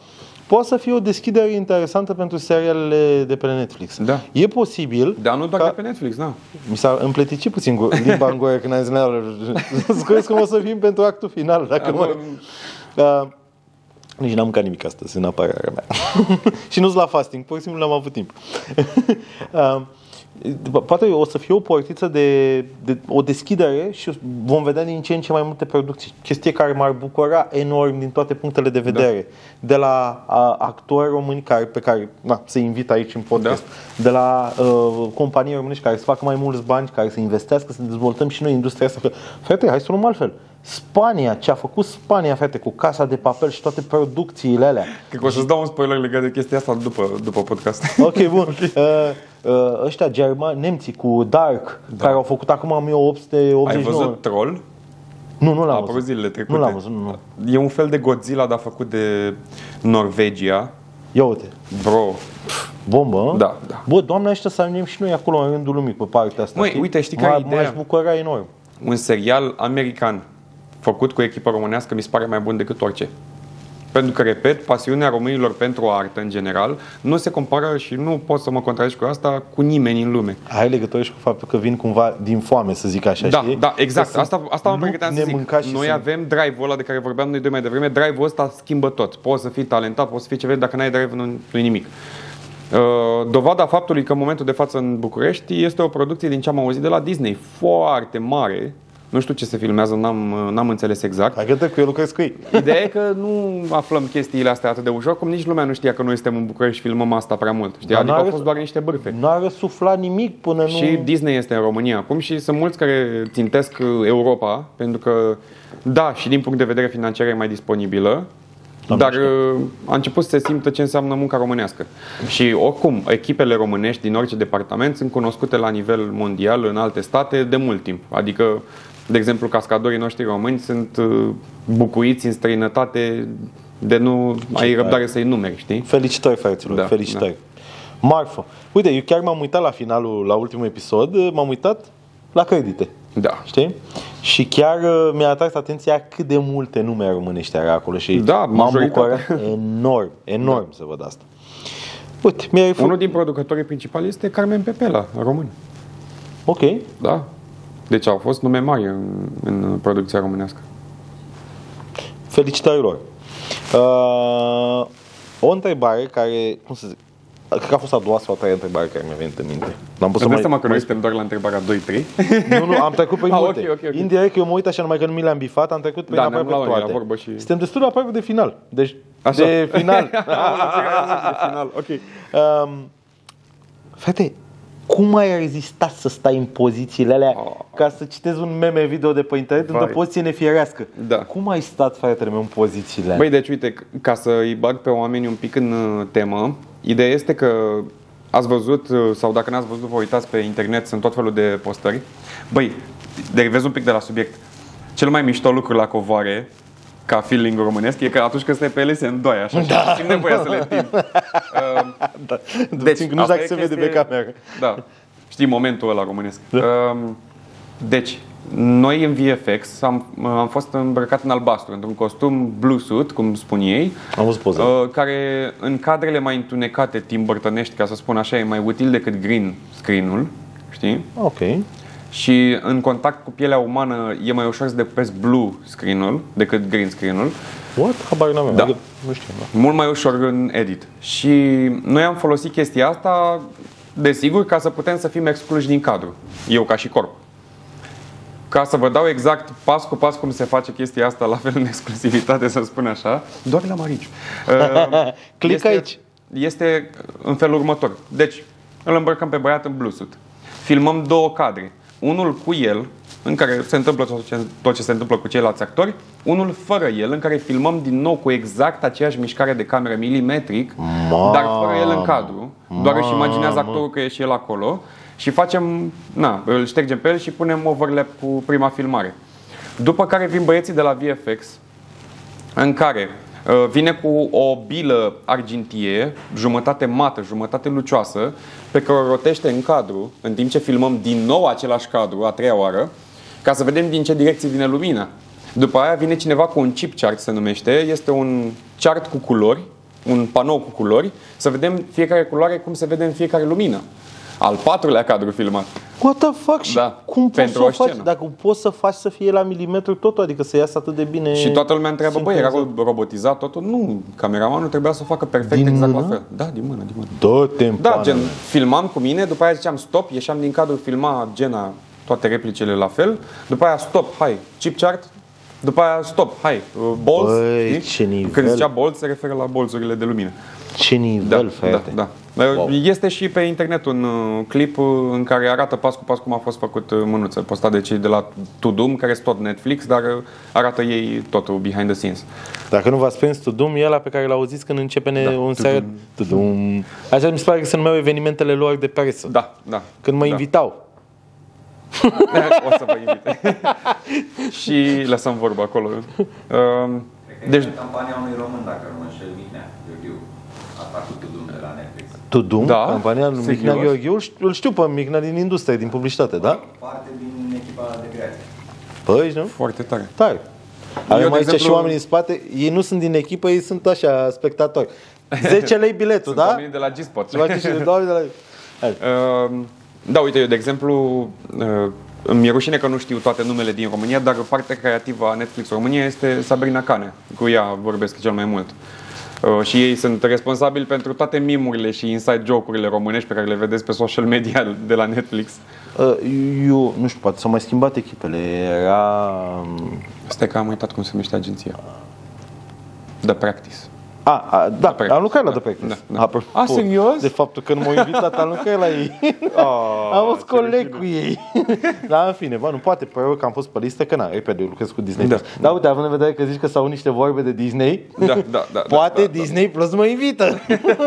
poate să fie o deschidere interesantă pentru serialele de pe Netflix. Da. E posibil... Dar nu doar ca- de pe Netflix, da. Mi s-a împleticit puțin gu- limba în goaie când am zis "Ne-a- Scuze că o să fim pentru actul final dacă Acum- mă... Uh, nici n-am mâncat nimic astăzi, în apărarea mea. și nu-s la fasting, pur și simplu n-am avut timp. uh, după- poate o să fie o portiță de, de, o deschidere și vom vedea din ce în ce mai multe producții. Chestie care m-ar bucura enorm din toate punctele de vedere. Da. De la a, actori români care, pe care na, se invit aici în podcast, da. de la uh, companii românești care să facă mai mulți bani, care să investească, să dezvoltăm și noi industria asta. Că, Frate, hai să o luăm altfel. Spania, ce a făcut Spania, frate, cu Casa de Papel și toate producțiile alea. Cred că o să-ți dau un spoiler legat de chestia asta după, după podcast. Ok, bun. okay. Uh, uh, ăștia germani, nemții cu Dark, da. care au făcut acum 1889. Ai văzut Troll? Nu, nu A l-am apărut văzut. zilele trecute. Nu l-am văzut, nu, nu. E un fel de Godzilla, dar făcut de Norvegia. Ia uite, Bro, bombă, nu? Da, da. Bă, doamne, ăștia să ajungem și noi acolo în rândul lumii pe partea asta. Măi, uite, știi care e M-a- ideea? M-aș bucura enorm. un serial american făcut cu echipă românească mi se pare mai bun decât orice. Pentru că, repet, pasiunea românilor pentru artă în general nu se compară și nu pot să mă contrazic cu asta cu nimeni în lume. Ai legătură și cu faptul că vin cumva din foame, să zic așa, Da, știi? da, exact. Că sunt- Asta, asta mă nu pregăteam să ne zic. mânca și Noi să- avem drive-ul ăla de care vorbeam noi doi mai devreme. Drive-ul ăsta schimbă tot. Poți să fii talentat, poți să fii ce vrei, dacă n-ai drive nu, nu nimic. Uh, Dovada faptului că în momentul de față în București este o producție din ce am auzit de la Disney, foarte mare. Nu știu ce se filmează, n-am, uh, n-am înțeles exact. Hai că te cu eu lucrez cu ei. Ideea e că nu aflăm chestiile astea atât de ușor, cum nici lumea nu știa că noi suntem în București și filmăm asta prea mult. Știi? Dar Adică au n-are- fost doar niște bârfe. N-a răsuflat nimic până nu... Și Disney este în România acum și sunt mulți care țintesc uh, Europa, pentru că, da, și din punct de vedere financiar e mai disponibilă, Doamne dar uh, a început să se simtă ce înseamnă munca românească. Și oricum, echipele românești din orice departament sunt cunoscute la nivel mondial în alte state de mult timp. Adică, de exemplu, cascadorii noștri români sunt uh, bucuiți în străinătate de nu ai răbdare să-i numeri, știi? Felicitări, fraților, da, Da, felicitări. Da. Marfă. Uite, eu chiar m-am uitat la finalul, la ultimul episod, m-am uitat la credite. Da. Știi? Și chiar uh, mi-a atras atenția cât de multe nume românești are acolo și Da, m-am majoritatea. bucurat enorm, enorm da. să văd asta. Uite, mi-ai făcut... Unul din producătorii principali este Carmen Pepela, român. Ok, Da. Deci au fost nume mari în, în producția românească. felicitări lor. Uh, o întrebare care, cum să zic, cred că a fost a doua sau a treia întrebare care mi-a venit în minte. N-am pus Să mai să mai, Da. seama că noi suntem doar la întrebarea 2-3. Nu, nu, am trecut prin Ah, multe. ok, ok, ok. Indirect, eu mă uit așa numai că nu mi le-am bifat, am trecut prin Da, aproape ne-am luat toate. la vorbă și- Suntem destul de aproape de final. Deci, Așa. de final. final, ok. um, frate, cum ai rezistat să stai în pozițiile alea Oh. ca să citezi un meme video de pe internet într-o Vai. poziție nefirească? Da. Cum ai stat, fratele meu, în pozițiile alea? Băi, deci uite, c- ca să îi bag pe oameni un pic în uh, temă, ideea este că ați văzut, uh, sau dacă n-ați văzut, vă uitați pe internet, sunt tot felul de postări. Băi, derivez un pic de la subiect. Cel mai mișto lucru la covoare, ca feeling românesc, e că atunci când stai pe ele se îndoaie, așa, da. și simt nevoia să le tind. Uh, da. Deci, nu știu asta dacă e se vede pe chestie- cameră. Da. Știi momentul ăla românesc. Da. Um, Deci, noi în VFX am, am fost îmbrăcat în albastru, într-un costum blue suit, cum spun ei, Am văzut poza. uh, care în cadrele mai întunecate timbărtănești, ca să spun așa, e mai util decât green screen-ul, știi? Ok. Și în contact cu pielea umană e mai ușor să depurezi blue screen-ul decât green screen-ul. What? Habar n-am eu. Da. Adică, Nu știu. Da. Mult mai ușor în edit. Și noi am folosit chestia asta, desigur, ca să putem să fim excluși din cadru. Eu ca și corp. Că ca să vă dau exact pas cu pas cum se face chestia asta, la fel în exclusivitate, să spun așa, doar la Mariciu. Uh, Click este, aici. Este uh, în felul următor. Deci, îl îmbrăcăm pe băiat în blusut. Filmăm două cadre. Unul cu el, în care se întâmplă tot ce, tot ce se întâmplă cu ceilalți actori, unul fără el, în care filmăm din nou cu exact aceeași mișcare de cameră milimetric, Mamă! dar fără el în cadru. Doar își imaginează actorul că e și el acolo și facem, na, îl ștergem pe el și punem overlap cu prima filmare. După care vin băieții de la VFX, în care uh, vine cu o bilă argintie, jumătate mată, jumătate lucioasă, pe care o rotește în cadru, în timp ce filmăm din nou același cadru, a treia oară, ca să vedem din ce direcție vine lumina. După aia vine cineva cu un chip chart, se numește, este un chart cu culori, un panou cu culori, să vedem fiecare culoare cum se vede în fiecare lumină. Al patrulea cadru filmat. What the fuck? Și Da, cum poți pentru să o o faci? scenă. Dacă poți să faci să fie la milimetru totul, adică să iasă atât de bine... Și toată lumea întreabă, băi, era sincronizat." robotizat totul? Nu, cameramanul trebuia să o facă perfect Din exact mână? la fel. Da, din mână, din mână. Dă-te în Da, pana gen, mea. filmam cu mine, după aia ziceam stop, ieșeam din cadru, filma Gena toate replicele la fel, după aia stop, hai, chip chart, după aia stop, hai, uh, bolz, Băi, știi? ce nivel. Când zicea bolz, se referă la bolzurile de lumină. Ce Da, nivel, da, frate. da. Dar Wow. Este și pe internet un uh, clip uh, în care arată pas cu pas cum a fost făcut uh, mânuță, postat de cei de la Tudum, care sunt tot Netflix, dar uh, arată ei totul behind the scenes. Dacă nu v-ați prins, Tudum e ăla pe care l-auziți când începe Da, ne un seară. Tudum. Așa mi se pare că se numeau evenimentele lor de presă. Da, da. Când mă da. invitau. o să vă invite. și lăsăm vorba acolo. Um, Cred că Deci, deci... campania unui român, dacă nu mă înșel, Mihnea, Iuliu, atacul Tudum de la Netflix. Tudum? Da. Compania lui Mihnea Serios? Gheorghiu. Îl ș- Îl știu pe Mihnea din industrie, din publicitate, da? Parte din echipa de creație. Păi, nu? foarte tare. Tare. Avem de aici exemplu- și oameni în spate. Ei nu sunt din echipă, ei sunt așa, spectatori. 10 lei biletul, Sunt da? oamenii de la G-Spot. Ceva ce și de doamne de la... Hai. Uh, da, uite, eu, de exemplu, uh, mi-e rușine că nu știu toate numele din România, dar partea creativă a Netflix România este Sabrina Cane. Cu ea vorbesc cel mai mult. Uh, și ei sunt responsabili pentru toate mimurile și inside joke-urile românești pe care le vedeți pe social media de la Netflix. Uh, Eu, nu știu, poate s-au mai schimbat echipele. Era... um, Stai că am uitat cum se numește agenția. The Practice. A, a da, Practice, am lucrat la The da, Practice. da, da. Apropo A, serios? De faptul că nu m-au invitat, am lucrat la ei. Ah, am fost coleg cu ei. Dar în fine, bă, nu poate, pe eu că am fost pe listă, că na, repede, eu lucrez cu Disney. Da. Da, da uite, având în vedere că zici că s-au niște vorbe de Disney, Da, da, da, poate da, da, da. Disney Plus mă invită.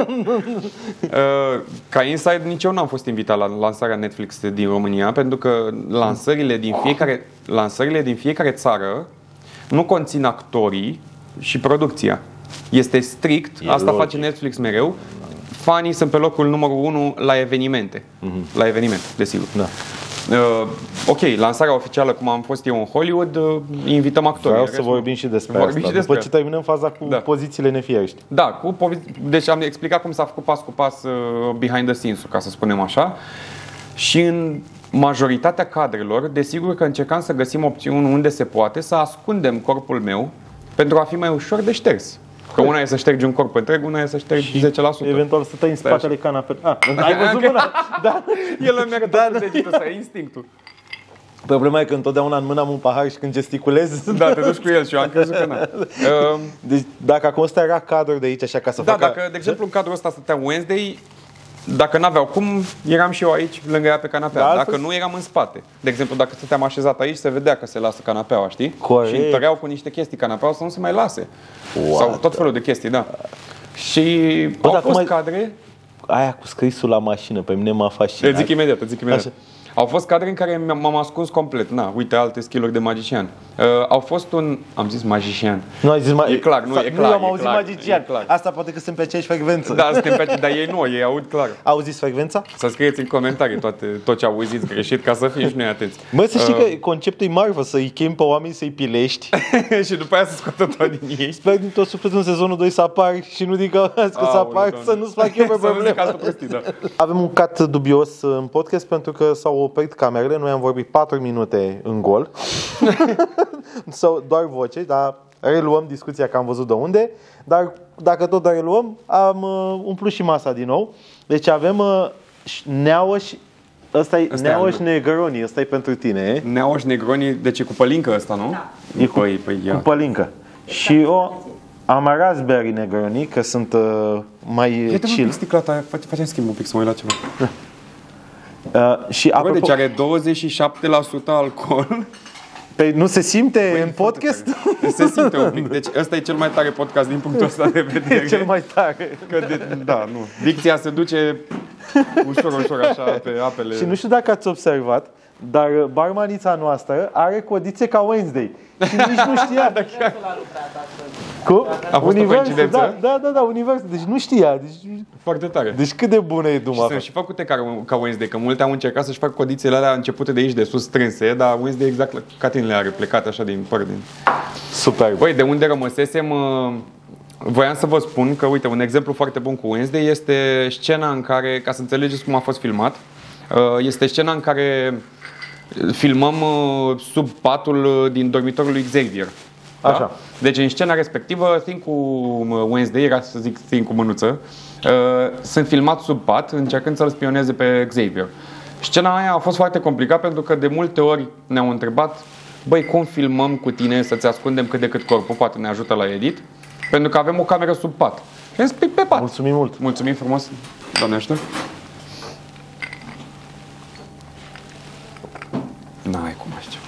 Uh, ca inside, nici eu n-am fost invitat la lansarea Netflix din România, pentru că lansările din fiecare, lansările din fiecare țară nu conțin actorii și producția. Este strict, E asta logic. face Netflix mereu. Fanii sunt pe locul numărul 1 la evenimente. La evenimente, desigur. Mhm. Da. Uh, ok, lansarea oficială, cum am fost eu în Hollywood, uh, invităm actorii. Vreau În să rest, vorbim și despre vorbim asta, și despre după ce terminăm faza cu Da. pozițiile nefierești. da, cu povi- deci am explicat cum s-a făcut pas cu pas uh, behind the scenes ca să spunem așa. Și în majoritatea cadrelor, desigur că încercam să găsim opțiuni unde se poate să ascundem corpul meu pentru a fi mai ușor de șters. Că una e să ștergi un corp întreg, una e să ștergi 10%. Eventual să tăi în Stai așa. spatele canapelei. Ah, ai văzut mâna? Da. El îmi merge da, da. degetul, să ai instinctul. Problema e că întotdeauna în mână am un pahar și când gesticulez, Da, te duci cu el și eu am crezut că n-am. Um, Deci dacă acum ăsta era cadru de aici, așa ca să Da, facă... dacă, de exemplu, în cadrul ăsta stătea Wednesday, dacă n-aveau cum, eram și eu aici, lângă ea pe canapea. Da, Da, altfel- dacă nu, eram în spate. De exemplu, dacă stăteam așezat aici, se vedea că se lasă canapeaua, știi? Corect. Și îmi tăreau cu niște chestii canapeaua să nu se mai lase. What Sau tot felul de chestii, da. Și Bă, au dar fost cum ai- cadre Aia cu scrisul la mașină, pe mine m-a fascinat. Îți zic imediat, îți zic imediat. Așa. Au fost cadre în care mi-am- m-am ascuns complet. Na, uite alte skill de magician. Uh, au fost un, am zis magician. Nu ai zis mai... E clar, nu, Sa- e clar, Nu, am e auzit clar, magician. e clar. Asta poate că sunt pe aceeași frecvență. Da, suntem pe, dar ei nu, ei aud clar. Auziți frecvența? Să scrieți în comentarii toate, tot ce auziți greșit ca să fim și noi atenți. Bă, să Uh. știi că conceptul e marvă, să-i chemi pe oameni să-i pilești. că... Uh, și după aia să scoată tot din ei. Sper din tot sufletul în sezonul 2 să apar și nu din cauza că să Aoleu, apar, Doamne. să nu-ți fac eu pe Să nu zic probleme. altă prostie, da. Avem un cat dubios în podcast pentru că s-au oprit camerele. Noi am vorbit 4 minute în gol. Sau doar voce, dar reluăm discuția că am văzut de unde. Dar dacă tot reluăm, am uh, umplut și masa din nou. Deci avem uh, Ș- Neauă și Ăsta e Ăsta e Neoș albul. Negroni, ăsta e pentru tine, e? Neaoș Negroni, deci e cu pălincă ăsta, nu? Da. E cu, păi, păi, ia. cu pălincă. Și o am raspberry negroni, că sunt uh, mai Ia te un pic chill. sticla ta, face- facem schimb un pic să mă uit la ceva. Uh, și Bă, apropo, deci are 27% alcool. pe, nu se simte în podcast? Se simte un pic. Deci ăsta e cel mai tare podcast din punctul ăsta de vedere. E cel mai tare. Că de, da, nu. Dicția se duce ușor, ușor așa pe apele. Și nu știu dacă ați observat, dar uh, barmanița noastră are codițe ca Wednesday. Și nici nu știa. Universul a lucrat astăzi. Cu? A fost o coincidență? da, da, da, da, universul. Deci nu știa. Deci, Foarte tare. deci cât de bună e Și Duma. sunt și făcute ca, ca Wednesday, că multe au încercat să-și facă codițele alea începute de aici, de sus, strânse, dar Wednesday exact la- ca tine le are plecat așa din păr. Din... Super. Băi, de unde rămăsesem, uh, voiam să vă spun că, uite, un exemplu foarte bun cu Wednesday este scena în care, ca să înțelegeți cum a fost filmat, uh, este scena în care filmăm uh, sub patul uh, din dormitorul lui Xavier. Așa. Deci în scena respectivă, Think cu uh, Wednesday, era să zic Think cu mânuță, uh, sunt filmat sub pat încercând să-l spioneze pe Xavier. Scena aia a fost foarte complicat pentru că de multe ori ne-au întrebat băi, cum filmăm cu tine să-ți ascundem cât de cât corpul, poate ne ajută la edit, pentru că avem o cameră sub pat. Și am zis, "Păi, pe pat. Mulțumim mult. Mulțumim frumos, doamne ajută. N-ai cum așa ceva.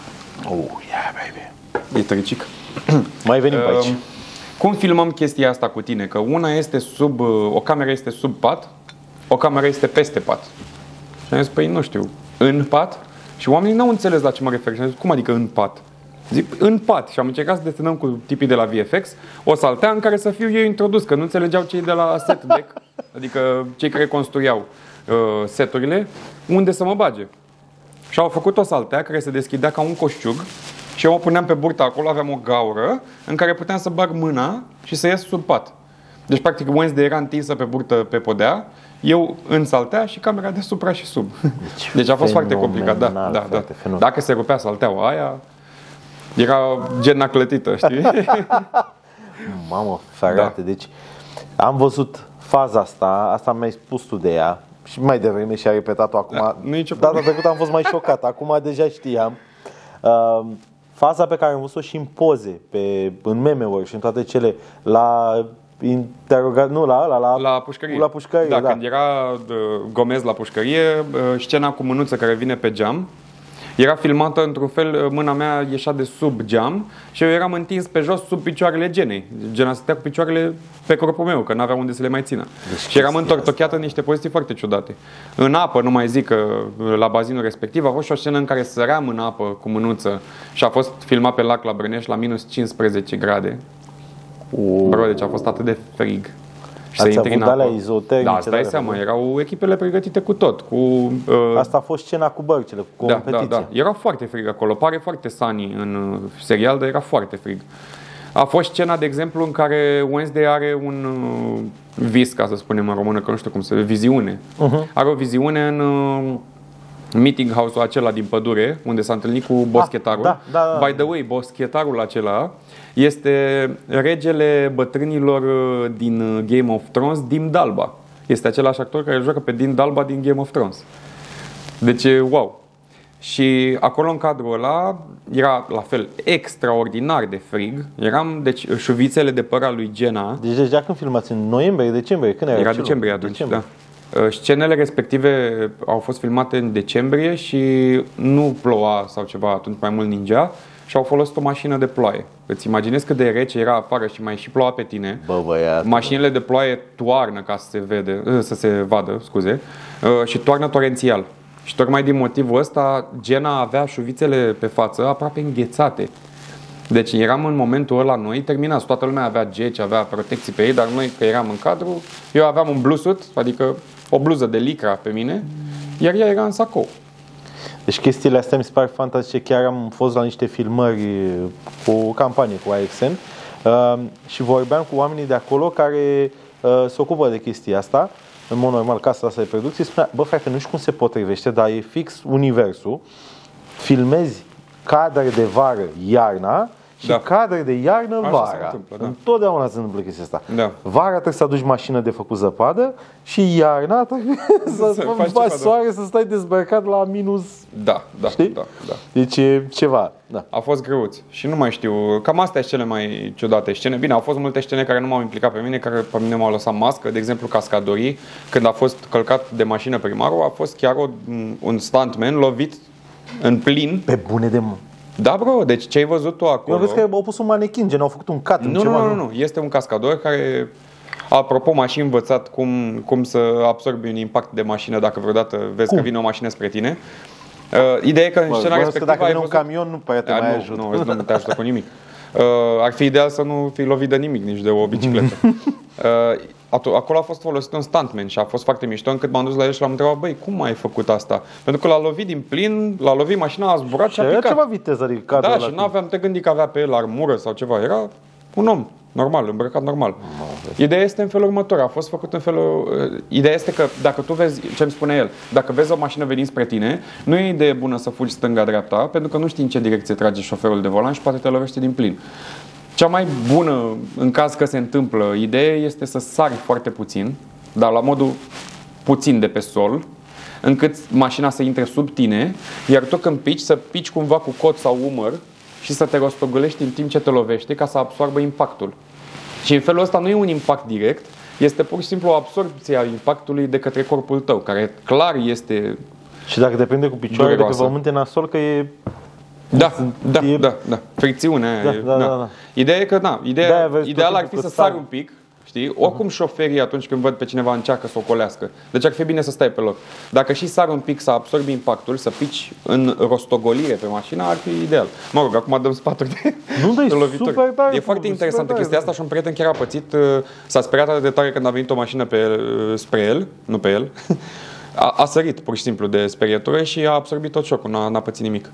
Oh, yeah, baby. E tăricic. Mai venim pe aici. Um, Cum filmăm chestia asta cu tine? Că una este sub, uh, o cameră este sub pat, o cameră este peste pat. Și am zis, păi nu știu, în pat? Și oamenii n-au înțeles la ce mă refer. Și am zis, cum adică în pat? Zic, în pat. Și am încercat să desenăm cu tipii de la VFX o saltea în care să fiu eu introdus, că nu înțelegeau cei de la set deck, adică cei care construiau uh, seturile, unde să mă bage. Și au făcut o saltea care se deschidea ca un coșciug și eu o puneam pe burtă acolo, aveam o gaură în care puteam să bag mâna și să ies sub pat. Deci, practic, Wednesday era întinsă pe burtă pe podea, eu în saltea și camera deasupra și sub. Deci, a fost foarte fenomenal, complicat, da, da, da. frate, fenomenal. Dacă se rupea salteaua aia, era gena clătită, știi? Mamă, ferate, Da. deci am văzut faza asta, asta mi-ai spus tu de ea și mai devreme și a repetat-o acum. Da, nu e nicio Data problemă. trecută am fost mai șocat, acum deja știam. Uh, faza pe care am văzut-o și în poze, pe, în meme-uri și în toate cele, la interogat, nu la ăla, la, La pușcărie. La pușcărie, da. da. când era uh, Gomez la pușcărie, uh, scena cu mânuță care vine pe geam, era filmată într-un fel, uh, mâna mea ieșea de sub geam și eu eram întins pe jos sub picioarele genei. Gena stătea cu picioarele pe corpul meu, că n-avea unde să le mai țină. și eram Deci chestia întortocheată în niște poziții foarte ciudate. În apă, nu mai zic că uh, la bazinul respectiv, a fost și o scenă în care săream în apă cu mânuță și a fost filmat pe lac la Brânești la minus 15 grade. Bro, deci a fost atât de frig. Și Ați să intri avut în apă. alea izotermice, Da, îți dai de-alea, seama, nu? erau echipele pregătite cu tot. Cu, uh, Asta a fost scena cu bărcile, cu da, da, competiția. da. Era foarte frig acolo. Pare foarte sunny în uh, serial, dar era foarte frig. A fost scena, de exemplu, în care Wednesday are un uh, vis, ca să spunem în română, că nu știu cum se viziune. Mhm. Uh-huh. Are o viziune în uh, meeting house-ul acela din pădure, unde s-a întâlnit cu boschetarul. da, da, da. By By the way, boschetarul acela este regele bătrânilor uh, din uh, Game of Thrones, Dim Dalba. Este același actor care îl joacă pe Dim Dalba din Game of Thrones. Deci, e wow! Și acolo în cadrul ăla era la fel extraordinar de frig. Eram, deci, șuvițele de păr al lui Jenna Deci deja când filmați, în noiembrie, decembrie, când era? era celul? decembrie atunci, da. Uh, Scenele respective au fost filmate în decembrie și nu ploua sau ceva, atunci mai mult ningea și au folosit o mașină de ploaie. Îți imaginezi cât de rece era afară și mai și ploua pe tine. Bă, băiat. Mașinile de ploaie toarnă ca să se, vede, uh, să se vadă scuze, uh, și toarnă torențial. Și tocmai din motivul ăsta, Gena avea șuvițele pe față aproape înghețate. Deci eram în momentul ăla noi, terminați, toată lumea avea geci, avea protecții pe ei, dar noi că eram în cadru, eu aveam un blusut, adică o bluză de licra pe mine, iar ea era în sacou. Deci chestiile astea mi se par fantastice. Chiar am fost la niște filmări cu campanie cu AXN uh, și vorbeam cu oamenii de acolo care uh, se ocupă de chestia asta. În mod normal, casa asta de producție spunea, bă, frate, nu știu cum se potrivește, dar e fix universul. Filmezi cadre de vară, iarna și Da. da. cadre de iarnă Așa se vara. întâmplă, da. Întotdeauna se întâmplă chestia asta. Da. Vara trebuie să aduci mașină de făcut zăpadă și iarna trebuie să, faci să ceva, faci da. soare, să stai dezbrăcat la minus Da, da, Știi? da, da. Deci e ceva. Da. A fost greuț și nu mai știu, cam astea sunt cele mai ciudate scene. Bine, au fost multe scene care nu m-au implicat pe mine, care pe mine m-au lăsat mască, de exemplu cascadorii, când a fost călcat de mașină primarul, a fost chiar o, un stuntman lovit în plin. Pe bune de mă. Da, bro, deci ce ai văzut tu acolo? Eu vezi că au pus un manechin, gen au făcut un cat în Nu, nu, ceva. nu, nu, nu. Este un cascador care, apropo, m-a și învățat cum, cum să absorbi un impact de mașină dacă vreodată vezi Cum? că vine o mașină spre tine. Uh, ideea e că în Bă, scena bănuiesc că respectivă dacă ai vine un văzut- camion, nu prea te A, mai nu, ajută. Nu, îți- nu te ajută cu nimic. Uh, ar fi ideal să nu fi lovit de nimic, nici de o bicicletă. Uh, atu- acolo a fost folosit un stuntman și a fost foarte mișto încât m-am dus la el și l-am întrebat, băi, cum ai făcut asta? Pentru că l-a lovit din plin, l-a lovit mașina, a zburat și, Și a era picat. ceva viteză, adică cadrul Da, ăla și cu- nu aveam te gândit că avea pe el armură sau ceva. Era un om normal, îmbrăcat normal. Ideea este în felul următor. A fost făcut în felul... uh, Ideea este că dacă tu vezi, ce îmi spune el, dacă vezi o mașină venind spre tine, nu e idee bună să fugi stânga-dreapta, pentru că nu știi în ce direcție trage șoferul de volan și poate te lovește din plin. Cea mai bună, în caz că se întâmplă, idee este să sari foarte puțin, dar la modul puțin de pe sol, încât mașina să intre sub tine, iar tu când pici, să pici cumva cu cot sau umăr și să te rostogolești în timp ce te lovește ca să absorbă impactul. Și în felul ăsta nu e un impact direct, este pur și simplu o absorbție a impactului de către corpul tău, care clar este... Și dacă depinde cu picioarele de pe Dureroasă. pământ, e nasol că e... Da, da, E- da, da, fricțiunea aia. Da, e- da, da, da. Ideea e că, da, De-aia ideea, vezi tot ideal ar timpul fi să că stai. sari un pic, știi? Oricum Mhm. șoferii atunci când văd pe cineva încearcă să o colească. Deci ar fi bine să stai pe loc. Dacă și sari un pic să absorbi impactul, să pici în rostogolire pe mașină, ar fi ideal. Mă rog, acum dăm spaturi de, Nu, dar e de lovituri. super tare, E Fulviu, foarte super interesantă tare, chestia da. asta și un prieten chiar a pățit, uh, s-a speriat atât de tare când a venit o mașină pe, uh, spre el, nu pe el, a, a sărit pur și simplu de sperietură și a absorbit tot șocul, n-a, n-a pățit nimic.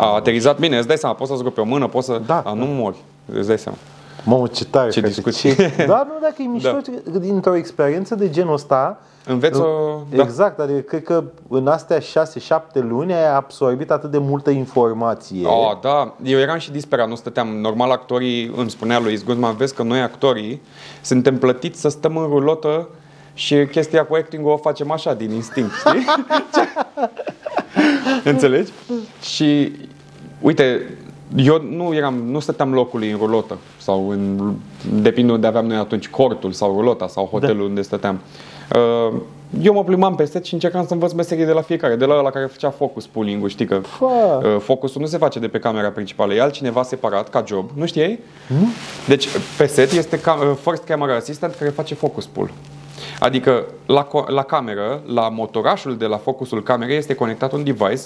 A aterizat bine, îți dai seama, poți să-ți rupi o mână, poți să... Da, a, da. nu mori, îți dai seama. Mamă, ce tare! Ce frate, discuții. ce- Da, nu, dacă e mișto, Da. că dintr-o experiență de genul ăsta... Înveți o... Da. Exact, adică cred că în astea 6-7 luni ai absorbit atât de multă informație. Oh, da, eu eram și disperat, nu stăteam. Normal, actorii, îmi spunea lui Izguzman, vezi că noi actorii suntem plătiți să stăm în rulotă și chestia cu acting o facem așa, din instinct, știi? Ce- Înțelegi? Și, uite, eu nu eram, nu stăteam locului în rulotă sau în, depinde unde aveam noi atunci, cortul sau rulota sau hotelul da. unde stăteam. Uh, Eu mă plimbam pe set și încercam să învăț meserie de la fiecare, de la ăla care făcea focus pulling-ul, știi că Fuck. Uh, Focusul nu se face de pe camera principală, e altcineva separat ca job. Nu știai? Nu. Deci pe set este cam, uh, first camera assistant care face focus pull. Adică la, co- la cameră, la motorașul de la focusul camerei este conectat un device.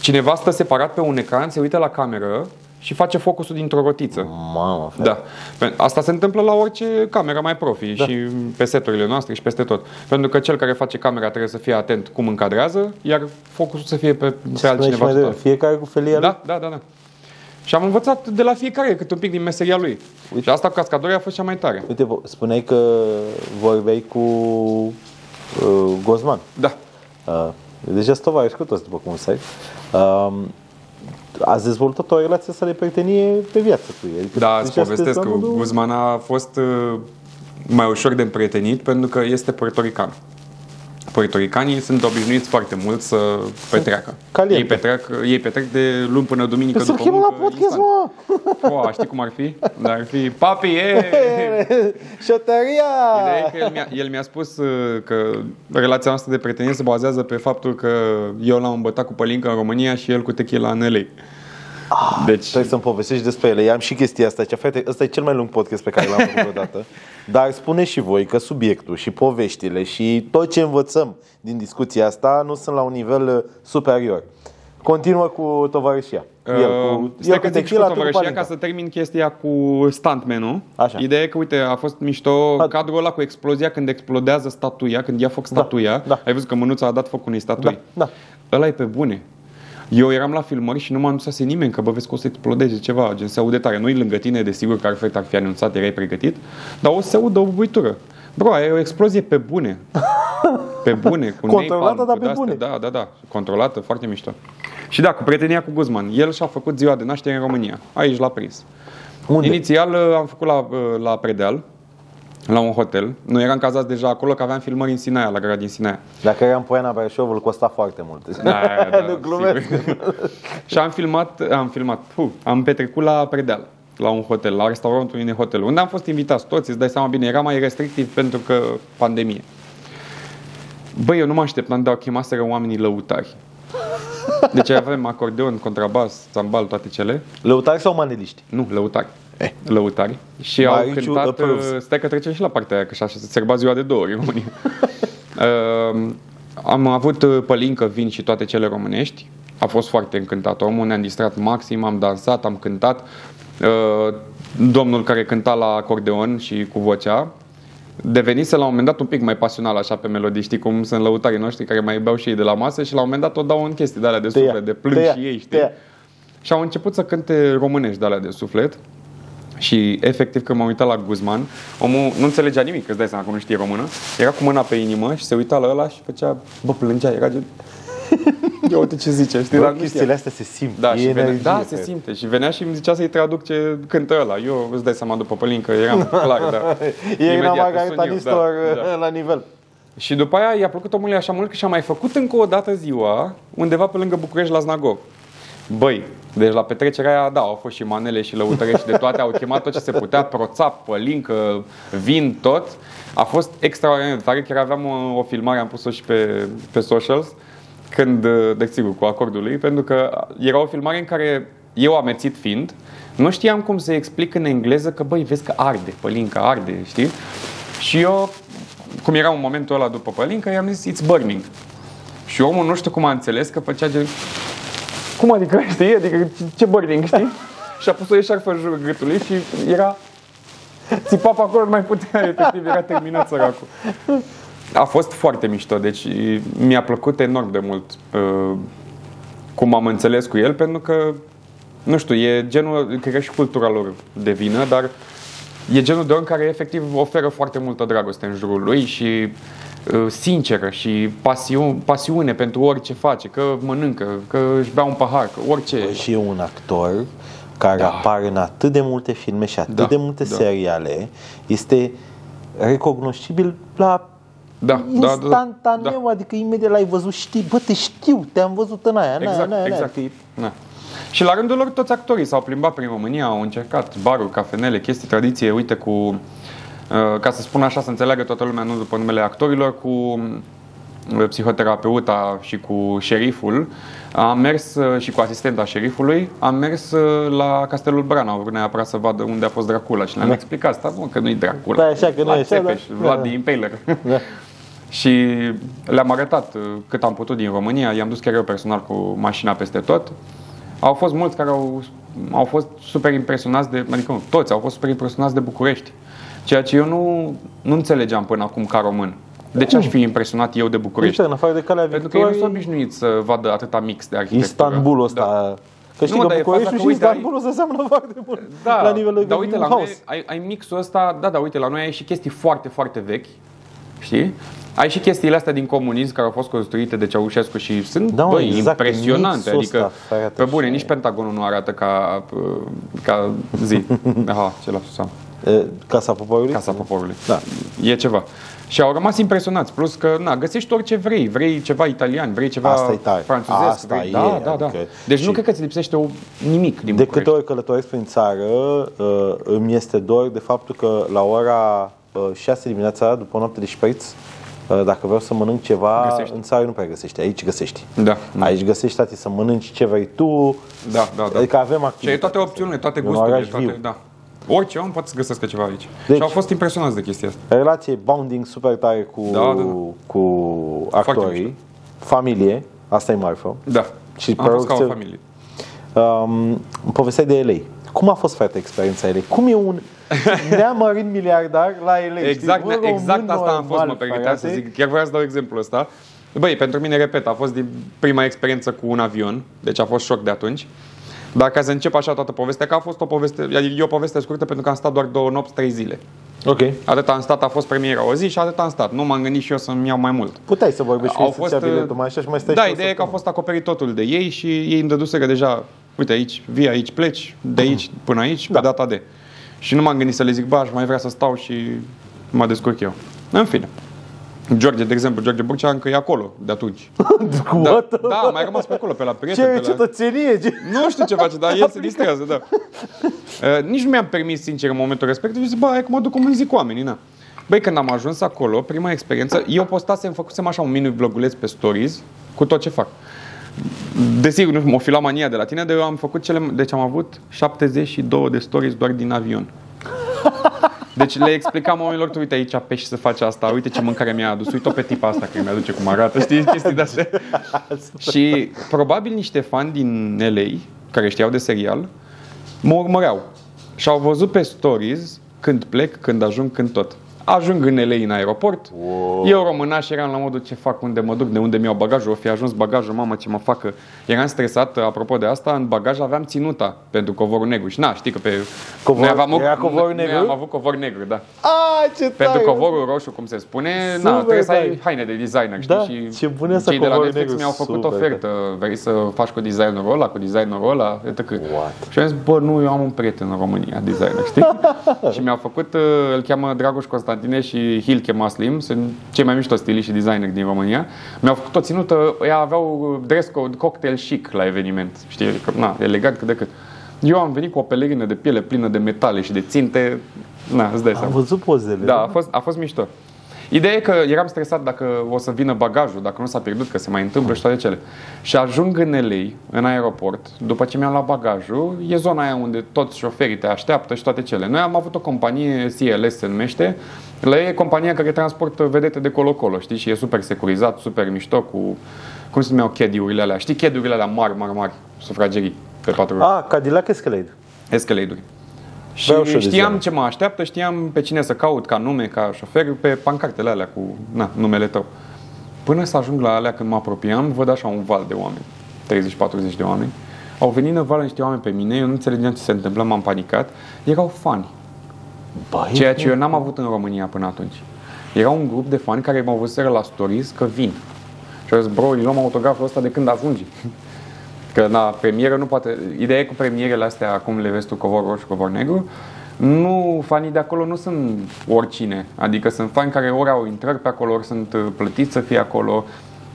Cineva stă separat pe un ecran, se uită la cameră și face focusul dintr-o rotiță. Mamă, frate. Da. Pe- Asta se întâmplă la orice cameră mai profi da. și pe seturile noastre și peste tot. Pentru că cel care face camera trebuie să fie atent cum încadrează, iar focusul să fie pe, pe Spuneai și altcineva. mai total. devreme, Fiecare cu felia lui. Da, da, da, da. Și am învățat de la fiecare câte un pic din meseria lui. Uite. Și asta cu cascadorii a fost cea mai tare. Uite, vo- spuneai că vorbeai cu uh, Gozman. Da. Uh, deja stova cu toți, după cum să uh, Ați dezvoltat o relație să de prietenie pe viață cu el. Adică Da, îți deja povestesc sunteți că la modul- Guzman a fost uh, mai ușor de împrietenit pentru că este puertorican. Puertoricanii sunt obișnuiți foarte mult să petreacă. caliente. Ei petrec, ei petrec de luni până duminică Să-l după chemăm la muncă, podcast, instant. mă! Oa, știi cum ar fi? Dar ar fi, papi, e! Ideea e Șoteria! că el mi-a, el mi-a spus uh, că relația noastră de prietenie se bazează pe faptul că eu l-am îmbătat cu pălincă în România și el cu tequila în LA. Deci, Trebuie să-mi povestești despre ele. I-am și chestia asta. Ce, frate, ăsta e cel mai lung podcast pe care l-am făcut vreodată. Dar spune și voi că subiectul și poveștile și tot ce învățăm din discuția asta nu sunt la un nivel uh, superior. Continuă cu tovarășia. El, uh, cu, stai el că cu zic și cu tequila, tu cu tovarășia palinca. ca să termin chestia cu stuntman-ul. Așa. Ideea e că, uite, a fost mișto A- cadrul ăla cu explozia când explodează statuia, când ia foc statuia. da. Ai văzut că mânuța a dat foc unei statui. Da, Ăla e pe bune. Eu eram la filmări și nu m-a anunțat nimeni că bă, vezi că o să explodeze ceva, gen se aude tare. Nu-i lângă tine, desigur că ar fi, ar fi anunțat, erai pregătit, dar o să se audă o buitură. Bro, aia e o explozie pe bune. Pe bune, cu Controlată, napalm, cu dar pe de-astea. bune. Da, da, da. Controlată, foarte mișto. Și da, cu prietenia cu Guzman. El și-a făcut ziua de naștere în România. Aici l-a prins. Unde? Inițial uh, am făcut la, uh, la Predeal, la un hotel. Noi eram cazați deja acolo, că aveam filmări în Sinaia, la gara din Sinaia. Dacă eram Poiana Brașovul, costa foarte mult. Da, da, nu glumesc. sigur. și am filmat, am filmat, puh, am petrecut la Predeal, la un hotel, la restaurantul unui hotel, unde am fost invitați toți, îți dai seama bine, era mai restrictiv pentru că pandemie. Băi, eu nu mă așteptam, dar chemaseră oamenii lăutari. Deci avem acordeon, contrabas, zambal, toate cele. Lăutari sau maneliști? Nu, lăutari. Eh. Lăutari. Și au Mariciu cântat... approves. uh, Stai că trecem și la partea aia, că așa se sărba ziua de două ori în România. uh, am avut uh, pălincă, vin și toate cele românești. A fost foarte încântat omul, ne-am distrat maxim, am dansat, am cântat. Uh, domnul care cânta la acordeon și cu vocea, devenise la un moment dat un pic mai pasional așa pe melodii, știi cum sunt lăutarii noștri care mai beau și ei de la masă și la un moment dat o dau în chestii de alea de Te ia, suflet, de plâng te ia, și ei, știi? te ia. Și au început să cânte românești de alea de suflet și efectiv când m-am uitat la Guzman, omul nu înțelegea nimic, îți dai seama că nu știe română, era cu mâna pe inimă și se uita la ăla și făcea, bă, plângea, era gen... Ia uite ce zice, știi, Bă, dar nu știa. chestiile astea se simt. Da, e și venea, energie, da, se cred. simte. Și venea și îmi zicea să-i traduc ce cântă ăla. Eu îți dai seama după pălincă, eram clar, da. E Irina Imediat, Margarita sunt eu, Nistor da, da. la nivel. Și după aia i-a plăcut omului așa mult că și-a mai făcut încă o dată ziua undeva pe lângă București la Znagov. Băi, deci la petrecerea aia, da, au fost și manele și lăutăre și de toate, au chemat tot ce se putea, proțap, pălincă, vin, tot. A fost extraordinar de tare, chiar aveam o, o filmare, am pus-o și pe, pe socials, când, de sigur, cu acordul lui, pentru că era o filmare în care eu amețit fiind, nu știam cum să explic în engleză că, băi, vezi că arde, pălinca arde, știi? Și eu, cum era un momentul ăla după pălincă, i-am zis, it's burning. Și omul nu știu cum a înțeles că făcea gen... Cum adică, știi? Adică ce- ce burning, știi? și a pus o eșarfă în jurul gâtului și era... Țipa pe acolo, nu mai putea, efectiv, era terminat săracul. A fost foarte mișto, deci e, mi-a plăcut enorm de mult uh, cum am înțeles cu el, pentru că, nu știu, e genul, cred că și cultura lor de vină, dar e genul de om care efectiv oferă foarte multă dragoste în jurul lui și uh, sinceră și pasiu- pasiune pentru orice face, că mănâncă, că își bea un pahar, că orice. Păi Și e un actor care da. Da. apare în atât de multe filme și atât da. Da, de multe da. da. seriale, este recognoscibil la Da, da, da, da, instantaneu, da. adică imediat l-ai văzut, știi, bă, te știu, te-am văzut în aia, în aia, Exact, în aia, în aia. exact. Da. Și la rândul lor toți actorii s-au plimbat prin România, au încercat baruri, cafenele, chestii, tradiție, uite cu, uh, ca să spun așa, să înțeleagă toată lumea, nu după numele actorilor, cu uh, psihoterapeuta și cu șeriful, am mers uh, și cu asistenta șerifului, am mers uh, la Castelul Brana, au vrut neapărat să vadă unde a fost Dracula și le-am explicat asta, bă, că nu-i Dracula. Da, așa că nu e Vlad așa, Țepeș, da. Vlad Da, da. din Impaler. Da. Și le-am arătat uh, cât am putut din România, i-am dus chiar eu personal cu mașina peste tot. Au fost mulți care au, au fost super impresionați de, adică nu, toți au fost super impresionați de București. Ceea ce eu nu, nu înțelegeam până acum ca român. De ce aș fi impresionat eu de București? Uite, în afară de calea Pentru că eu nu sunt Victoriei, obișnuit să vadă atâta mix de arhitectură. Istanbulul ăsta, că știi da. Nu, că dar e faza Bucureștiul că, și uite, ai- Istanbulul se seamănă foarte mult da, la nivelul dar uite, la noi house. ai, ai mixul ăsta, da, da, uite, la noi ai și chestii foarte, foarte vechi, știi? Ai și chestiile astea din comunism care au fost construite de Ceaușescu și sunt, Da, da, mă, băi, exact, impresionante. mixul Adică, ăsta, frate, pe bune, și- nici Pentagonul nu arată ca, uh, ca zi. Aha, ce l-a spus, am. E, Casa Poporului? Casa Poporului. Da. E ceva. Și au rămas impresionați, plus că na, găsești orice vrei, vrei ceva italian, vrei ceva Asta e tare. franțuzesc, Asta vrei, e, da, da, da. adică- Deci și- nu cred că ți lipsește o, nimic din De București. câte ori călătoresc prin țară, uh, îmi este dor de faptul că la ora uh, 6 dimineața, după o noapte de șpreț, uh, dacă vreau să mănânc ceva, Găsești. în țară nu prea găsești. Aici găsești. Da. Aici găsești, tati, să mănânci ce vrei tu. Da, da, da. Adică avem Și ai activitate. toate opțiunile, toate E un gusturile, oraș toate, viu. da. Orice om poate să găsească ceva aici. Deci- și au fost impresionați de chestia asta. Relație bounding super tare cu, Da, da, da. cu actorii. Familie. Asta e marfă. Da. Și Am fost ca producție- o familie. Um, îmi povesteai de LA. Cum a fost, frate, experiența LA? Cum e un neamărin miliardar la LA? Exact, Știi, bă, exact Deci român asta am fost, mă normal, pregăteam să frate. zic. Chiar vreau să dau exemplul ăsta. Băi, pentru mine, repet, a fost din prima experiență cu un avion, deci a fost șoc de atunci. Dar ca să încep așa toată povestea, că a fost o poveste, adică e o poveste scurtă pentru că am stat doar două nopți, trei zile. Ok. Atât am stat, a fost premiera o zi și atât am stat. Nu m-am gândit și eu să-mi iau mai mult. Puteai să vorbești Au cu fost, fost, uh, biletul mai așa și mai stai Da, și o ideea e că a săptămână. fost acoperit totul de ei și ei îmi dăduseră deja, uite aici, vii aici, pleci, de aici până aici, Da. pe data de. Și nu m-am gândit să le zic, bă, aș mai vrea să stau și mă descurc eu. În fine. George, de exemplu, George Burcea încă e acolo de atunci. Cu Da, what? da a mai rămas pe acolo, pe la prieteni. Ce pe la... cetățenie? Ce... Nu știu ce face, dar el se distrează, da. Uh, nici nu mi-am permis, sincer, în momentul respectiv, și zic, bă, hai că mă duc cum îmi zic oamenii, na. Băi, când am ajuns acolo, prima experiență, eu postasem, făcusem așa un mini vloguleț pe stories cu tot ce fac. Desigur, nu m-o fi luat mania de la tine, dar eu am făcut cele... Deci am avut 72 de stories doar din avion. Deci le explicam oamenilor, tu uite aici pești să faci asta, uite ce mâncare mi-a adus, uite-o pe tipa asta că mi-aduce cum arată, știi, chestii de-astea. Și probabil niște fani din LA, care știau de serial, mă urmăreau. Și au văzut pe stories când plec, când ajung, când tot. Ajung în LA, în aeroport. Wow. Eu româna și eram la modul ce fac, unde mă duc, de unde mi-au bagajul, o fi ajuns bagajul, mamă ce mă facă. Eram stresat, apropo de asta, în bagaj aveam ținuta pentru covorul negru. Și na, știi că pe... Covor- noi aveam, o- era covorul noi negru? am avut covor negru, da. A, ce Pentru tare! covorul roșu, cum se spune, na, Da, Super trebuie să tare. ai haine de designer, știi? Da, și ce bun e asta cei de la covorul Netflix negru, mi-au făcut super ofertă, vrei să faci cu designerul ăla, cu designerul ăla, etc. What? Și am zis, bă, nu, eu am un prieten în România, designer, știi? și mi-au făcut, uh, îl cheamă Dragoș Constantine și Hilke Maslim, sunt cei mai mișto stiliști și designer din România. Mi-au făcut o ținută, ei aveau dress code, cocktail chic la eveniment, știi? Că, na, elegant cât de cât. Eu am venit cu o pelerină de piele plină de metale și de ținte, na, îți dai Am seama. văzut pozele. Da, a fost, a fost mișto. Ideea e că eram stresat dacă o să vină bagajul, dacă nu s-a pierdut, că se mai întâmplă și toate cele. Și ajung în LA, în aeroport, după ce mi-am luat bagajul, e zona aia unde toți șoferii te așteaptă și toate cele. Noi am avut o companie, CLS se numește, la ei e compania care transportă vedete de colo-colo, știi? Și e super securizat, super mișto cu, cum se numeau chediurile alea? Știi chediurile alea mari, mari, mari, sufragerii pe patru A, Cadillac Escalade. Escalade-uri. Și Vreau și eu de știam ziua. ce mă așteaptă, știam pe cine să caut ca nume, ca șofer, pe pancartele alea cu na, numele tău. Până să ajung la alea când mă apropiam, văd așa un val de oameni, 30-40 de oameni. Au venit în val niște oameni pe mine, eu nu înțelegeam ce se întâmplă, m-am panicat. Erau fani, Băi, ceea ce eu n-am avut în România până atunci. Era un grup de fani care m-au văzut la stories că vin. Și au zis, bro, îi luăm autograful ăsta de când ajunge. Că na, premieră nu poate... Ideea e cu premierele astea, acum le vezi tu covor roșu, covor negru, nu, fanii de acolo nu sunt oricine. Adică sunt fani care ori au intrări pe acolo, ori sunt uh, plătiți să fie acolo.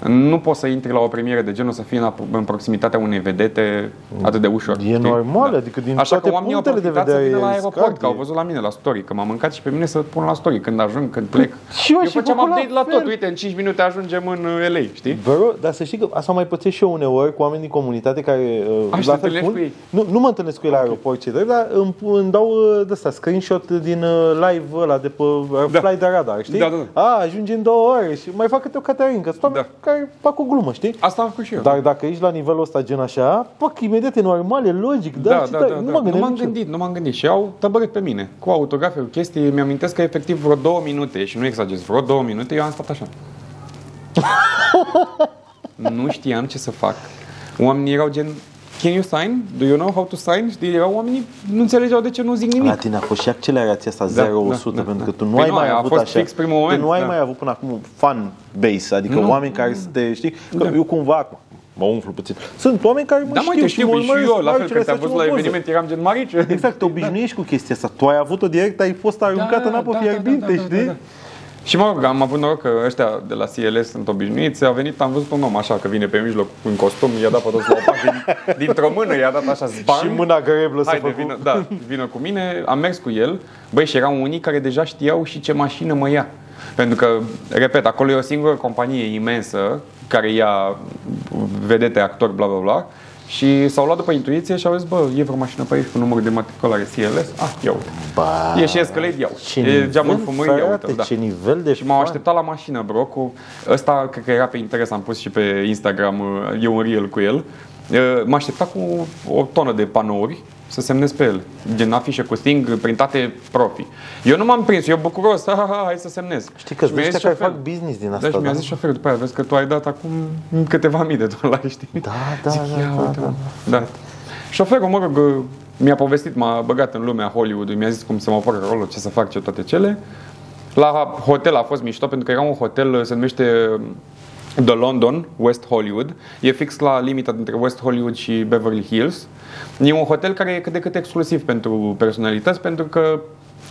Nu poți să intri la o premieră de genul să fii în, apro- în proximitatea unei vedete atât de ușor. Da. E normal, adică din Așa toate că oamenii au punctele de profitat să vedere vină la e aeroport, că au riscant, e. văzut la mine la story, că m-am mâncat și pe mine să pun la story când ajung, când plec. Și eu eu și făceam făcut la update la fel. tot, uite, în 5 minute ajungem în uh, LA, știi? Vă rog, dar să știi că asta mai pățesc și eu uneori cu oameni din comunitate care uh, Ai, și te întâlnești spun. cu ei? Nu, nu mă întâlnesc cu ei la aeroport, ce drept, dar îmi, pu- îmi dau uh, de asta, screenshot din uh, live ăla de pe uh, Da. Fly de Radar, știi? Da, Da. da, A, ajunge în două ore și mai fac câte o Catarinca. Sunt oameni care fac o glumă, știi? Asta am făcut și eu. Dar dacă ești la nivelul ăsta gen așa, păc, imediat e normal, e logic, da, ce tare. nu m-am nu gândit, m-am nici eu. gândit, nu m-am gândit. Și au tăbărât pe mine cu autografe, cu chestii. Mi-am amintesc că efectiv vreo două minute, și nu exagerez, vreo două minute, eu am stat așa. nu știam ce să fac. Oamenii erau gen, can you sign? Do you know how to sign? Știi, erau oamenii, nu înțelegeau de ce nu zic nimic. La tine a fost și accelerația asta 0-100 Da, da, da, pentru că da. tu nu Păi ai nu, mai aia a avut fost așa. fix primul moment, Tu nu ai da. mai avut până acum un fan base, adică Nu. oameni care te știi, că eu cumva acum mă umflu puțin. Sunt oameni care mă Da, mă, știu te și mă știu, și urmăresc, eu, la mă fel, duc că și te-am să văzut fac la o poză. eveniment, Da. eram gen Marice. Exact, te obișnuiești cu chestia asta. Tu ai avut-o direct, ai fost aruncat Da, în apă fierbinte, știi? Și mă rog, am avut noroc că ăștia de la CLS sunt obișnuiți, a venit, am văzut un om așa, că vine pe mijloc în costum, i-a dat pe toți la o parte, din, dintr-o mână i-a dat așa zban. Și mâna greblă să Haide, vină, da, vină cu mine, am mers cu el, băi, și erau unii care deja știau și ce mașină mă ia. Pentru că, repet, acolo e o singură companie imensă care ia vedete, actori, bla, bla, bla, și s-au luat după intuiție și au zis, bă, e vreo mașină pe aici cu număr de matriculare CLS? Ah, ia uite. Ba, E și escalade, iau. ce E nivel, geamul fumării, iau, frate, uite, da. Ce nivel de Și m-au fan. așteptat la mașină, bro, cu... Ăsta, cred că era pe interes, am pus și pe Instagram, uh, eu un reel cu el. Uh, M-a așteptat cu o tonă de panouri să semnez pe el, gen afișe cu sting printate profi. Eu nu m-am prins, eu bucuros, ha, ha, ha, hai să semnez. Știi că Și mi-a sunt zis ăștia care șoferul- fac business din da, asta, și mi-a da? zis șoferul după aia, vezi că tu ai dat acum câteva mii de dolari, știi? Da, da, Zic, da, ia, da, uite, da. mă. da. Șoferul, mă rog, Mi-a povestit, m-a băgat în lumea Hollywood, mi-a zis cum să mă fac rolul, ce să fac, ce toate cele. La hotel a fost mișto pentru că era un hotel, se numește um, The London, West Hollywood. E fix la limita dintre West Hollywood și Beverly Hills. E un hotel care e cât de cât exclusiv pentru personalități, pentru că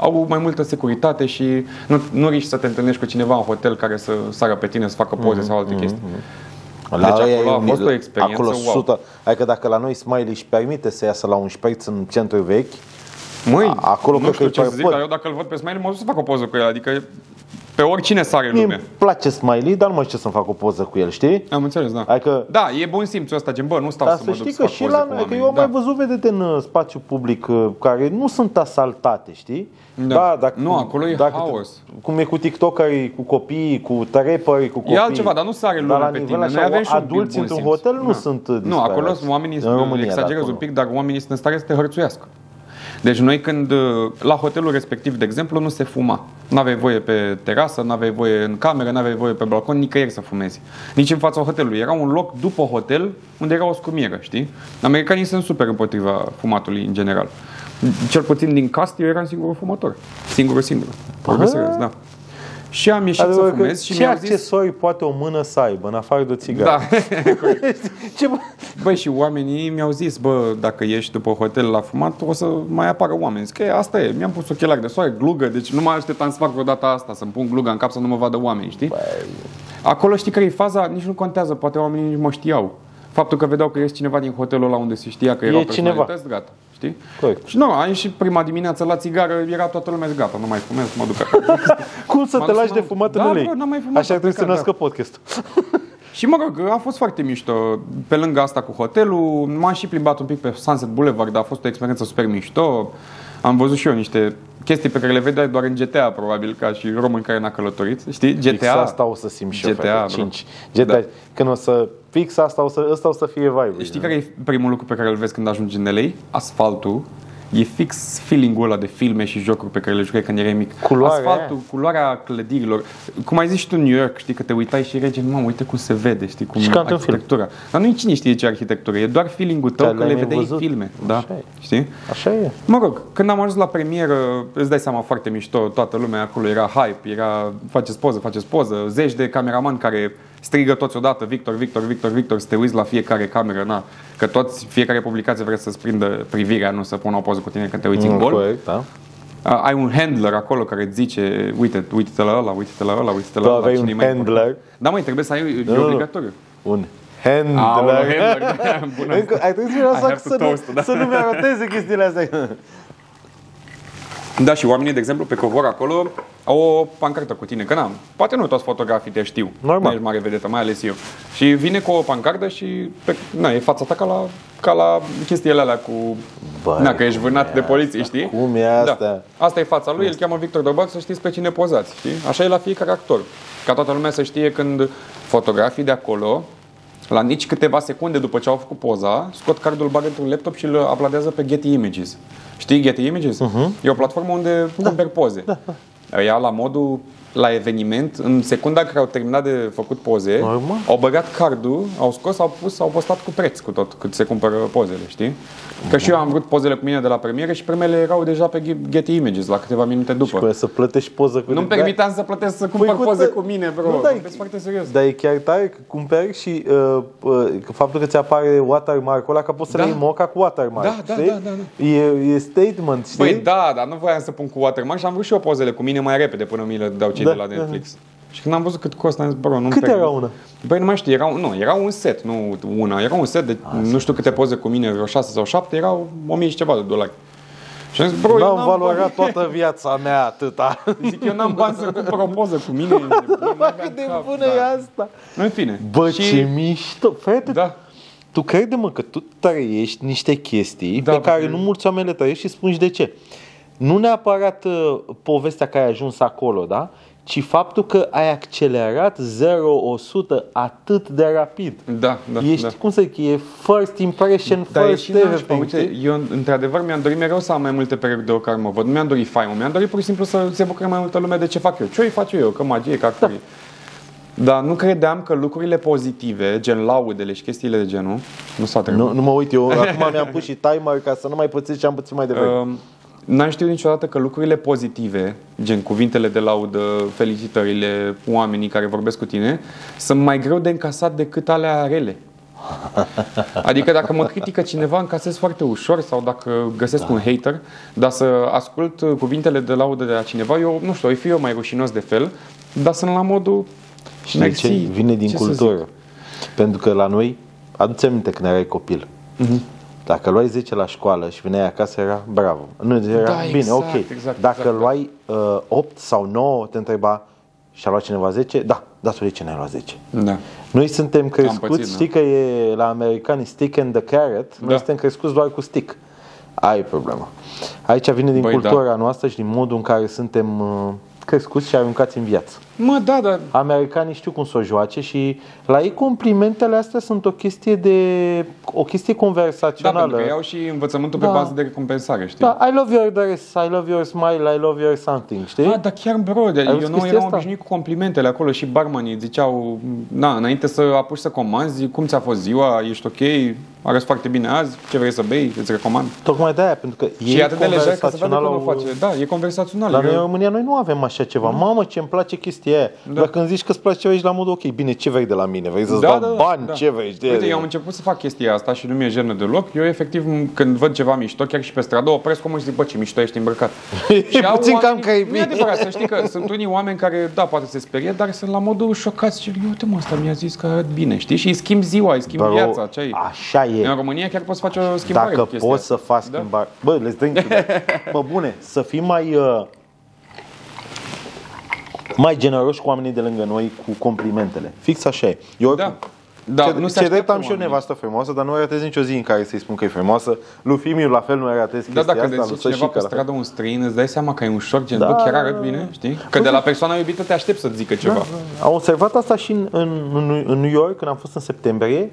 au mai multă securitate și nu, nu riști să te întâlnești cu cineva în hotel care să sară pe tine, să facă Mhm, poze mm-hmm, sau alte mm-hmm. chestii. Deci ăia acolo e a fost o mil- experiență Acolo wow. 100, adică dacă la noi Smiley își permite să iasă la un șperț în centru vechi, Măi, A- acolo nu cred știu că ce îi să zic, pot. dar eu dacă îl văd pe Smiley, mă duc să fac o poză cu el, adică pe oricine sare mie lumea. îmi place Smiley, dar nu mai știu să-mi fac o poză cu el, știi? Am înțeles, da. Adică- Da, e bun simțul ăsta, gen, bă, nu stau Dar să să mă duc știi să că fac și poze la cu noi, că oamenii. eu am da. mai văzut vedete în uh, spațiu public uh, care nu sunt asaltate, știi? Da. Nu, acolo e haos. Cum e cu tiktokerii, cu copiii, cu rapperii, cu copii. altceva, dar nu sare lumea Dar la pe nivel tine. așa, Noi avem și un pic adulți bun într-un simț. hotel nu Da. sunt uh, Nu, disperați. acolo sunt oamenii, În România, da, exagerez un acolo. pic, dar oamenii sunt în stare să te hărțuiască. Deci noi când, uh, la hotelul respectiv, de exemplu, nu se fuma. Nu aveai voie pe terasă, nu aveai voie în cameră, nu aveai voie pe balcon, nicăieri să fumezi. Nici în fața hotelului. Era un loc după hotel unde era o scumieră, știi? Americanii sunt super împotriva fumatului în general. Cel puțin din cast, eu eram singurul fumător. Singurul, singur. Vorbesc serios, da. Și am ieșit să Adică că fumez și ce mi-au zis... accesori poate o mână să aibă, în afară de o țigară? Da. ce... Băi, și oamenii mi-au zis, bă, dacă ieși după hotel la fumat, o să mai apară oameni. Zic, "E, asta e, mi-am pus ochelari de soare, glugă, deci nu mai așteptam să fac vreodată asta, să-mi pun gluga în cap să nu mă vadă oameni, știi? Acolo știi care e faza, nici nu contează, poate oamenii nici mă știau. Faptul că vedeau că ești cineva din hotelul ăla unde se știa că erau E cineva. personalități, gata, știi? Corect. Și nu, a ieșit prima dimineață la țigară, era toată lumea, zic, gata, nu mai fumez, mă duc acasă. Cum să M-am te dus lași să de mă- fumat Da, în ulei? bă, n-am mai fumat, Așa ar trebui să se aplicat, da. nască podcastul. Și mă rog, a fost foarte mișto. Pe lângă asta cu hotelul, m-am și plimbat un pic pe Sunset Boulevard, dar a fost o experiență super mișto. Am văzut și eu niște chestii pe care le vedeai doar în GTA, probabil, ca și român care n-a călătorit. Știi? GTA. Fix asta o să simt și eu, GTA, GTA, bro. 5. GTA, Da. când o să... Fix asta o să, asta o să fie vibe Știi care e primul lucru pe care îl vezi când ajungi în LA? Asfaltul. E fix feeling-ul ăla de filme și jocuri pe care le jucai când erai mic. Culoarea Asfaltul, aia. culoarea clădirilor. Cum ai zis și tu în New York, știi, că te uitai și erai gen, mă, uite cum se vede, știi, cum Și ca într-un film. arhitectura. Dar nu cine știe ce arhitectură, e doar feeling-ul tău Dar că l-ai le mai vedeai în văzut. filme. Așa Da, e. știi? Așa e. Mă rog, când am ajuns la premieră, îți dai seama foarte mișto, toată lumea acolo era hype, era faceți poză, faceți poză, zeci de cameraman care strigă toți odată, Victor, Victor, Victor, Victor, să te uiți la fiecare cameră, na, că toți, fiecare publicație vrea să-ți prindă privirea, nu să pună o poză cu tine când te uiți în Mm, gol. Corect, da. A, Ai un handler acolo care îți zice, uite, uite-te la ăla, uite-te la ăla, uite-te la Tu ăla. aveai cine-i un mai important. handler? Ah. Da, măi, trebuie să ai, e nu, nu. obligatoriu. Un Aoleu, handler. handler, bună. Încă, ai trebuit să-mi I las have să, to nu, toast, da. să nu-mi aroteze chestiile astea. Da, și oamenii, de exemplu, pe covor acolo au o pancartă cu tine, că n-am. Poate nu toți fotografii te știu. Normal. Nu ești mare vedetă, mai ales eu. Și vine cu o pancartă și pe, na, e fața ta ca la, ca la chestiile alea cu... Băi, na, că ești cum vânat e de poliție, asta? știi? Cum e asta? Da. Asta e fața lui, îl cheamă Victor Dobac, să știți pe cine pozați, știi? Așa e la fiecare actor. Ca toată lumea să știe când fotografii de acolo la nici câteva secunde după ce au făcut poza, scot cardul, îl bag într-un laptop și îl apladează pe Getty Images. Știi Getty Images? Uh-huh. E o platformă unde da. cumperi poze. Da. Ea la modul la eveniment, în secunda care au terminat de făcut poze, Normal. au băgat cardul, au scos, au pus, au postat cu preț cu tot cât se cumpără pozele, știi? Că și eu am vrut pozele cu mine de la premiere și primele erau deja pe Getty Images la câteva minute după. Bă, să plătești poză cu... Nu-mi permiteam să plătesc să cumpăr Păi cu poze tă- cu mine, bro. Nu, dai- Vorbesc foarte serios. Dar e chiar tare că cumperi și uh, uh, că faptul că ți apare watermark-ul ăla, că poți să Da. le iei moca cu watermark, Da, da, știi? da, da, E, e statement, știi? Băi, da, dar nu voiam să pun cu watermark și am vrut și eu pozele cu mine mai repede până mi le dau cei Da, de la da. Netflix. Și când am văzut cât costă, am zis, bro, nu Cât era una? Băi, Păi nu mai știu, erau, nu, era un set, nu una, era un set de Ah, nu știu câte poze cu mine, vreo 6 sau 7, erau 1000 și ceva de dolari. Și am zis, bro, eu N-am n-am valorat toată viața mea atâta. bani, zic, eu n-am bani să cumpăr o poză cu mine. ești nebun, n-aveam Cât de cap, bună da. e asta? În fine. Bă, și, ce mișto! Frate, Da. tu crede-mă că tu trăiești niște chestii Da, da, pe care pentru- nu mulți oameni le trăiesc și spun și de ce. Nu neapărat uh, povestea care ai ajuns acolo, da? Ci faptul că ai accelerat 0-100 atât de rapid. Da, da, Ești, da. cum să zic, e first impression, Dar e first și nașpa, everything. uite, știi? eu într-adevăr mi-am dorit mereu să am mai multe periodi de ocară, mă văd, nu mi-am dorit faimă, mi-am dorit pur și simplu să se bucure mai multă lume de ce fac eu, ce îi face eu, că magie, că actorii. Dar nu credeam că lucrurile pozitive, gen laudele și chestiile de genul, nu s-a trecut. Nu, nu mă uit eu, acum mi-am pus și timer ca să nu mai pățesc ce am pățit mai devreme. Uh, Um, N-am știut niciodată că lucrurile pozitive, gen cuvintele de laudă, felicitările, oamenii care vorbesc cu tine, sunt mai greu de încasat decât alea rele. Adică dacă mă critică cineva, încasez foarte ușor sau dacă găsesc da. un hater, dar să ascult uh, cuvintele de laudă de la cineva, eu, nu știu, oi fi eu mai rușinos de fel, dar sunt la modul... Știi de ce? Vine din ce să zic? cultură. Pentru că la noi, aduți aminte când erai copil. Mhm. Dacă luai 10 la școală și veneai acasă, era bravo. Nu, era Da, bine, exact, ok. exact, Dacă exact, luai uh, 8 sau 9, te întreba, și-a luat cineva 10? Da, dar tu de ce n-ai luat 10? Da. Noi suntem crescuți, pățit, da. știi că e la americani stick and the carrot, da. Da. noi suntem crescuți doar cu stick. Ai problema. Aici vine din Băi, cultura da. noastră și din modul în care suntem uh, crescuți și aruncați în viață. Mă, da, dar Americanii știu cum să o joace și la ei complimentele astea sunt o chestie de o chestie da, pentru conversațională. că iau și învățământul Da. pe bază de recompensare, știi? da, I love your dress, I love your smile, I love your something, știi? Ah, dar chiar bro, de, văzut eu nu chestia eram asta? obișnuit cu complimentele acolo și barmanii ziceau, na, înainte să apuci să comanzi, zic, cum ți-a fost ziua, ești ok, arăți foarte bine azi, ce vrei să bei, îți recomand. Tocmai de aia, pentru că Și ei e atât de lejer ca să vadă conversațional cum o au- face. Mm. Da, e conversațional. La noi în eu, România noi nu avem așa ceva. Mamă, ce îmi place chestia aia. Da. Dar când zici că îți place ceva, ești la modul, ok, bine, ce vrei de la mine? Vrei să-ți dau bani? Ce vrei? De- Da, Uite, eu am început să fac chestia asta și nu mi-e jenă deloc. Eu, efectiv, m- când văd ceva mișto, chiar și pe stradă, opresc omul și zic, bă, ce mișto ești îmbrăcat. E au puțin cam oamenii- creepy. Nu e adevărat, să știi că sunt unii oameni care, da, poate se sperie, dar sunt la modul șocați și uite mă, asta mi-a zis că arăt bine, știi? Și îi schimb ziua, îi schimb Bro, viața, ce ai? Așa În e. România chiar poți să faci o schimbare Dacă cu chestia poți să asta. faci Da. schimbare. Bă, le dăm Mă bune, să fii mai uh, mai generoși cu oamenii de lângă noi cu complimentele. Fix așa e. Eu Da. Da, ce, nu se ce drept așteaptă am și eu oamenii. nevastă frumoasă, dar nu ratez nicio zi în care să-i spun că e frumoasă. Lui Fimiu la fel nu ratez Da, chestia dacă asta, le lui zici cineva Sășică pe la fel. stradă un străin, îți dai seama că e un șoc, gen, Da. da. bă, chiar arăt bine, știi? Că de la persoana iubită te aștept să-ți zică ceva. Da, Am observat asta și în, în, în, în New York, când am fost în septembrie.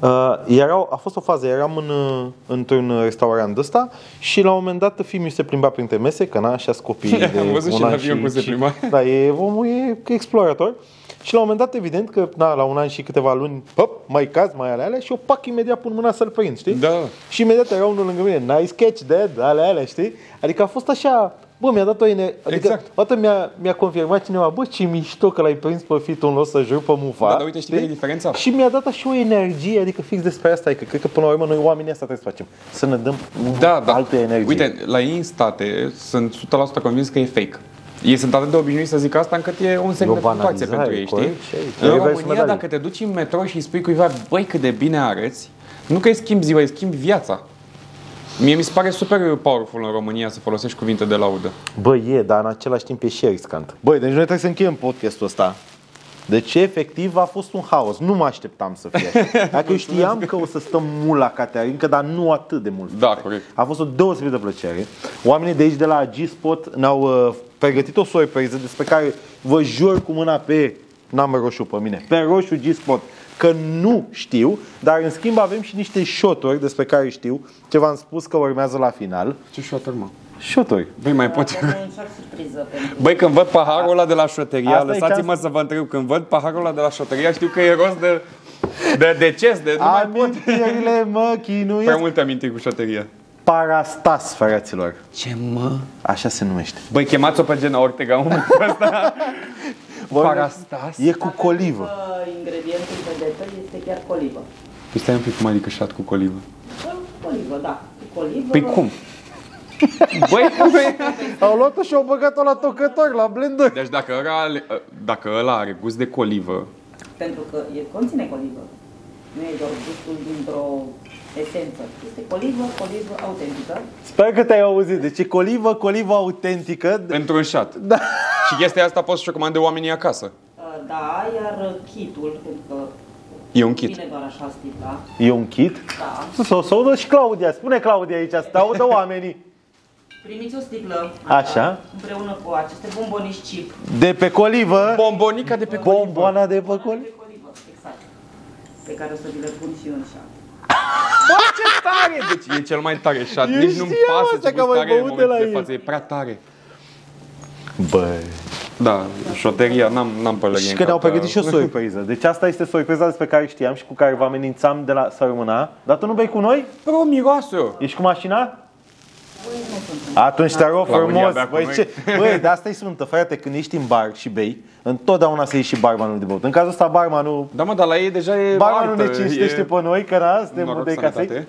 Uh, erau, a fost o fază, eram în, uh, într-un restaurant ăsta și la un moment dat fiul meu se plimba printre mese, că n-a așa copii de Am văzut un și în an avion cum se și- plimba. Da, e, omul e explorator. Și la un moment dat, evident că na, la un an și câteva luni, pop, mai caz, mai ale alea și eu pac imediat pun mâna să-l prind, știi? Da. Și imediat era unul lângă mine, nice catch, dad, ale alea, știi? Adică a fost așa, bă, mi-a dat o energie, adică Exact. Poate mi-a, mi-a confirmat cineva, bă, ce mișto că l-ai prins pe fitul nostru să jur pe mufa. Da, dar uite, știi care e diferența? Și mi-a dat așa o energie, adică fix despre asta, adică cred că până la urmă noi oamenii asta trebuie să facem. Să ne dăm Da, da. altă energie. Uite, la ei în state sunt 100% convins că e fake. Ei sunt atât de obișnuiți să zic asta încât e un semn E o de punctuație banalizare, pentru ei, știi? corect, și ei- ei În vreau să România, medalii. dacă te duci în metro și îi spui cuiva, băi, cât de bine arăți, nu că îi schimbi ziua, îi schimbi viața. Mie mi se pare super powerful în România să folosești cuvinte de laudă. Bă, e, dar în același timp e și riscant. Băi, deci noi trebuie să încheiem podcastul ăsta. Deci, efectiv, a fost un haos. Nu mă așteptam să fie așa. Dacă eu știam că o să stăm mult la Caterinca, dar nu atât de mult. Da, corect. A fost o deosebită plăcere. Oamenii de aici de la G-Spot ne-au uh, pregătit o surpriză despre care vă jur cu mâna pe n-am roșu pe mine, pe roșu G-Spot că nu știu, dar în schimb avem și niște șoturi despre care știu, ce v-am spus că urmează la final. Ce șoter, mă? Șoturi. Băi, mai pot... Avem un șoc surpriză pentru Băi, când văd paharul ăla de la șoteria, Asta e lăsați-mă chance- să vă întreb, când văd paharul ăla de la șoteria, știu că e rost de, de deces, de nu mai pot. Amintirile mă Prea chinuiesc. multe amintiri cu șoteria. Parastas, fraților. Ce mă? Așa se numește. Băi, chemați-o pe Gena Ortega în momentul ăsta. Parastas? E cu colivă. că Ingredientul vedetel este chiar colivă. Păi stai un pic, cum adică șat cu colivă? Bă, Colivă, da. Cu Colivă. Păi cum? Băi, cum e? Au luat-o și au băgat-o la tocător, la blender. Deci dacă ăla, are- dacă ăla are gust de colivă, Pentru că e, conține colivă. Nu e doar gustul dintr-o esență. Este colivă, colivă autentică. Sper că te-ai auzit. Deci e colivă, colivă autentică. într-un șat. Da. Și chestia asta poți să o comande oamenii acasă. Uh, Da, iar kitul, pentru că E un kit. vine doar așa sticla. E un kit? Da. Să o audă și Claudia. Spune Claudia aici, să te audă oamenii. Primiți o sticlă. Așa. Împreună cu aceste bombonici chip. De pe colivă. Bombonica de pe colivă. Bomboana de pe De colivă. colivă, exact. Pe care o să vi le pun și eu în șat. Ce tare! Deci e cel mai tare șat. Eu Nici nu-mi știam pasă asta ce că am gust mai are în băut de la momentul de el. față. E prea tare. Bă, Da, șoteria, n-am, n-am pălărie Și în că ne-au cap, pregătit și o surpriză. Deci asta este surpriza despre care știam și cu care vă amenințam de la săptămâna. Dar tu nu bei cu noi? Bro, miroase Ești cu mașina? Voi nu sunteți. Atunci te rog La unii frumos. abia cu Băi, noi. ce? Băi, dar asta e sfântă, frate, când ești în bar și bei, întotdeauna să iei și barmanul de băut. În cazul ăsta barmanul Da, mă, dar la ei deja e Barmanul altă, ne cinstește e pe noi, că na, suntem noroc, de casei. sănătate.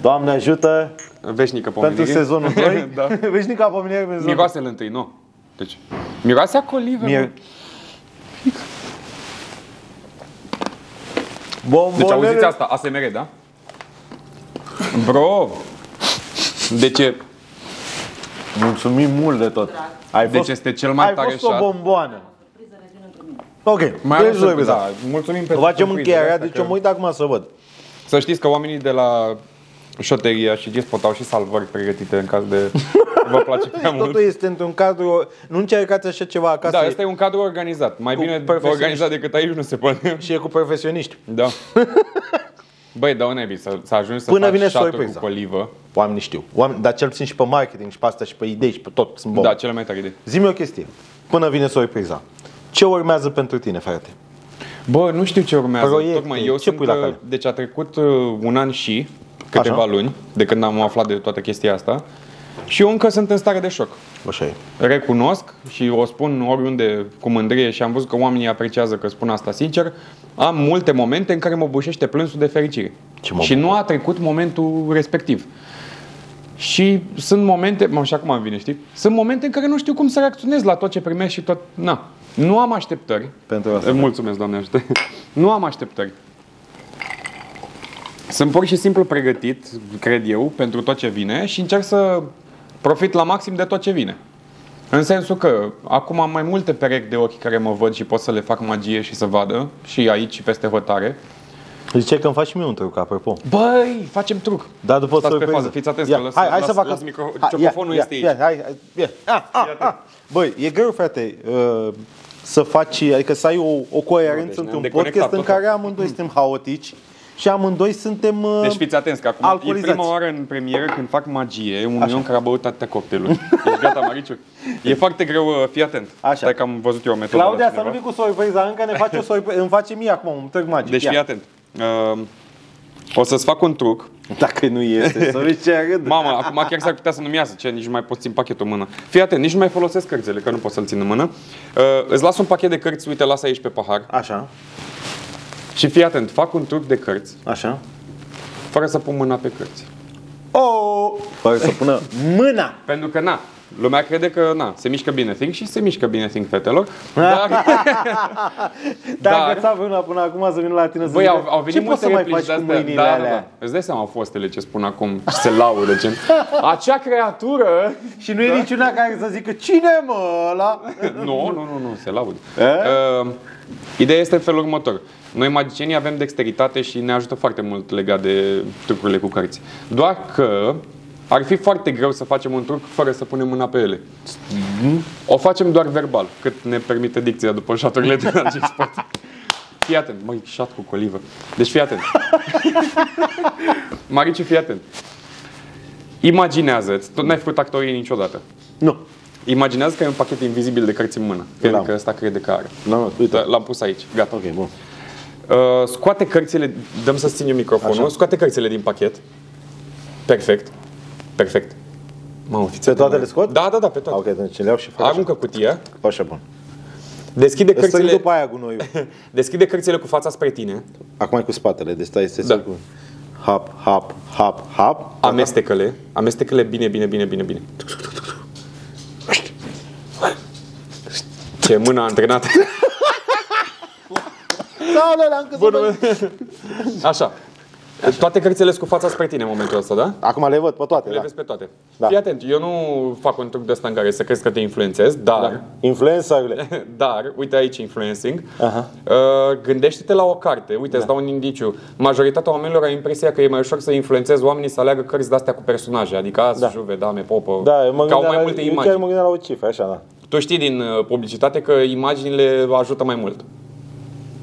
Doamne ajută Veșnică pomenire. pentru sezonul 2. da. Veșnica pomenire pentru sezonul Miroasele întâi, nu. Deci, miroase a colivă, Mir. mă. Deci auziți Bombonele. asta, ASMR, da? Bro! De ce? Mulțumim mult de tot. Ai Deci este cel mai ai tare fost o șat. bomboană. Surpriză revine într-un minut. Ok, Mai deci ales, surpriza. da, mulțumim pentru Facem surprizele încheierea, astea, deci că- eu mă uit acum să văd. Să știți că oamenii de la șoteria și Gispot au și salvări pregătite în caz de vă place prea mult. Totul este într-un cadru, nu încercați așa ceva acasă. Da, e- ăsta e un cadru organizat. Mai Cu bine profesioniști. organizat decât aici nu se poate. Și e cu profesioniști. Da. Băi, dau nebii să, să ajungi să Până faci vine șaturi surpriza. cu colivă. Oamenii știu. Oameni, dar cel puțin și pe marketing și pe asta și pe idei și pe tot. Sunt bom. Da, cele mai tare idei. Zi-mi o chestie. Până vine surpriza. Ce urmează pentru tine, frate? Bă, nu știu ce urmează. Proiecte. Tocmai eu Ce sunt, pui la cale? Deci a trecut uh, un an și câteva Așa. luni de când am aflat de toată chestia asta și eu încă sunt în stare de șoc. Așa e. Recunosc și o spun oriunde cu mândrie și am văzut că oamenii apreciază că spun asta sincer. Am multe momente în care mă bușește plânsul de fericire. Ce mă Și nu a trecut momentul respectiv. Și sunt momente, mă, și acum îmi vine, știi? Sunt momente în care nu știu cum să reacționez la tot ce primesc și tot... Na, nu am așteptări. Pentru asta. Mulțumesc, Doamne ajută. Nu am așteptări. Sunt pur și simplu pregătit, cred eu, pentru tot ce vine și încerc să profit la maxim de tot ce vine. În sensul că acum am mai multe perechi de ochi care mă văd și pot să le fac magie și să vadă și aici și peste hotare. Zice că îmi faci și mie un truc, apropo. Băi, facem truc! Da, după Stați pe surpriză. fază, fiți atenți Ia, că las- hai, hai las- să fac las asta. micro- Hai, ia, ciocofonul ia, este aici. Ia, hai, hai, ia. A, a, a. Băi, e greu, frate, uh, să faci, adică să ai o, o Bă, deci coerență ne-am într-un deconectat podcast în total. care amândoi suntem haotici și amândoi suntem... uh, Deci fiți atenți că acum e alcoolizați. prima oară în premieră când fac magie un om care a băut atâtea cocktailuri. Deci gata, Mariciu. E foarte greu, uh, fii atent. Așa. Stai că am văzut eu o metodă la Claudia, să nu cineva. vii cu surpriza, încă ne face o surpriză, îmi face mie acum un truc magic. Deci Ia. fii atent. Uh, o să-ți fac un truc. Dacă nu iese, să vezi ce râd. Mamă, acum chiar s-ar putea să nu-mi iasă, ce, nici nu mai pot țin pachetul în mână. Fii atent, nici nu mai folosesc cărțile, că nu pot să-l țin în mână. Uh, îți las un pachet de cărți, uite, las aici pe pahar. Așa, Și fii atent, fac un truc de cărți, așa. fără să pun mâna pe cărți. Oh! Fără să pună mâna. Pentru că, na, lumea crede că, na, se mișcă bine Think și se mișcă bine Think fetelor, dar... Te-a Dar- agățat vreuna până acum să vină la tine să Băi, zică, au, au venit ce poți multe să mai replici faci cu de-astea. mâinile da, alea? Da, da. Îți dai seama fostele ce spun acum și se laudă, gen. Acea creatură... Și nu e Da. niciuna care să zică, cine mă ăla? Nu, nu, nu, nu, se laudă. E? Uh, ideea este în felul următor. Noi magicienii avem dexteritate și ne ajută foarte mult legat de trucurile cu cărți. Doar că ar fi foarte greu să facem un truc fără să punem mâna pe ele. O facem doar verbal, cât ne permite dicția după șaturile de la G-Spot. Fii atent, măi, șat cu colivă. Deci fii atent. Mariciu, fii atent. Imaginează-ți, tu n-ai făcut actorie niciodată. Nu. Imaginează că ai un pachet invizibil de cărți în mână. Cred Da. că ăsta crede că are. Nu, nu, uite. Da, L-am pus aici, gata. Ok, bun. Uh, scoate cărțile, dăm să țin eu microfonul, Așa. scoate cărțile din pachet. Perfect. Perfect. Mamă, fiți Pe toate atent. le scot? Da, da, da, pe Ah, Ok, toate. atunci le iau și fac Aruncă cutia, așa. Așa, bun. deschide Îți strâng cărțile, după aia gunoiul. deschide cărțile cu fața spre tine, Acum e cu spatele, deci stai să Da. da. cu... Hap, hap, hap, hap. amestecă-le, amestecă-le bine, bine, bine, bine, bine. Ce mână antrenată. Sau le Da, am căzut. pe- Așa. Toate cărțile sunt cu fața spre tine în momentul ăsta, da? Acum le văd pe toate, Le da. vezi pe toate. Da. Fii atent, eu nu fac un truc de ăsta în care să crezi că te influențez, Da. dar, Influencerule. da. dar uite aici influencing, Aha. Uh, gândește-te la o carte. Uite, da. îți dau un indiciu. Majoritatea oamenilor au impresia că e mai ușor să influențezi oamenii să aleagă cărți de-astea cu personaje, adică azi, Da. da. juve, dame, popă, Da, eu mă că au gândeam mai la, multe eu imagini. chiar mă gândeam la o cifră, așa, da. Tu știi din uh, publicitate că imaginile ajută mai mult.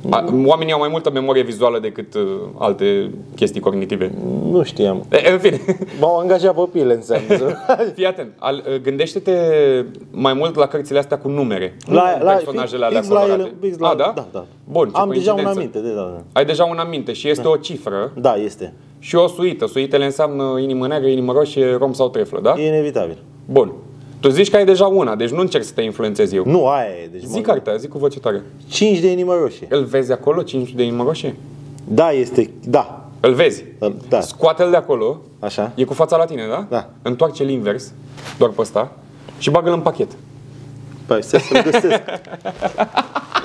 A- Mm. Oamenii au mai multă memorie vizuală decât uh, alte chestii cognitive. Nu știam. E, În fine, M-au angajat pe pile, înseamnă. fii atent. Al, uh, gândește-te mai mult la cărțile astea cu numere. La- nu la- personajele alea fix la ele, colorate. fix la- A, da? da, da. Bun, ce Am deja un coincidență. aminte, de da. da. Ai deja un aminte și este o cifră Da, este. și o suită. Suitele înseamnă inimă neagră, inimă roșie, rom sau treflă, da? E inevitabil. Bun. Tu zici că ai deja una, deci nu încerc să te influențez eu. Nu, aia e. Deci Zic mă- cartea, zic cu voce tare. Cinci de inimă roșie. Îl vezi acolo, 5 de inimă roșie? Da, este. Da. Îl vezi. Da. Scoate-l de acolo. Așa. E cu fața la tine, da? Da. Întoarce-l invers, doar pe ăsta, și bagă-l în pachet. Păi, să se găsesc.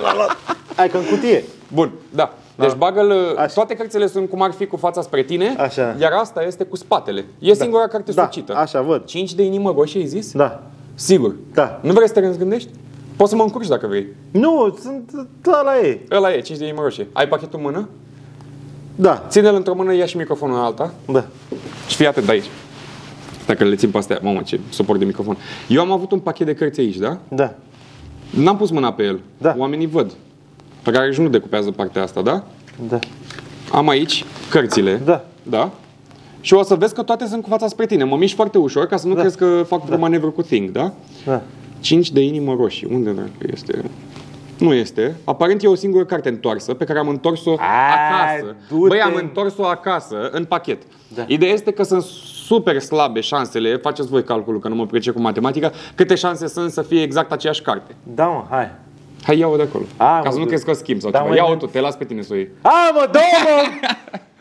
L-am luat. Hai că în cutie. Bun, da. Deci bagă-l, Așa. toate cărțile sunt cum ar fi cu fața spre tine, Așa. iar asta este cu spatele. E singura carte Da, sucită. așa văd. 5 de inimă roșie, ai zis? Da. Sigur. Da. Nu vrei să te răzgândești? Poți să mă încurci dacă vrei. Nu, sunt... Da, la e. Ăla e, 5 de inimă roșie. Ai pachetul în mână? Da. Ține-l într-o mână, ia și microfonul în alta. Da. Și fii atent de aici. Dacă le țin pe astea, mamă, ce suport de microfon. Eu am avut un pachet de cărți aici, da? Da. N-am pus mâna pe el. Da. Oamenii văd. Pe care își nu decupează partea asta, da? Da. Am aici cărțile. Da. Da? Și o să vezi că toate sunt cu fața spre tine. Mă mișc foarte ușor ca să nu Da. crezi că fac vreo manevră cu Think, da? Da. 5 de inimă roșii. Unde dracu este? Nu este. Aparent e o singură carte întoarsă pe care am întors-o acasă. du-te. Băi, am întors-o acasă, în pachet. Da. Ideea este că sunt super slabe șansele, faceți voi calculul că nu mă pricep cu matematica, câte șanse sunt să fie exact aceeași carte. Da, mă, hai. Hai, ia-o de acolo. A, ca mă, să nu du- crezi că o schimb sau Da, ceva. mă, Ia-o nu- tu, te las pe tine să o iei. A, mă, dă mă!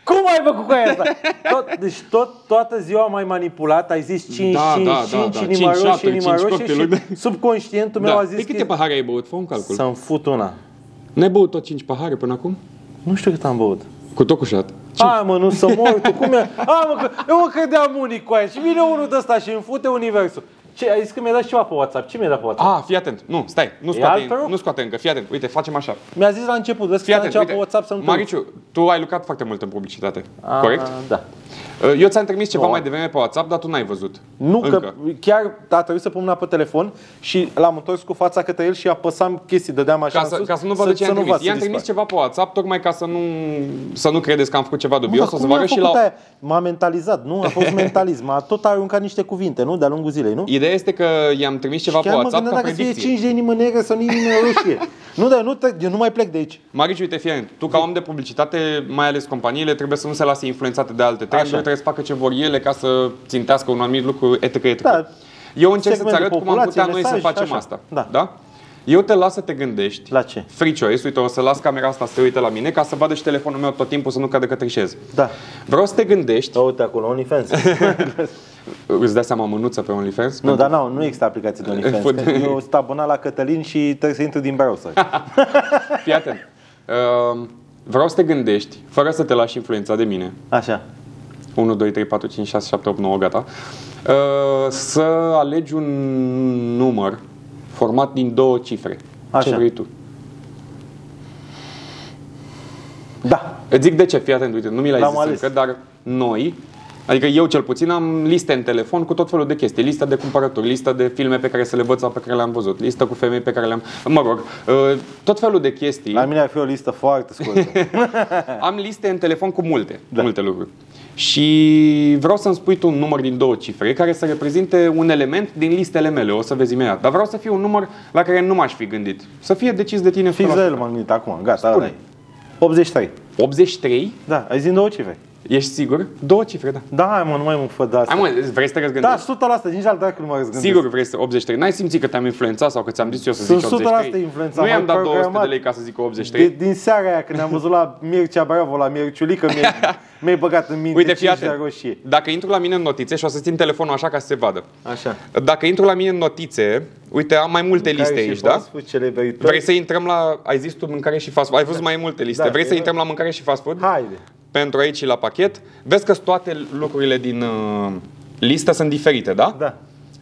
Cum ai făcut cu aia asta? Tot, deci tot, toată ziua m-ai manipulat, ai zis 5, Da, 5, da, 5, da, da. inima 5, roșie, 7, inima 5, roșie și cocktailuri. subconștientul meu Da. a De zis câte că pahare ai băut? Fă un calcul. să-mi fut una. N-ai băut tot 5 pahare până acum? Nu știu cât am băut. Cu tot cu șat. Hai mă, nu să mor, tu cum e? Hai mă, că eu mă credeam unic cu aia și vine unul de ăsta și îmi fute universul. Ce, ai zis că mi-ai dat ceva pe WhatsApp. Ce mi-ai dat pe WhatsApp? A, Ah, fii atent. Nu, stai. Nu scoate, altfel? nu scoate încă. Fii atent. Uite, facem așa. Mi-a zis la început, vezi că Fii mi-a dat atent. ceva Uite, pe WhatsApp să nu te uit. Mariciu, tu ai lucrat foarte mult în publicitate. A, Corect? Uh, Da. Eu ți-am trimis ceva Nu. mai devreme pe WhatsApp, dar tu n-ai văzut. Nu, încă. că chiar a trebuit să pun mâna pe telefon și l-am întors cu fața către el și apăsam chestii, dădeam așa Ca în să, sus, ca să nu vadă ce am trimis. vadă, I-am trimis dispare. ceva pe WhatsApp, tocmai ca să nu, să nu credeți că am făcut ceva dubios. Mă, o dar să cum vă arăt i-a și la... făcut aia? M-a mentalizat, nu? A fost mentalism. M-a tot aruncat niște cuvinte, nu? De-a lungul zilei, nu? Ideea este că i-am trimis ceva pe Chiar mă WhatsApp gândeam ca dacă să fie predicție. 5 de inimă neagră sau inimă roșie. nu, dar eu nu, te, eu nu mai plec de aici. Marici, uite, fii atent. tu ca om de publicitate, mai ales companiile, trebuie să nu se lase influențate de alte Așa. trenduri, trebuie să facă ce vor ele ca să țintească un anumit lucru etică, etică. Da. Eu încerc să-ți Segment de arăt cum am populație, putea noi să mesaj, facem așa. asta. Da. da? Eu te las să te gândești. La ce? Free choice. Uite, o să las camera asta să se uite la mine ca să vadă și telefonul meu tot timpul să nu cadă că trișez. Da. Vreau să te gândești. Da, uite acolo, OnlyFans. Îți dai seama mânuță pe OnlyFans? nu, da. dar nu, nu există aplicație de OnlyFans. Fut- că eu sunt abonat la Cătălin și trebuie să intru din browser. Fii atent. Uh, vreau să te gândești, fără să te lași influențat de mine, Așa. 1, 2, 3, 4, 5, 6, 7, 8, 9, gata. Uh, Să alegi un număr format din două cifre. Așa. Ce vrei tu? Da. Îți zic de ce, fii atent, uite, nu mi l-ai L-am zis ales. încă, dar noi, adică eu cel puțin, am liste în telefon cu tot felul de chestii. Lista de cumpărături, lista de filme pe care să le văd sau pe care le-am văzut, lista cu femei pe care le-am... Mă rog, uh, tot felul de chestii. La mine ar fi o listă foarte scurtă. Am liste în telefon cu multe, da. multe lucruri. Și vreau să-mi spui tu un număr din două cifre care să reprezinte un element din listele mele, o să vezi imediat. Dar vreau să fie un număr la care nu m-aș fi gândit. Să fie decis de tine. Fix la 100%. el m-am gândit acum, gata, Spune. ăla e. 83. 83? Da, ai zis două cifre. Ești sigur? Două cifre, da. Da, hai mă, nu mai mă fă de asta. Hai mă, vrei să te răzgândești? da, 100%, nici al dracu nu mă răzgândesc. Sigur vrei să 83. N-ai simțit că te-am influențat sau că ți-am zis eu să Sunt zici 100% 83. influențat, Nu i-am m-am dat 200 de programat. lei ca să zic De, 83. din seara aia când am văzut la Mircea Bravo, la Mirciulică, mi-ai, mi-ai băgat în minte Uite, fii 5 de atent. roșie. Dacă intru la mine în notițe și o să țin telefonul așa ca să se vadă. Așa. Dacă intru la mine în notițe, uite, am mai multe liste aici, da? Vrei să intrăm la... Ai zis tu mâncare și fast food. Ai văzut mai multe liste. Păi- Da, Vrei să e- intrăm la mâncare și fast food? Haide. Pentru aici și la pachet. Vezi că toate lucrurile din uh, listă sunt diferite, da? Da.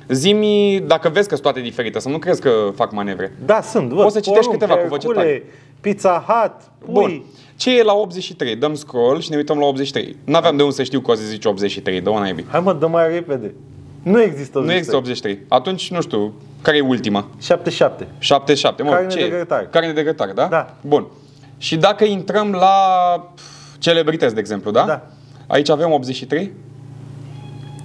Zimi, dacă vezi că sunt toate diferite, să nu crezi că fac manevre. Da, sunt. Văd, Poți să citești porumb, câteva cu voce Hercule, Pizza Hut, pui. Bun. Ce e la 83? Dăm scroll și ne uităm la 83. N-aveam de unde să știu că o să zici 83, dă una Hai mă, dă mai repede. Nu există Nu există 83. Atunci, nu știu, care e ultima? 77. 77. Mă, Carne ce de e? grătar. Carne de grătar, da? Da. Bun. Și dacă intrăm la pf, celebrități, de exemplu, da? Da. Aici avem 83.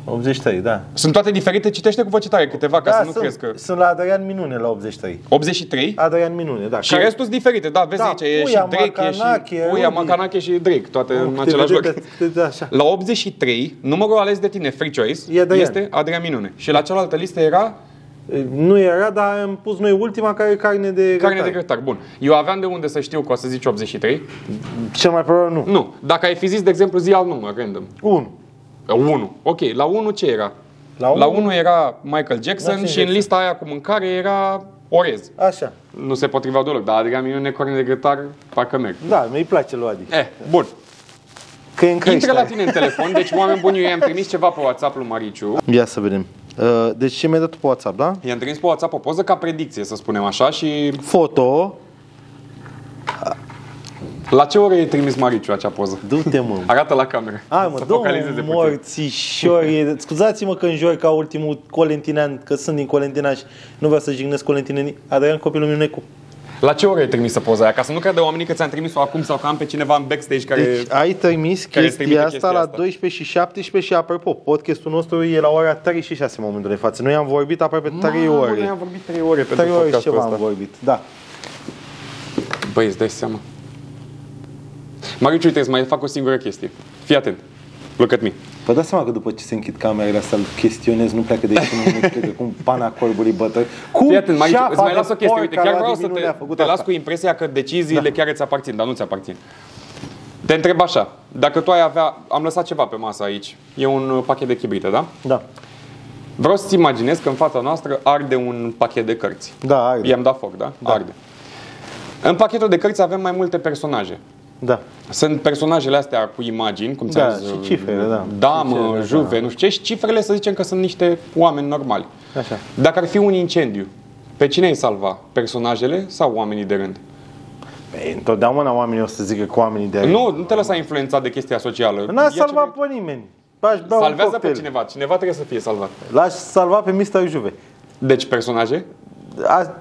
83, da. Sunt toate diferite. Citește cu voce tare câteva, ca da, să nu sunt, crezi că... sunt la Adrian Minune la 83. 83. Adrian Minune, da. Și restul sunt diferite, da, vezi Da, aici, e și Puia, Drake, e și Macanache, Puia, Rudy. Macanache și Drake, toate în același loc. Da, așa. La 83, numărul ales de tine, Free Choice, E Adrian. este Adrian Minune. Și la cealaltă listă era Nu era, dar am pus noi ultima care e carne de Carne de grătar. grătar. Bun. Eu aveam de unde să știu că o să zici 83? Cel mai probabil nu. Nu. Dacă ai fi zis, de exemplu, zi al număr, random. 1. 1. Ok, la 1 ce era? La unu- Da, la 1 era Michael Jackson Michael și în Jackson. lista aia cu mâncare era orez. Așa. Nu se potriveau deloc, dar Adrian Minune, Corne de grătar, parcă merg. Da, mi-i place lui Adi. Eh, bun. Că e în Intră la creștere. tine în telefon, deci oameni buni, eu i-am trimis ceva pe WhatsApp lui Mariciu. Ia să vedem. Uh, Deci ce mi-ai dat pe WhatsApp, da? I-am trimis pe WhatsApp o poză ca predicție, să spunem așa, și Foto. la ce oră e trimis Mariciu acea poză? Du-te, mă. Arată la cameră. Hai mă, Să domnul focalizeze puțin. morțișori, scuzați-mă că înjoi ca ultimul colentinean, că sunt din Colentina și nu vreau să jignesc colentinenii. Adrian copilul meu nu e cu. La ce oră e trimisă poza aia? Ca să nu creadă oamenii că ți-am trimis-o acum sau că am pe cineva în backstage care... Deci ai trimis care îți trimite chestia asta chestia la asta. 12 și 17 și apropo, podcastul nostru e la ora 36 în momentul de față. Noi am vorbit aproape 3 Mamă, ore. Noi am vorbit 3 ore pentru 3 ore și podcastul ceva am ăsta. vorbit, da. Băi, îți dai seama. Marius, uite, îți mai fac o singură chestie. Fii atent. Look at me. Vă dați seama că după ce se închid camerele astea, îl chestionez, nu pleacă de aici, nu nu cred că cum pana corbului bătă. Cum Fii atent, Marius, șafa îți mai de las o chestie. Uite, porca chiar la vreau să Divinu ne-a te, făcut te las asta? Da. cu impresia că deciziile chiar îți aparțin, dar nu ți aparțin. Te întreb așa, dacă tu ai avea, am lăsat ceva pe masă aici, e un uh, pachet de chibrite, da? Da, Vreau să-ți imaginezi că în fața noastră arde un pachet de cărți. da, arde. I-am dat foc, da? da? Arde. În pachetul de cărți avem mai multe personaje. Da. Sunt personajele astea cu imagini, cum ți-am Da, zis, și cifrele, da. Damă, Cifrele, da. juve, nu știu ce, și cifrele să zicem că sunt niște oameni normali. Așa. Dacă ar fi un incendiu, pe cine îi salva? Personajele sau oamenii de rând? Păi- Ei, întotdeauna oamenii o să zică cu oamenii de aici. Nu, nu te lăsa influențat de chestia socială. N-a Ia salvat ce pe nimeni. Aș bea vrei. un Salvează pe cocktail. cineva. Cineva trebuie să fie salvat. L-aș salva pe Mr. Juve. Deci, personaje? A,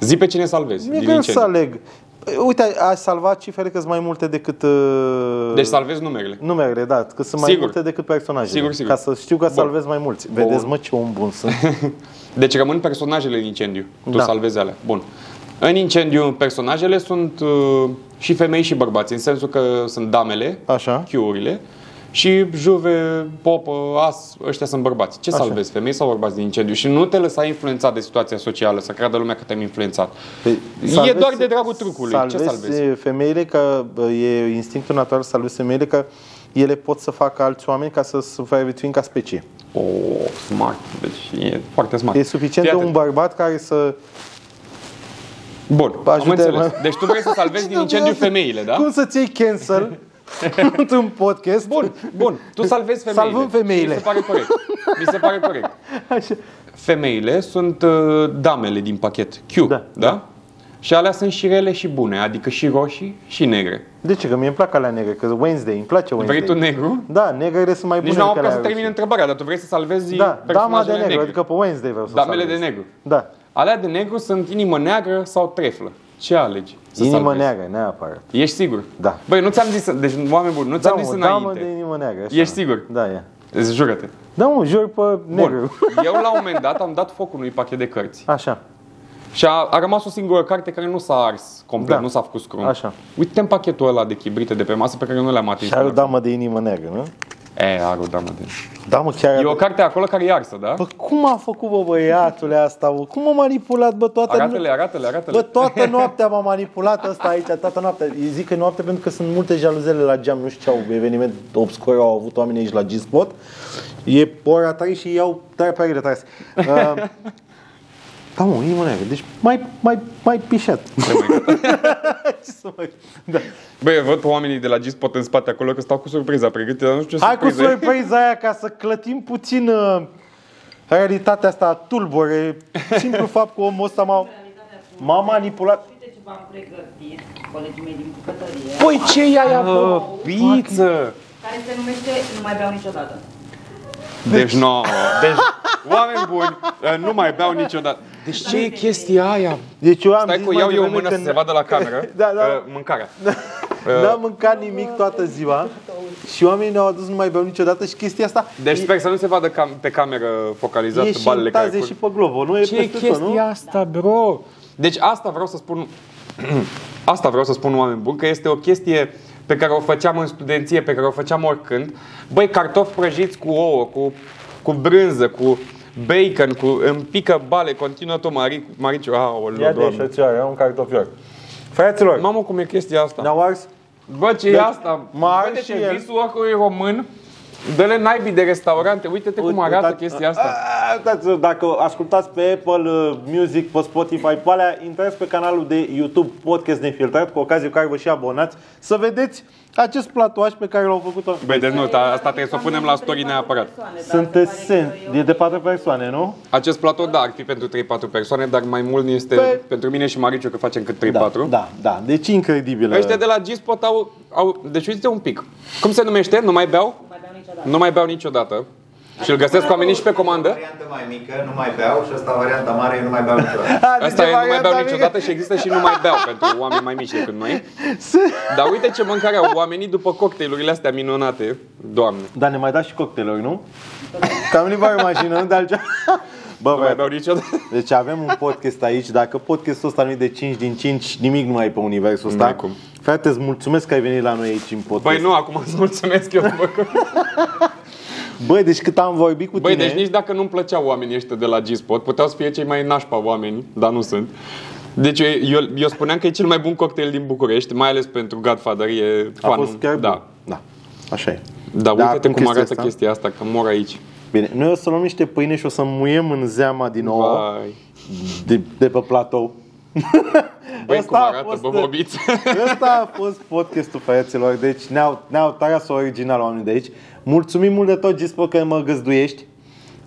Zi pe cine salvezi mi-e din greu să incendiu. aleg. Păi, Uite, aș salva cifrele că sunt mai multe decât uh, Deci salvezi numerele. numerele, da, că sunt mai Sigur. multe decât personaje. Sigur, sigur. Ca să știu că Bun. salvez mai mulți. Vedeți, Bun. mă, ce om bun sunt. Deci rămân personajele în incendiu. Tu Da. salvezi alea. Bun. În incendiu, personajele sunt uh, și femei și bărbați, în sensul că sunt damele, Așa. chiurile, și Juve, Popă, As, ăștia sunt bărbați. Ce salvezi, femei sau bărbați din incendiu? Și nu te lăsa influențat de situația socială, să creadă lumea că te-am influențat. Păi, e doar de dragul trucului. Salvezi Ce salvezi? femeile, că bă, e instinctul natural să salvezi femeile, că ele pot să facă alți oameni ca să supraviețuim ca specie. Oh, smart. Deci e foarte smart. E suficient Fii de un atent. bărbat care să... Bun, am Ajute-mă. înțeles. Deci tu vrei să salvezi din incendiu femeile, da? Cum să-ți iei cancel într-un podcast? Bun, bun. Tu salvezi femeile. Deci, Salvăm femeile. Mi se pare corect. Mi se pare corect. Așa. Femeile sunt uh, damele din pachet Q, Da. da? da? Și alea sunt și rele și bune, adică și roșii și negre. De ce? Că mie îmi plac alea negre, că Wednesday, îmi place Wednesday. Vrei tu negru? Da, negrele sunt mai bune Nici n-am decât apucat să alea termin roșii. întrebarea, dar tu vrei să salvezi Da, dama de personajele negru, negre. adică pe Wednesday vreau să Damele de salvez. negru. Da, Alea de negru sunt inimă neagră sau treflă. Ce alegi? să inimă salvezi? neagră, neapărat. Ești sigur? Da. Băi, nu ți-am zis, să- deci oameni buni, nu ți-am da, zis mă, damă înainte. de inimă neagră. Așa. Ești sigur? Da, e. Îți Jură-te. Da, mă, jur pe Bun. negru. Eu la un moment dat am dat foc unui pachet de cărți. Așa. Și a, a rămas o singură carte care nu s-a ars complet, Da. da. nu s-a făcut scrum. Așa. Uite în pachetul ăla de chibrite de pe masă pe care nu le-am atins. Și are o damă de inimă neagră, nu? E, are o damă de... Da, mă, chiar E o carte acolo care e arsă, da? Bă, cum a făcut, bă, băiatule asta, bă? Cum a manipulat, bă, toată... Arată-le, arată-le, arată-le. Bă, toată noaptea m-a manipulat ăsta aici, toată noaptea. Îi zic că noapte pentru că sunt multe jaluzele la geam, nu știu ce au eveniment obscur au avut oamenii aici la G-Spot. E ora 3 și iau tare pe arile tare. Uh, da, mă, inimă neagră. Deci mai, mai, mai pișat. Ce să fac? da. Băi, văd pe oamenii de la G-Spot în spate acolo că stau cu surpriza pregătită, dar nu știu ce Hai cu surpriză e. surpriza aia ca să clătim puțin uh, realitatea asta tulbure. Simplu fapt că omul ăsta m-a, m-a manipulat. Uite ce v-am pregătit, colegii mei din bucătărie, Păi ce ai acolo? acolo? Pizza! care se numește Nu mai beau niciodată. Deci nu, deci Oameni buni, uh, nu mai beau niciodată. Deci ce e chestia aia? Deci eu am Stai zis că o mai iau eu în mână devreme să când- se vadă la cameră. Da, da. Uh, Mâncarea. N-am mâncat nimic toată ziua și oamenii ne-au adus nu mai beau niciodată și chestia asta Deci e, sper să nu se vadă cam, pe cameră focalizat e și balele în care taze curg. și pe globo, nu e Ce e peste tot, nu? chestia asta, bro? Deci asta vreau să spun... Asta vreau să spun oameni buni, că este o chestie pe care o făceam în studenție, pe care o făceam oricând. Băi, cartofi prăjiți cu ouă, cu, cu brânză, cu bacon, cu îmi pică bale, continuă tot mari, mariciu. Aoleu, Ia de doamne. șoțioare, am un cartofior. Fraților, Mamă, cum e chestia asta? ne-au ars Bă, ce Deci, e asta? mari Bă, de ce și el. visul oricui român, dă-le naibii de restaurante. Uite-te cum Uite, arată uitați- chestia asta. A, uitați-vă, da. Ah, dacă ascultați pe Apple uh, Music, pe Spotify, pe alea, intrați pe canalul de YouTube Podcast Nefiltrat, cu ocazia cu care vă și abonați, să vedeți acest platoaș pe care l-au făcut-o. Băi, deci nu, asta trebuie să o punem la story neapărat. Sunt sen, e de patru persoane, nu? Acest platou, da, ar fi pentru 3-4 persoane, dar mai mult este Pe- Pe... pentru mine și Mariciu că facem cât 3-4. Da, da, da, deci incredibil. Ăștia de la G-Spot au, au... Deci uite un pic. Cum se numește? Nu mai beau? mai beau niciodată. Nu mai beau niciodată. Și îl găsesc oamenii și pe comandă. Varianta mai mică, nu mai beau și asta varianta mare, nu mai beau niciodată. A, deci Asta e, nu mai varianta beau mică. niciodată și există și nu mai beau pentru oameni mai mici decât noi. Dar uite ce mâncare au oamenii după cocktailurile astea minunate. Doamne. Dar ne mai dați și cocktailuri, nu? Că am limba în mașină, nu? Dar altceva... Bă, Nu mai bă, beau niciodată. Deci avem un podcast aici, dacă podcastul ăsta nu e de 5 din 5, nimic nu mai e pe universul ăsta. N-ai cum. Frate, îți mulțumesc că ai venit la noi aici în podcast. Băi, nu, acum îți mulțumesc eu. Bă, că- Băi, deci cât am vorbit cu Băi, tine... deci nici dacă nu-mi plăceau oamenii ăștia de la G-Spot, puteau să fie cei mai nașpa oameni, dar nu sunt. Deci eu, eu, eu spuneam că e cel mai bun cocktail din București, mai ales pentru Godfather, e A fanul. fost chiar da. bun. da. Așa e. Da, uite-te acum cum arată chestia asta, că mor aici. Bine, noi o să luăm niște pâine și o să muiem în zeama din nou Vai. de, de, pe platou. Băi, Ăsta cum a arată, fost- bă, bobiți. Ăsta a fost podcastul fraților, deci ne-au, ne-au tras original oamenii de aici. Mulțumim mult de tot, Gispo, că mă găzduiești.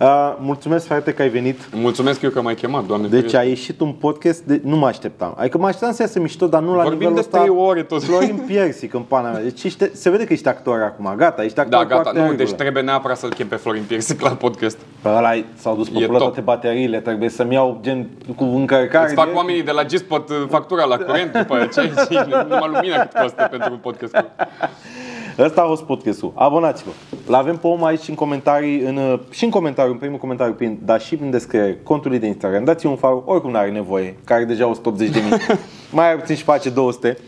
Uh, mulțumesc, frate, că ai venit. Mulțumesc eu că m-ai chemat, doamne Deci ferește. a ieșit un podcast, de... nu mă așteptam. Adică mă așteptam să iasă mișto, dar nu la Vorbim nivelul de ăsta. trei ore tot. Florin Piersic în pana mea. Deci ești, se vede că ești actor acum. Gata, ești actor Da, cu gata, alte nu, reguli. deci trebuie neapărat să-l chem pe Florin Piersic la podcast. Pe ăla s-au dus pe E culo top. toate bateriile, trebuie să-mi iau gen cu încărcare. Îți fac de- oamenii de la G-Spot uh, factura la curent după aceea, și numai lumina cât costă pentru un podcast. Ăsta a fost podcastul. Abonați-vă. L-avem pe om aici și în comentarii, în, uh, și în comentariu, în primul comentariu, prin, dar și prin descriere, contului de Instagram. dați un follow, oricum n-are nevoie, care deja 180 de mii. Mai are puțin și face 200.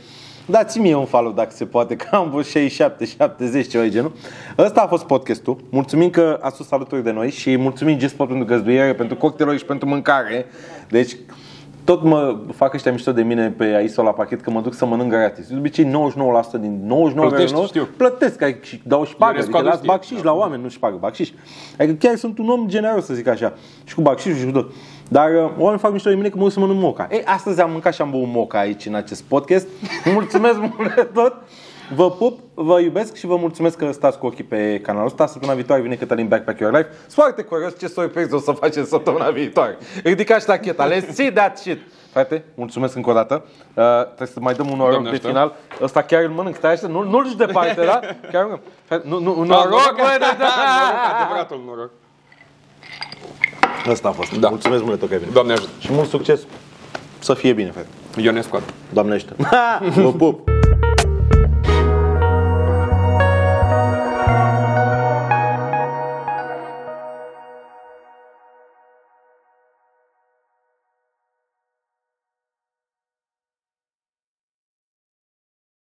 Dați-mi mie un follow dacă se poate, că am vreo 67, 70, ceva de genul. Ăsta a fost podcastul. Mulțumim că ați fost alături de noi și mulțumim Gespot pentru găzduiere, pentru cocktailuri și pentru mâncare. Deci, tot mă fac ăștia mișto de mine pe aici sau la pachet că mă duc să mănânc gratis. De obicei 99% din 99 Plătești, Plătești, știu. plătesc, adică și dau și pagă, Eu le adică scot las în bacșiș știri. la oameni, nu și pagă bacșiș. Adică chiar sunt un om generos, să zic așa, și cu bacșișul și cu tot. Dar uh, oamenii fac mișto de mine că mă duc să mănânc moca. Ei, astăzi am mâncat și am băut moca aici în acest podcast. Mulțumesc mult de tot! Vă pup, vă iubesc și vă mulțumesc că stați cu ochii pe canalul ăsta. Săptămâna viitoare vine Cătălin Backpack Your Life. Sunt foarte curios ce surprize o să facem săptămâna viitoare. Ridicați tacheta, let's see that shit! Frate, mulțumesc încă o dată. Uh, trebuie să mai dăm un oroc Doamne de ajută. final. Ăsta chiar îl mănânc. Stai așa, nu, nu-l duci departe, da? Chiar îl Frate, nu, nu, un oroc, bă, da, Noroc, da! adevăratul noroc. Asta a fost. Da. Mulțumesc mult de tot că ai venit. Doamne ajută. Și mult succes. Să fie bine, frate. Eu ne scoat. Doamnește. Vă pup.